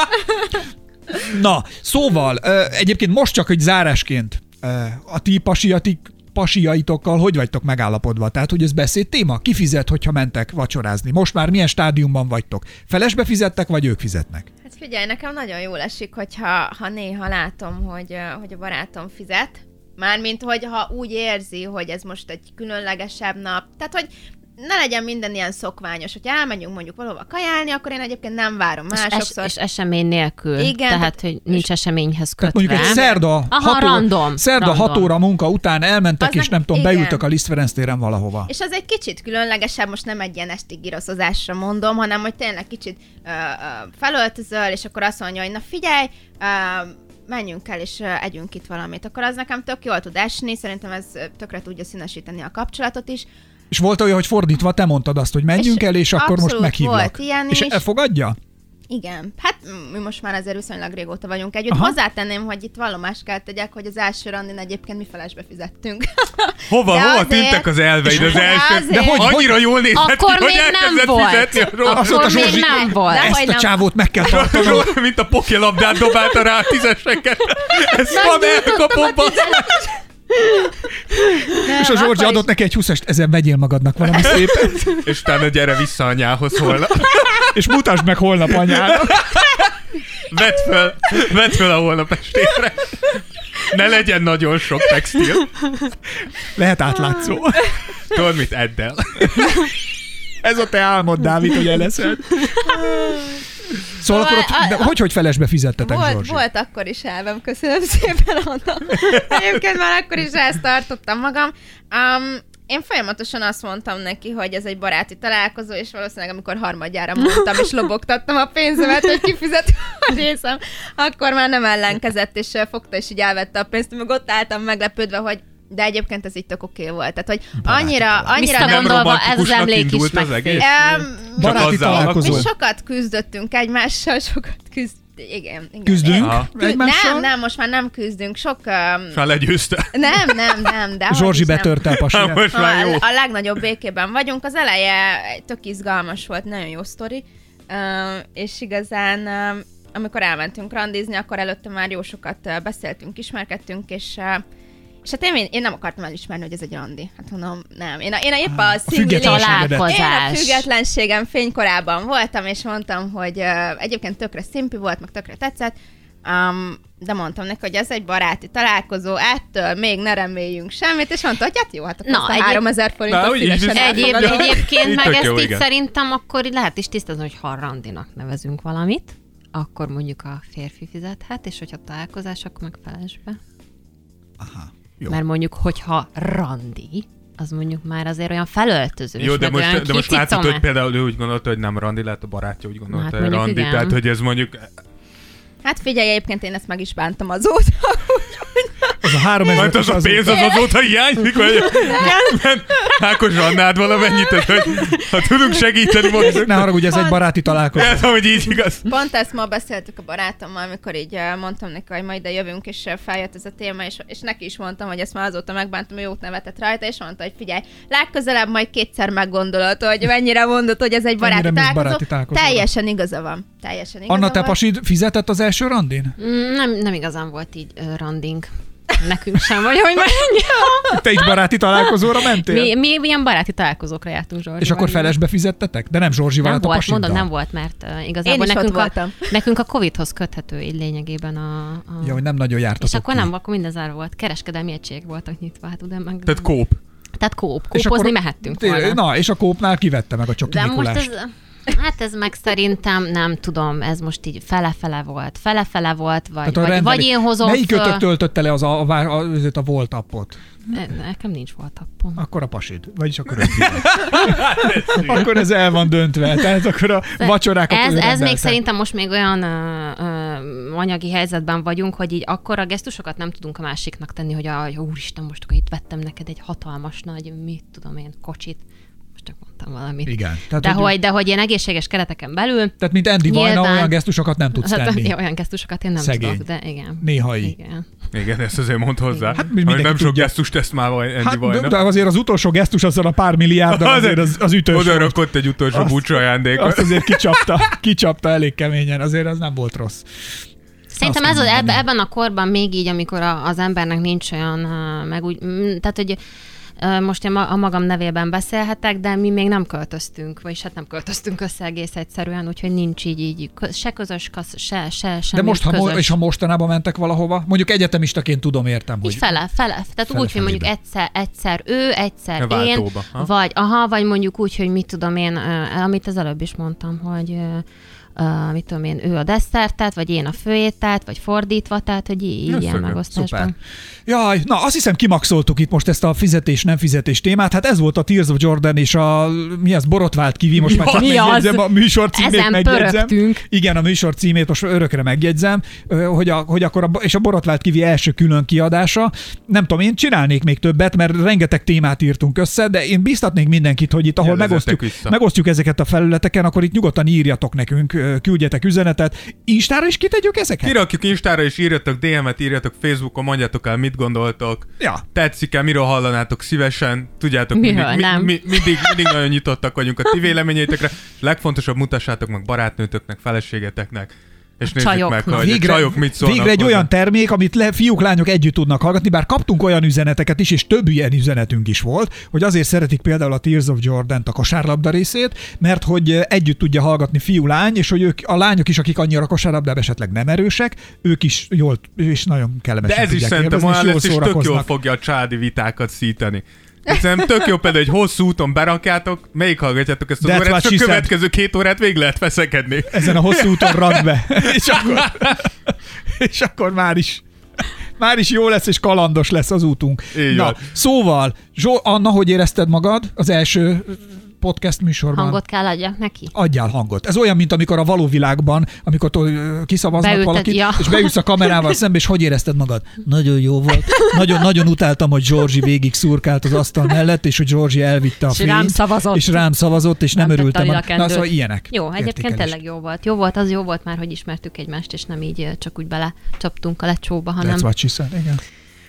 Speaker 5: Na, szóval, ö, egyébként most csak egy zárásként ö, a ti pasiatik pasiaitokkal hogy vagytok megállapodva? Tehát, hogy ez beszéd téma? Ki fizet, hogyha mentek vacsorázni? Most már milyen stádiumban vagytok? Felesbe fizettek, vagy ők fizetnek?
Speaker 7: Hát figyelj, nekem nagyon jól esik, hogyha ha néha látom, hogy, ö, hogy a barátom fizet. Mármint, hogy ha úgy érzi, hogy ez most egy különlegesebb nap. Tehát, hogy ne legyen minden ilyen szokványos. Hogyha elmegyünk mondjuk valahova kajálni, akkor én egyébként nem várom
Speaker 8: És, es,
Speaker 7: másokszor.
Speaker 8: és esemény nélkül.
Speaker 7: Igen,
Speaker 8: Igen,
Speaker 7: tehát-
Speaker 8: tehát, hogy nincs eseményhez kötve.
Speaker 5: Mondjuk egy szerda,
Speaker 8: Aha,
Speaker 5: hat,
Speaker 8: random.
Speaker 5: óra, szerda
Speaker 8: random.
Speaker 5: hat óra munka után elmentek,
Speaker 7: Az
Speaker 5: és
Speaker 7: nem-
Speaker 5: nem tudom,
Speaker 7: igen.
Speaker 5: beültök a Liszt Ferenc téren valahova.
Speaker 7: És az egy kicsit különlegesebb, most nem egy ilyen esti giroszozásra mondom, hanem hogy tényleg kicsit ö, ö, felöltözöl, és akkor azt mondja, hogy na figyelj, ö, menjünk el, és ö, együnk itt valamit. Akkor az nekem tök jól tud esni, szerintem ez ö, tökre tudja színesíteni a kapcsolatot is.
Speaker 5: És volt olyan, hogy fordítva te mondtad azt, hogy menjünk
Speaker 7: És
Speaker 5: el, és akkor most
Speaker 7: abszolút
Speaker 5: meghívlak.
Speaker 7: volt ilyen
Speaker 5: és
Speaker 7: is.
Speaker 5: elfogadja?
Speaker 7: Igen, hát mm, mi most már azért viszonylag régóta vagyunk együtt.
Speaker 5: Aha.
Speaker 7: Aha. Hozzátenném, hogy itt vallomást kell tegyek, hogy az első randin egyébként mi felesbe fizettünk.
Speaker 6: Hova,
Speaker 7: De
Speaker 6: hova
Speaker 7: azért-
Speaker 6: tűntek az elveid az
Speaker 7: De
Speaker 6: első?
Speaker 7: hát azért- De hogy-
Speaker 6: Annyira jól nézett ki,
Speaker 8: Akkor
Speaker 6: hogy
Speaker 8: még nem
Speaker 6: elkezdett
Speaker 8: volt.
Speaker 6: fizetni a róla.
Speaker 8: Akkor
Speaker 5: Azt mondta
Speaker 8: még
Speaker 5: Zsuzsi,
Speaker 8: nem volt.
Speaker 7: Dehogy
Speaker 5: Ezt a
Speaker 7: nem.
Speaker 5: csávót meg kell tartanom.
Speaker 6: Róla, mint a pokilabdát dobálta rá a tízeseket. Ez van elkapom,
Speaker 8: Nem,
Speaker 5: És a
Speaker 8: akkor
Speaker 5: Zsorzsi
Speaker 8: is-
Speaker 5: adott neki egy 20-est, ezen vegyél magadnak valami szépet,
Speaker 6: És utána gyere vissza anyához holnap.
Speaker 5: és mutasd meg holnap anyának.
Speaker 6: Vedd fel, vedd fel a holnap estére. Ne legyen nagyon sok textil.
Speaker 5: Lehet átlátszó.
Speaker 6: Tudod mit, edd el.
Speaker 5: Ez a te álmod, Dávid, hogy eleszed. Szóval akkor ott, de hogy, hogy felesbe fizettetek,
Speaker 7: Volt,
Speaker 5: Zsorzsi?
Speaker 7: volt akkor is elvem, köszönöm szépen, Anna. Egyébként már akkor is ezt tartottam magam. Um, én folyamatosan azt mondtam neki, hogy ez egy baráti találkozó, és valószínűleg amikor harmadjára mondtam, és lobogtattam a pénzemet, hogy kifizet a részem, akkor már nem ellenkezett, és ö, fogta, és így elvette a pénzt, meg ott álltam meglepődve, hogy de egyébként ez itt tök oké volt. Tehát, hogy annyira, annyira nem...
Speaker 8: Visszagondolva, ez az
Speaker 6: romantikusnak
Speaker 8: emlék is
Speaker 6: indult az
Speaker 8: megfér.
Speaker 6: egész?
Speaker 7: Um,
Speaker 6: Csak
Speaker 5: Baráti
Speaker 6: azzal
Speaker 5: találkozó.
Speaker 7: mi sokat küzdöttünk egymással, sokat küzd... Igen, igen.
Speaker 5: Küzdünk
Speaker 6: Aha.
Speaker 5: egymással?
Speaker 7: Nem, nem, most már nem küzdünk. Sok... Um,
Speaker 6: Már legyőzte.
Speaker 7: nem, nem, nem, de... hogy
Speaker 5: Zsorzsi
Speaker 7: is nem.
Speaker 5: betörte a
Speaker 6: Már
Speaker 5: pasiát.
Speaker 6: most
Speaker 7: A,
Speaker 6: már jó.
Speaker 7: a legnagyobb békében vagyunk. Az eleje tök izgalmas volt, nagyon jó sztori. Um, és igazán um, amikor elmentünk randizni, akkor előtte már jó sokat uh, beszéltünk, ismerkedtünk, és uh, és hát én, én nem akartam elismerni, hogy ez egy randi. Hát mondom, nem. Én, a, én a épp a, a
Speaker 5: Ah, függetlenségedet.
Speaker 7: én a
Speaker 8: Találkozás.
Speaker 7: függetlenségem fénykorában voltam, és mondtam, hogy uh, egyébként tökre szimpi volt, meg tökre tetszett, um, de mondtam neki, hogy ez egy baráti találkozó, ettől még ne reméljünk semmit, és mondta, hogy hát jó, hát akkor
Speaker 8: Na,
Speaker 7: Na, ezt a
Speaker 8: egyéb-
Speaker 7: 3000
Speaker 6: Na,
Speaker 7: forintot
Speaker 6: úgy is
Speaker 7: szívesen
Speaker 6: biztos.
Speaker 8: Egyéb,
Speaker 7: elfogadom.
Speaker 8: egyébként
Speaker 6: Így
Speaker 8: meg
Speaker 6: tök
Speaker 8: ezt
Speaker 6: jó,
Speaker 8: így
Speaker 6: igen.
Speaker 8: szerintem akkor lehet is tisztázni, hogy ha randinak nevezünk valamit, akkor mondjuk a férfi fizethet, és hogyha találkozás, akkor meg felesbe. Aha,
Speaker 5: jó.
Speaker 8: jó. Mert mondjuk, hogyha randi, az mondjuk már azért olyan felöltözős,
Speaker 6: Jó, de
Speaker 8: meg
Speaker 6: most,
Speaker 8: olyan
Speaker 6: de most látod,
Speaker 8: kicicome.
Speaker 6: hogy például ő úgy gondolta, hogy nem Randi, lehet a barátja úgy gondolta,
Speaker 8: Hát
Speaker 6: hogy
Speaker 8: mondjuk
Speaker 6: Randi,
Speaker 8: igen.
Speaker 6: tehát hogy ez mondjuk
Speaker 7: Hát figyelj, egyébként én ezt meg is bántam azóta. úgyhogy-
Speaker 5: Az az a három ezer.
Speaker 6: Majd az a pénz az azóta hiányzik, vagy nem, Ákos Annád valamennyit, tehát, hogy ha tudunk segíteni most.
Speaker 5: Ne haragudj, ez egy baráti találkozás.
Speaker 6: Ez, hogy így igaz.
Speaker 7: Pont ezt ma beszéltük a barátommal, amikor így eh, mondtam neki, hogy majd ide jövünk, és eh, feljött ez a téma, és, és neki is mondtam, hogy ezt már azóta megbántam, jót nevetett rajta, és mondta, hogy figyelj, legközelebb majd kétszer meggondolod, hogy mennyire mondod, hogy ez egy baráti,
Speaker 5: Mennyire mész
Speaker 7: találkozó.
Speaker 5: baráti találkozóra.
Speaker 7: Teljesen igaza van. Teljesen igaza
Speaker 5: Anna,
Speaker 7: van.
Speaker 5: te pasid fizetett az első randin?
Speaker 8: Mm, Nem, nem igazán volt így ö, randing. Nekünk sem, vagy hogy mondjam.
Speaker 5: Te is baráti találkozóra mentél?
Speaker 8: Mi, mi, milyen baráti találkozókra jártunk Zsorzsival.
Speaker 5: És akkor felesbe fizettetek? De nem Zsorzsival,
Speaker 8: nem
Speaker 5: hát a
Speaker 8: volt,
Speaker 5: pasiddal.
Speaker 8: mondom, nem volt, mert uh,
Speaker 7: Én
Speaker 8: igazából
Speaker 7: is ott
Speaker 8: nekünk a,
Speaker 7: voltam.
Speaker 8: nekünk a Covid-hoz köthető így lényegében a... a...
Speaker 5: Ja, hogy nem nagyon jártatok
Speaker 8: és akkor
Speaker 5: ki.
Speaker 8: nem, akkor minden zárva volt. Kereskedelmi egységek voltak nyitva, hát ugye meg...
Speaker 6: Tehát kóp.
Speaker 8: Tehát kóp,
Speaker 5: És
Speaker 8: kópozni mehettünk
Speaker 5: Té-
Speaker 8: volna.
Speaker 5: Na, és a kópnál kivette meg a csoki
Speaker 8: De most
Speaker 5: Mikulást.
Speaker 8: ez, hát ez meg szerintem nem tudom, ez most így fele-fele volt, fele-fele volt, vagy,
Speaker 5: Tehát a
Speaker 8: vagy,
Speaker 5: rendeli-
Speaker 8: vagy én hozom
Speaker 5: Melyik
Speaker 8: föl.
Speaker 5: kötök töltötte le az a, a, vár- a, a, a volt appot?
Speaker 8: Ne- Nekem nincs volt appom.
Speaker 5: Akkor a pasid. Vagyis akkor ő fizet. Akkor ez el van döntve. Tehát akkor a vacsorákat
Speaker 8: ez,
Speaker 5: ő
Speaker 8: ez még
Speaker 5: rendelte.
Speaker 8: szerintem most még olyan ö, ö, anyagi helyzetben vagyunk, hogy így akkor a gesztusokat nem tudunk a másiknak tenni, hogy a, úristen, most akkor itt vettem neked egy hatalmas nagy, mit tudom én, kocsit. Most csak mondtam valamit.
Speaker 5: Igen. Tehát,
Speaker 8: Tehát, de,
Speaker 5: hogy-
Speaker 8: hogy, de hogy ilyen egészséges kereteken belül,
Speaker 5: Tehát, mint Andy Vajna,
Speaker 8: Nyilván.
Speaker 5: olyan gesztusokat nem tudsz
Speaker 8: hát,
Speaker 5: tenni.
Speaker 8: ja, olyan gesztusokat én nem
Speaker 5: Szegény.
Speaker 8: tudok, de igen.
Speaker 5: Néhai.
Speaker 8: Igen.
Speaker 6: Igen, ezt azért mond hozzá.
Speaker 5: Hát mi-
Speaker 6: Hogy
Speaker 5: mindenki
Speaker 6: nem sok
Speaker 5: tudja.
Speaker 6: gesztus tesz már Andy
Speaker 5: Hát, de,
Speaker 6: Vajna.
Speaker 5: de azért az utolsó gesztus azzal a pár milliárddal azért az, az ütős
Speaker 6: Oda
Speaker 5: volt.
Speaker 6: rakott egy utolsó
Speaker 5: Azt-
Speaker 6: búcsú ajándékot.
Speaker 5: Azt azért kicsapta, kicsapta elég keményen, azért az nem volt rossz.
Speaker 8: Szerintem
Speaker 5: Azt
Speaker 8: ez az,
Speaker 5: mondom,
Speaker 8: eb,
Speaker 5: igen.
Speaker 8: ebben a korban még így, amikor a, az embernek nincs olyan, ö, meg úgy, mm, tehát hogy ö, most én ma- a magam nevében beszélhetek, de mi még nem költöztünk, vagyis hát nem költöztünk össze egész egyszerűen, úgyhogy nincs így, így kö- se közös, kasz, se, se,
Speaker 5: De
Speaker 8: semmi
Speaker 5: most, ha,
Speaker 8: közös.
Speaker 5: mo- és ha mostanában mentek valahova, mondjuk egyetemistaként tudom, értem,
Speaker 8: Így
Speaker 5: hogy
Speaker 8: fele, fele. Tehát
Speaker 5: Fele-
Speaker 8: úgy, hogy mondjuk
Speaker 5: felébe.
Speaker 8: egyszer, egyszer ő, egyszer
Speaker 6: A
Speaker 8: én,
Speaker 6: váltóba, ha?
Speaker 8: vagy, aha, vagy mondjuk úgy, hogy mit tudom én, ö, amit az előbb is mondtam, hogy ö, ö, mit tudom én, ő a desszertet, vagy én a főételt, vagy fordítva, tehát hogy í- így ilyen
Speaker 6: szögem.
Speaker 8: megosztásban.
Speaker 5: Szuper. Jaj, na azt hiszem kimaxoltuk itt most ezt a fizetés-nem fizetés témát. Hát ez volt a Tears of Jordan és a, mi az, borotvált kivi, most már csak
Speaker 8: Mi az?
Speaker 5: megjegyzem, a műsor címét
Speaker 8: Ezen
Speaker 5: megjegyzem.
Speaker 8: pörögtünk.
Speaker 5: Igen, a műsor címét most örökre megjegyzem, ö, hogy, a, hogy akkor a, és a borotvált kivi első külön kiadása. Nem tudom, én csinálnék még többet, mert rengeteg témát írtunk össze, de én biztatnék mindenkit, hogy itt, ahol
Speaker 6: Jelezzétek
Speaker 5: megosztjuk,
Speaker 6: vissza.
Speaker 5: megosztjuk ezeket a felületeken, akkor itt nyugodtan írjatok nekünk, ö, küldjetek üzenetet. Instára is kitegyük ezeket?
Speaker 6: Kirakjuk Instára és írjatok DM-et, írjatok Facebookon, mondjátok el, mit gondoltok.
Speaker 5: Ja.
Speaker 6: Tetszik-e, miről hallanátok szívesen. Tudjátok,
Speaker 8: Miről
Speaker 6: mindig,
Speaker 8: nem.
Speaker 6: Mi, mindig, mindig nagyon nyitottak vagyunk a ti véleményeitekre. És legfontosabb, mutassátok meg barátnőtöknek, feleségeteknek. És nézzük
Speaker 8: Csajok.
Speaker 6: meg, hogy
Speaker 5: végre,
Speaker 6: a csajok mit szólnak.
Speaker 5: végre egy
Speaker 6: hozzá.
Speaker 5: olyan termék, amit le, fiúk, lányok együtt tudnak hallgatni, bár kaptunk olyan üzeneteket is, és több ilyen üzenetünk is volt, hogy azért szeretik például a Tears of jordan a kosárlabda részét, mert hogy eh, együtt tudja hallgatni fiú-lány, és hogy ők, a lányok is, akik annyira kosárlabdában esetleg nem erősek, ők is jól és nagyon
Speaker 6: De
Speaker 5: kellemesen
Speaker 6: ez is
Speaker 5: tudják
Speaker 6: szerintem
Speaker 5: élvezni,
Speaker 6: olyan
Speaker 5: és jól
Speaker 6: lesz, és tök jól
Speaker 5: szórakoznak.
Speaker 6: fogja a csádi vitákat szítani. Hát Szerintem tök jó például, hogy hosszú úton berakjátok, melyik hallgatjátok ezt az
Speaker 5: That's what
Speaker 6: órát,
Speaker 5: she
Speaker 6: csak
Speaker 5: said.
Speaker 6: következő két órát végig lehet veszekedni.
Speaker 5: Ezen a hosszú úton rakd be. és, akkor, és akkor már is már is jó lesz, és kalandos lesz az útunk.
Speaker 6: Így
Speaker 5: Na,
Speaker 6: van.
Speaker 5: szóval, Zsó, Anna, hogy érezted magad az első podcast műsorban?
Speaker 8: Hangot kell adjak neki?
Speaker 5: Adjál hangot. Ez olyan, mint amikor a való világban, amikor tol, kiszavaznak
Speaker 8: Beültet-
Speaker 5: valakit,
Speaker 8: ja.
Speaker 5: és beülsz a kamerával szembe, és hogy érezted magad? Nagyon jó volt. Nagyon-nagyon utáltam, hogy Georgi végig szurkált az asztal mellett, és hogy Georgi elvitte a
Speaker 8: És
Speaker 5: fényt.
Speaker 8: rám szavazott.
Speaker 5: És rám szavazott, és nem,
Speaker 8: tette
Speaker 5: örültem.
Speaker 8: alá
Speaker 5: a-
Speaker 8: a kendőt.
Speaker 5: Na, szóval ilyenek.
Speaker 8: Jó, egyébként
Speaker 5: Értékelés.
Speaker 8: tényleg jó volt. Jó volt, az jó volt már, hogy ismertük egymást, és nem így ö, csak úgy bele csaptunk a lecsóba, hanem
Speaker 5: That's what she said, igen.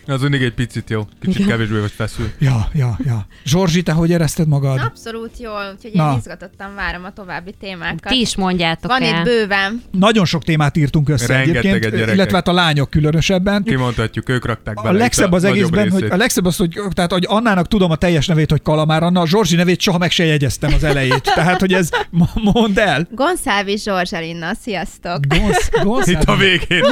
Speaker 6: Az mindig egy picit jó, kicsit kevésbé vagy feszül.
Speaker 5: Ja, ja, ja. Zsorzsi, te hogy érezted magad? Na,
Speaker 7: Abszolút jól, úgyhogy
Speaker 5: Na.
Speaker 7: én izgatottan várom a további témákat.
Speaker 8: ti is mondjátok
Speaker 7: Van
Speaker 8: el.
Speaker 7: itt bőven.
Speaker 5: Nagyon sok témát írtunk össze
Speaker 6: Rengeteget,
Speaker 5: egyébként,
Speaker 6: gyerekek.
Speaker 5: illetve hát a lányok különösebben.
Speaker 6: Kimondhatjuk, ők rakták bele.
Speaker 5: A
Speaker 6: itt
Speaker 5: legszebb az
Speaker 6: nagyobb
Speaker 5: egészben,
Speaker 6: részét.
Speaker 5: hogy a legszebb az, hogy, tehát, hogy Annának tudom a teljes nevét, hogy Kalamár Anna, a Zsorzsi nevét soha meg se jegyeztem az elejét. Tehát, hogy ez, ma- mondd el.
Speaker 7: Gonszálvi Zsorzsalinna, sziasztok!
Speaker 5: Gonsz,
Speaker 6: Itt a
Speaker 5: Gonszávi,
Speaker 6: végén.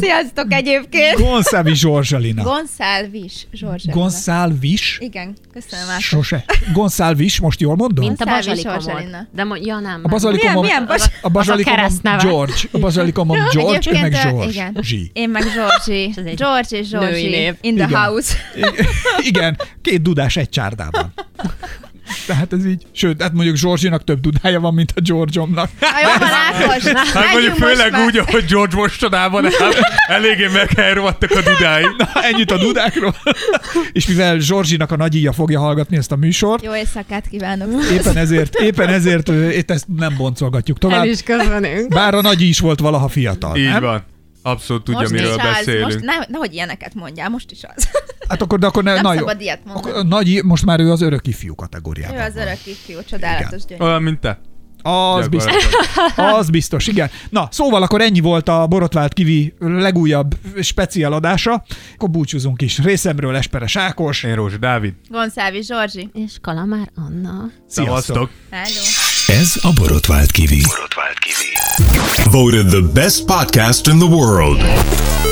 Speaker 7: Sziasztok egyébként!
Speaker 5: Gonszávi Zsorzsalina.
Speaker 7: Gonszálvis Zsorzsalina.
Speaker 5: Gonszálvis?
Speaker 7: Igen, köszönöm át.
Speaker 5: Sose. Gonszálvis, most jól mondom?
Speaker 8: Mint a
Speaker 7: Szávi
Speaker 8: bazsalikomod.
Speaker 7: Sorsalina.
Speaker 8: De mo- ja, nem.
Speaker 5: A bazalikomom,
Speaker 7: Milyen- milyen bas-
Speaker 5: a
Speaker 8: Az a
Speaker 5: bazalikomom
Speaker 8: keresztneve.
Speaker 5: George. A bazalikomom George, ő meg
Speaker 7: Egyébként, ö,
Speaker 5: George.
Speaker 7: igen.
Speaker 5: Zsi.
Speaker 7: Én meg Zsorzsi.
Speaker 8: És ez egy
Speaker 7: Zsorzsi,
Speaker 8: női
Speaker 7: Zsorzsi.
Speaker 8: név.
Speaker 7: In the
Speaker 5: Igen.
Speaker 7: house.
Speaker 5: Igen, két dudás egy csárdában. Tehát ez így, sőt, hát mondjuk Zsorzsinak több dudája van, mint a Georgeomnak.
Speaker 7: Ha jó van, Ákos,
Speaker 6: Hát mondjuk
Speaker 7: menjünk most
Speaker 6: főleg
Speaker 7: már.
Speaker 6: úgy, ahogy George mostanában áll, eléggé meghervadtak a dudái.
Speaker 5: Na, ennyit a dudákról. És mivel Zsorzsinak a nagyíja fogja hallgatni ezt a műsort,
Speaker 7: Jó éjszakát kívánok.
Speaker 5: éppen ezért, éppen ezért ö, itt ezt nem boncolgatjuk
Speaker 8: El
Speaker 5: tovább.
Speaker 8: is közbenünk.
Speaker 5: Bár a nagyi is volt valaha fiatal,
Speaker 6: Így
Speaker 5: nem?
Speaker 6: van. Abszolút tudja,
Speaker 7: most
Speaker 6: miről
Speaker 7: is az,
Speaker 6: beszélünk.
Speaker 7: most ne, nehogy ilyeneket mondjál, most is az.
Speaker 5: Hát akkor, de akkor ne,
Speaker 7: Nem
Speaker 5: na jó.
Speaker 7: szabad ilyet mondani.
Speaker 5: Akkor a nagyi, most már ő az örök ifjú
Speaker 7: Ő
Speaker 5: kategóriában.
Speaker 7: az
Speaker 5: van.
Speaker 7: örök ifjú, csodálatos gyönyörű.
Speaker 6: Olyan, mint te.
Speaker 5: Az biztos.
Speaker 6: Gyakorlatilag.
Speaker 5: Az biztos, igen. Na, szóval akkor ennyi volt a Borotvált Kivi legújabb speciál adása. Akkor búcsúzunk is. Részemről Esperes Ákos.
Speaker 6: Én Rózsa Dávid.
Speaker 7: Gonszávi Zsorzsi.
Speaker 8: És Kalamár Anna.
Speaker 5: Sziasztok!
Speaker 6: Szevasztok!
Speaker 7: Hello.
Speaker 2: Ez a Borotvált Kivi.
Speaker 4: Borotvált Kivi.
Speaker 3: Voted the best podcast in the world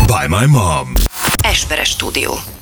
Speaker 3: by my mom.
Speaker 1: Esperes stúdió.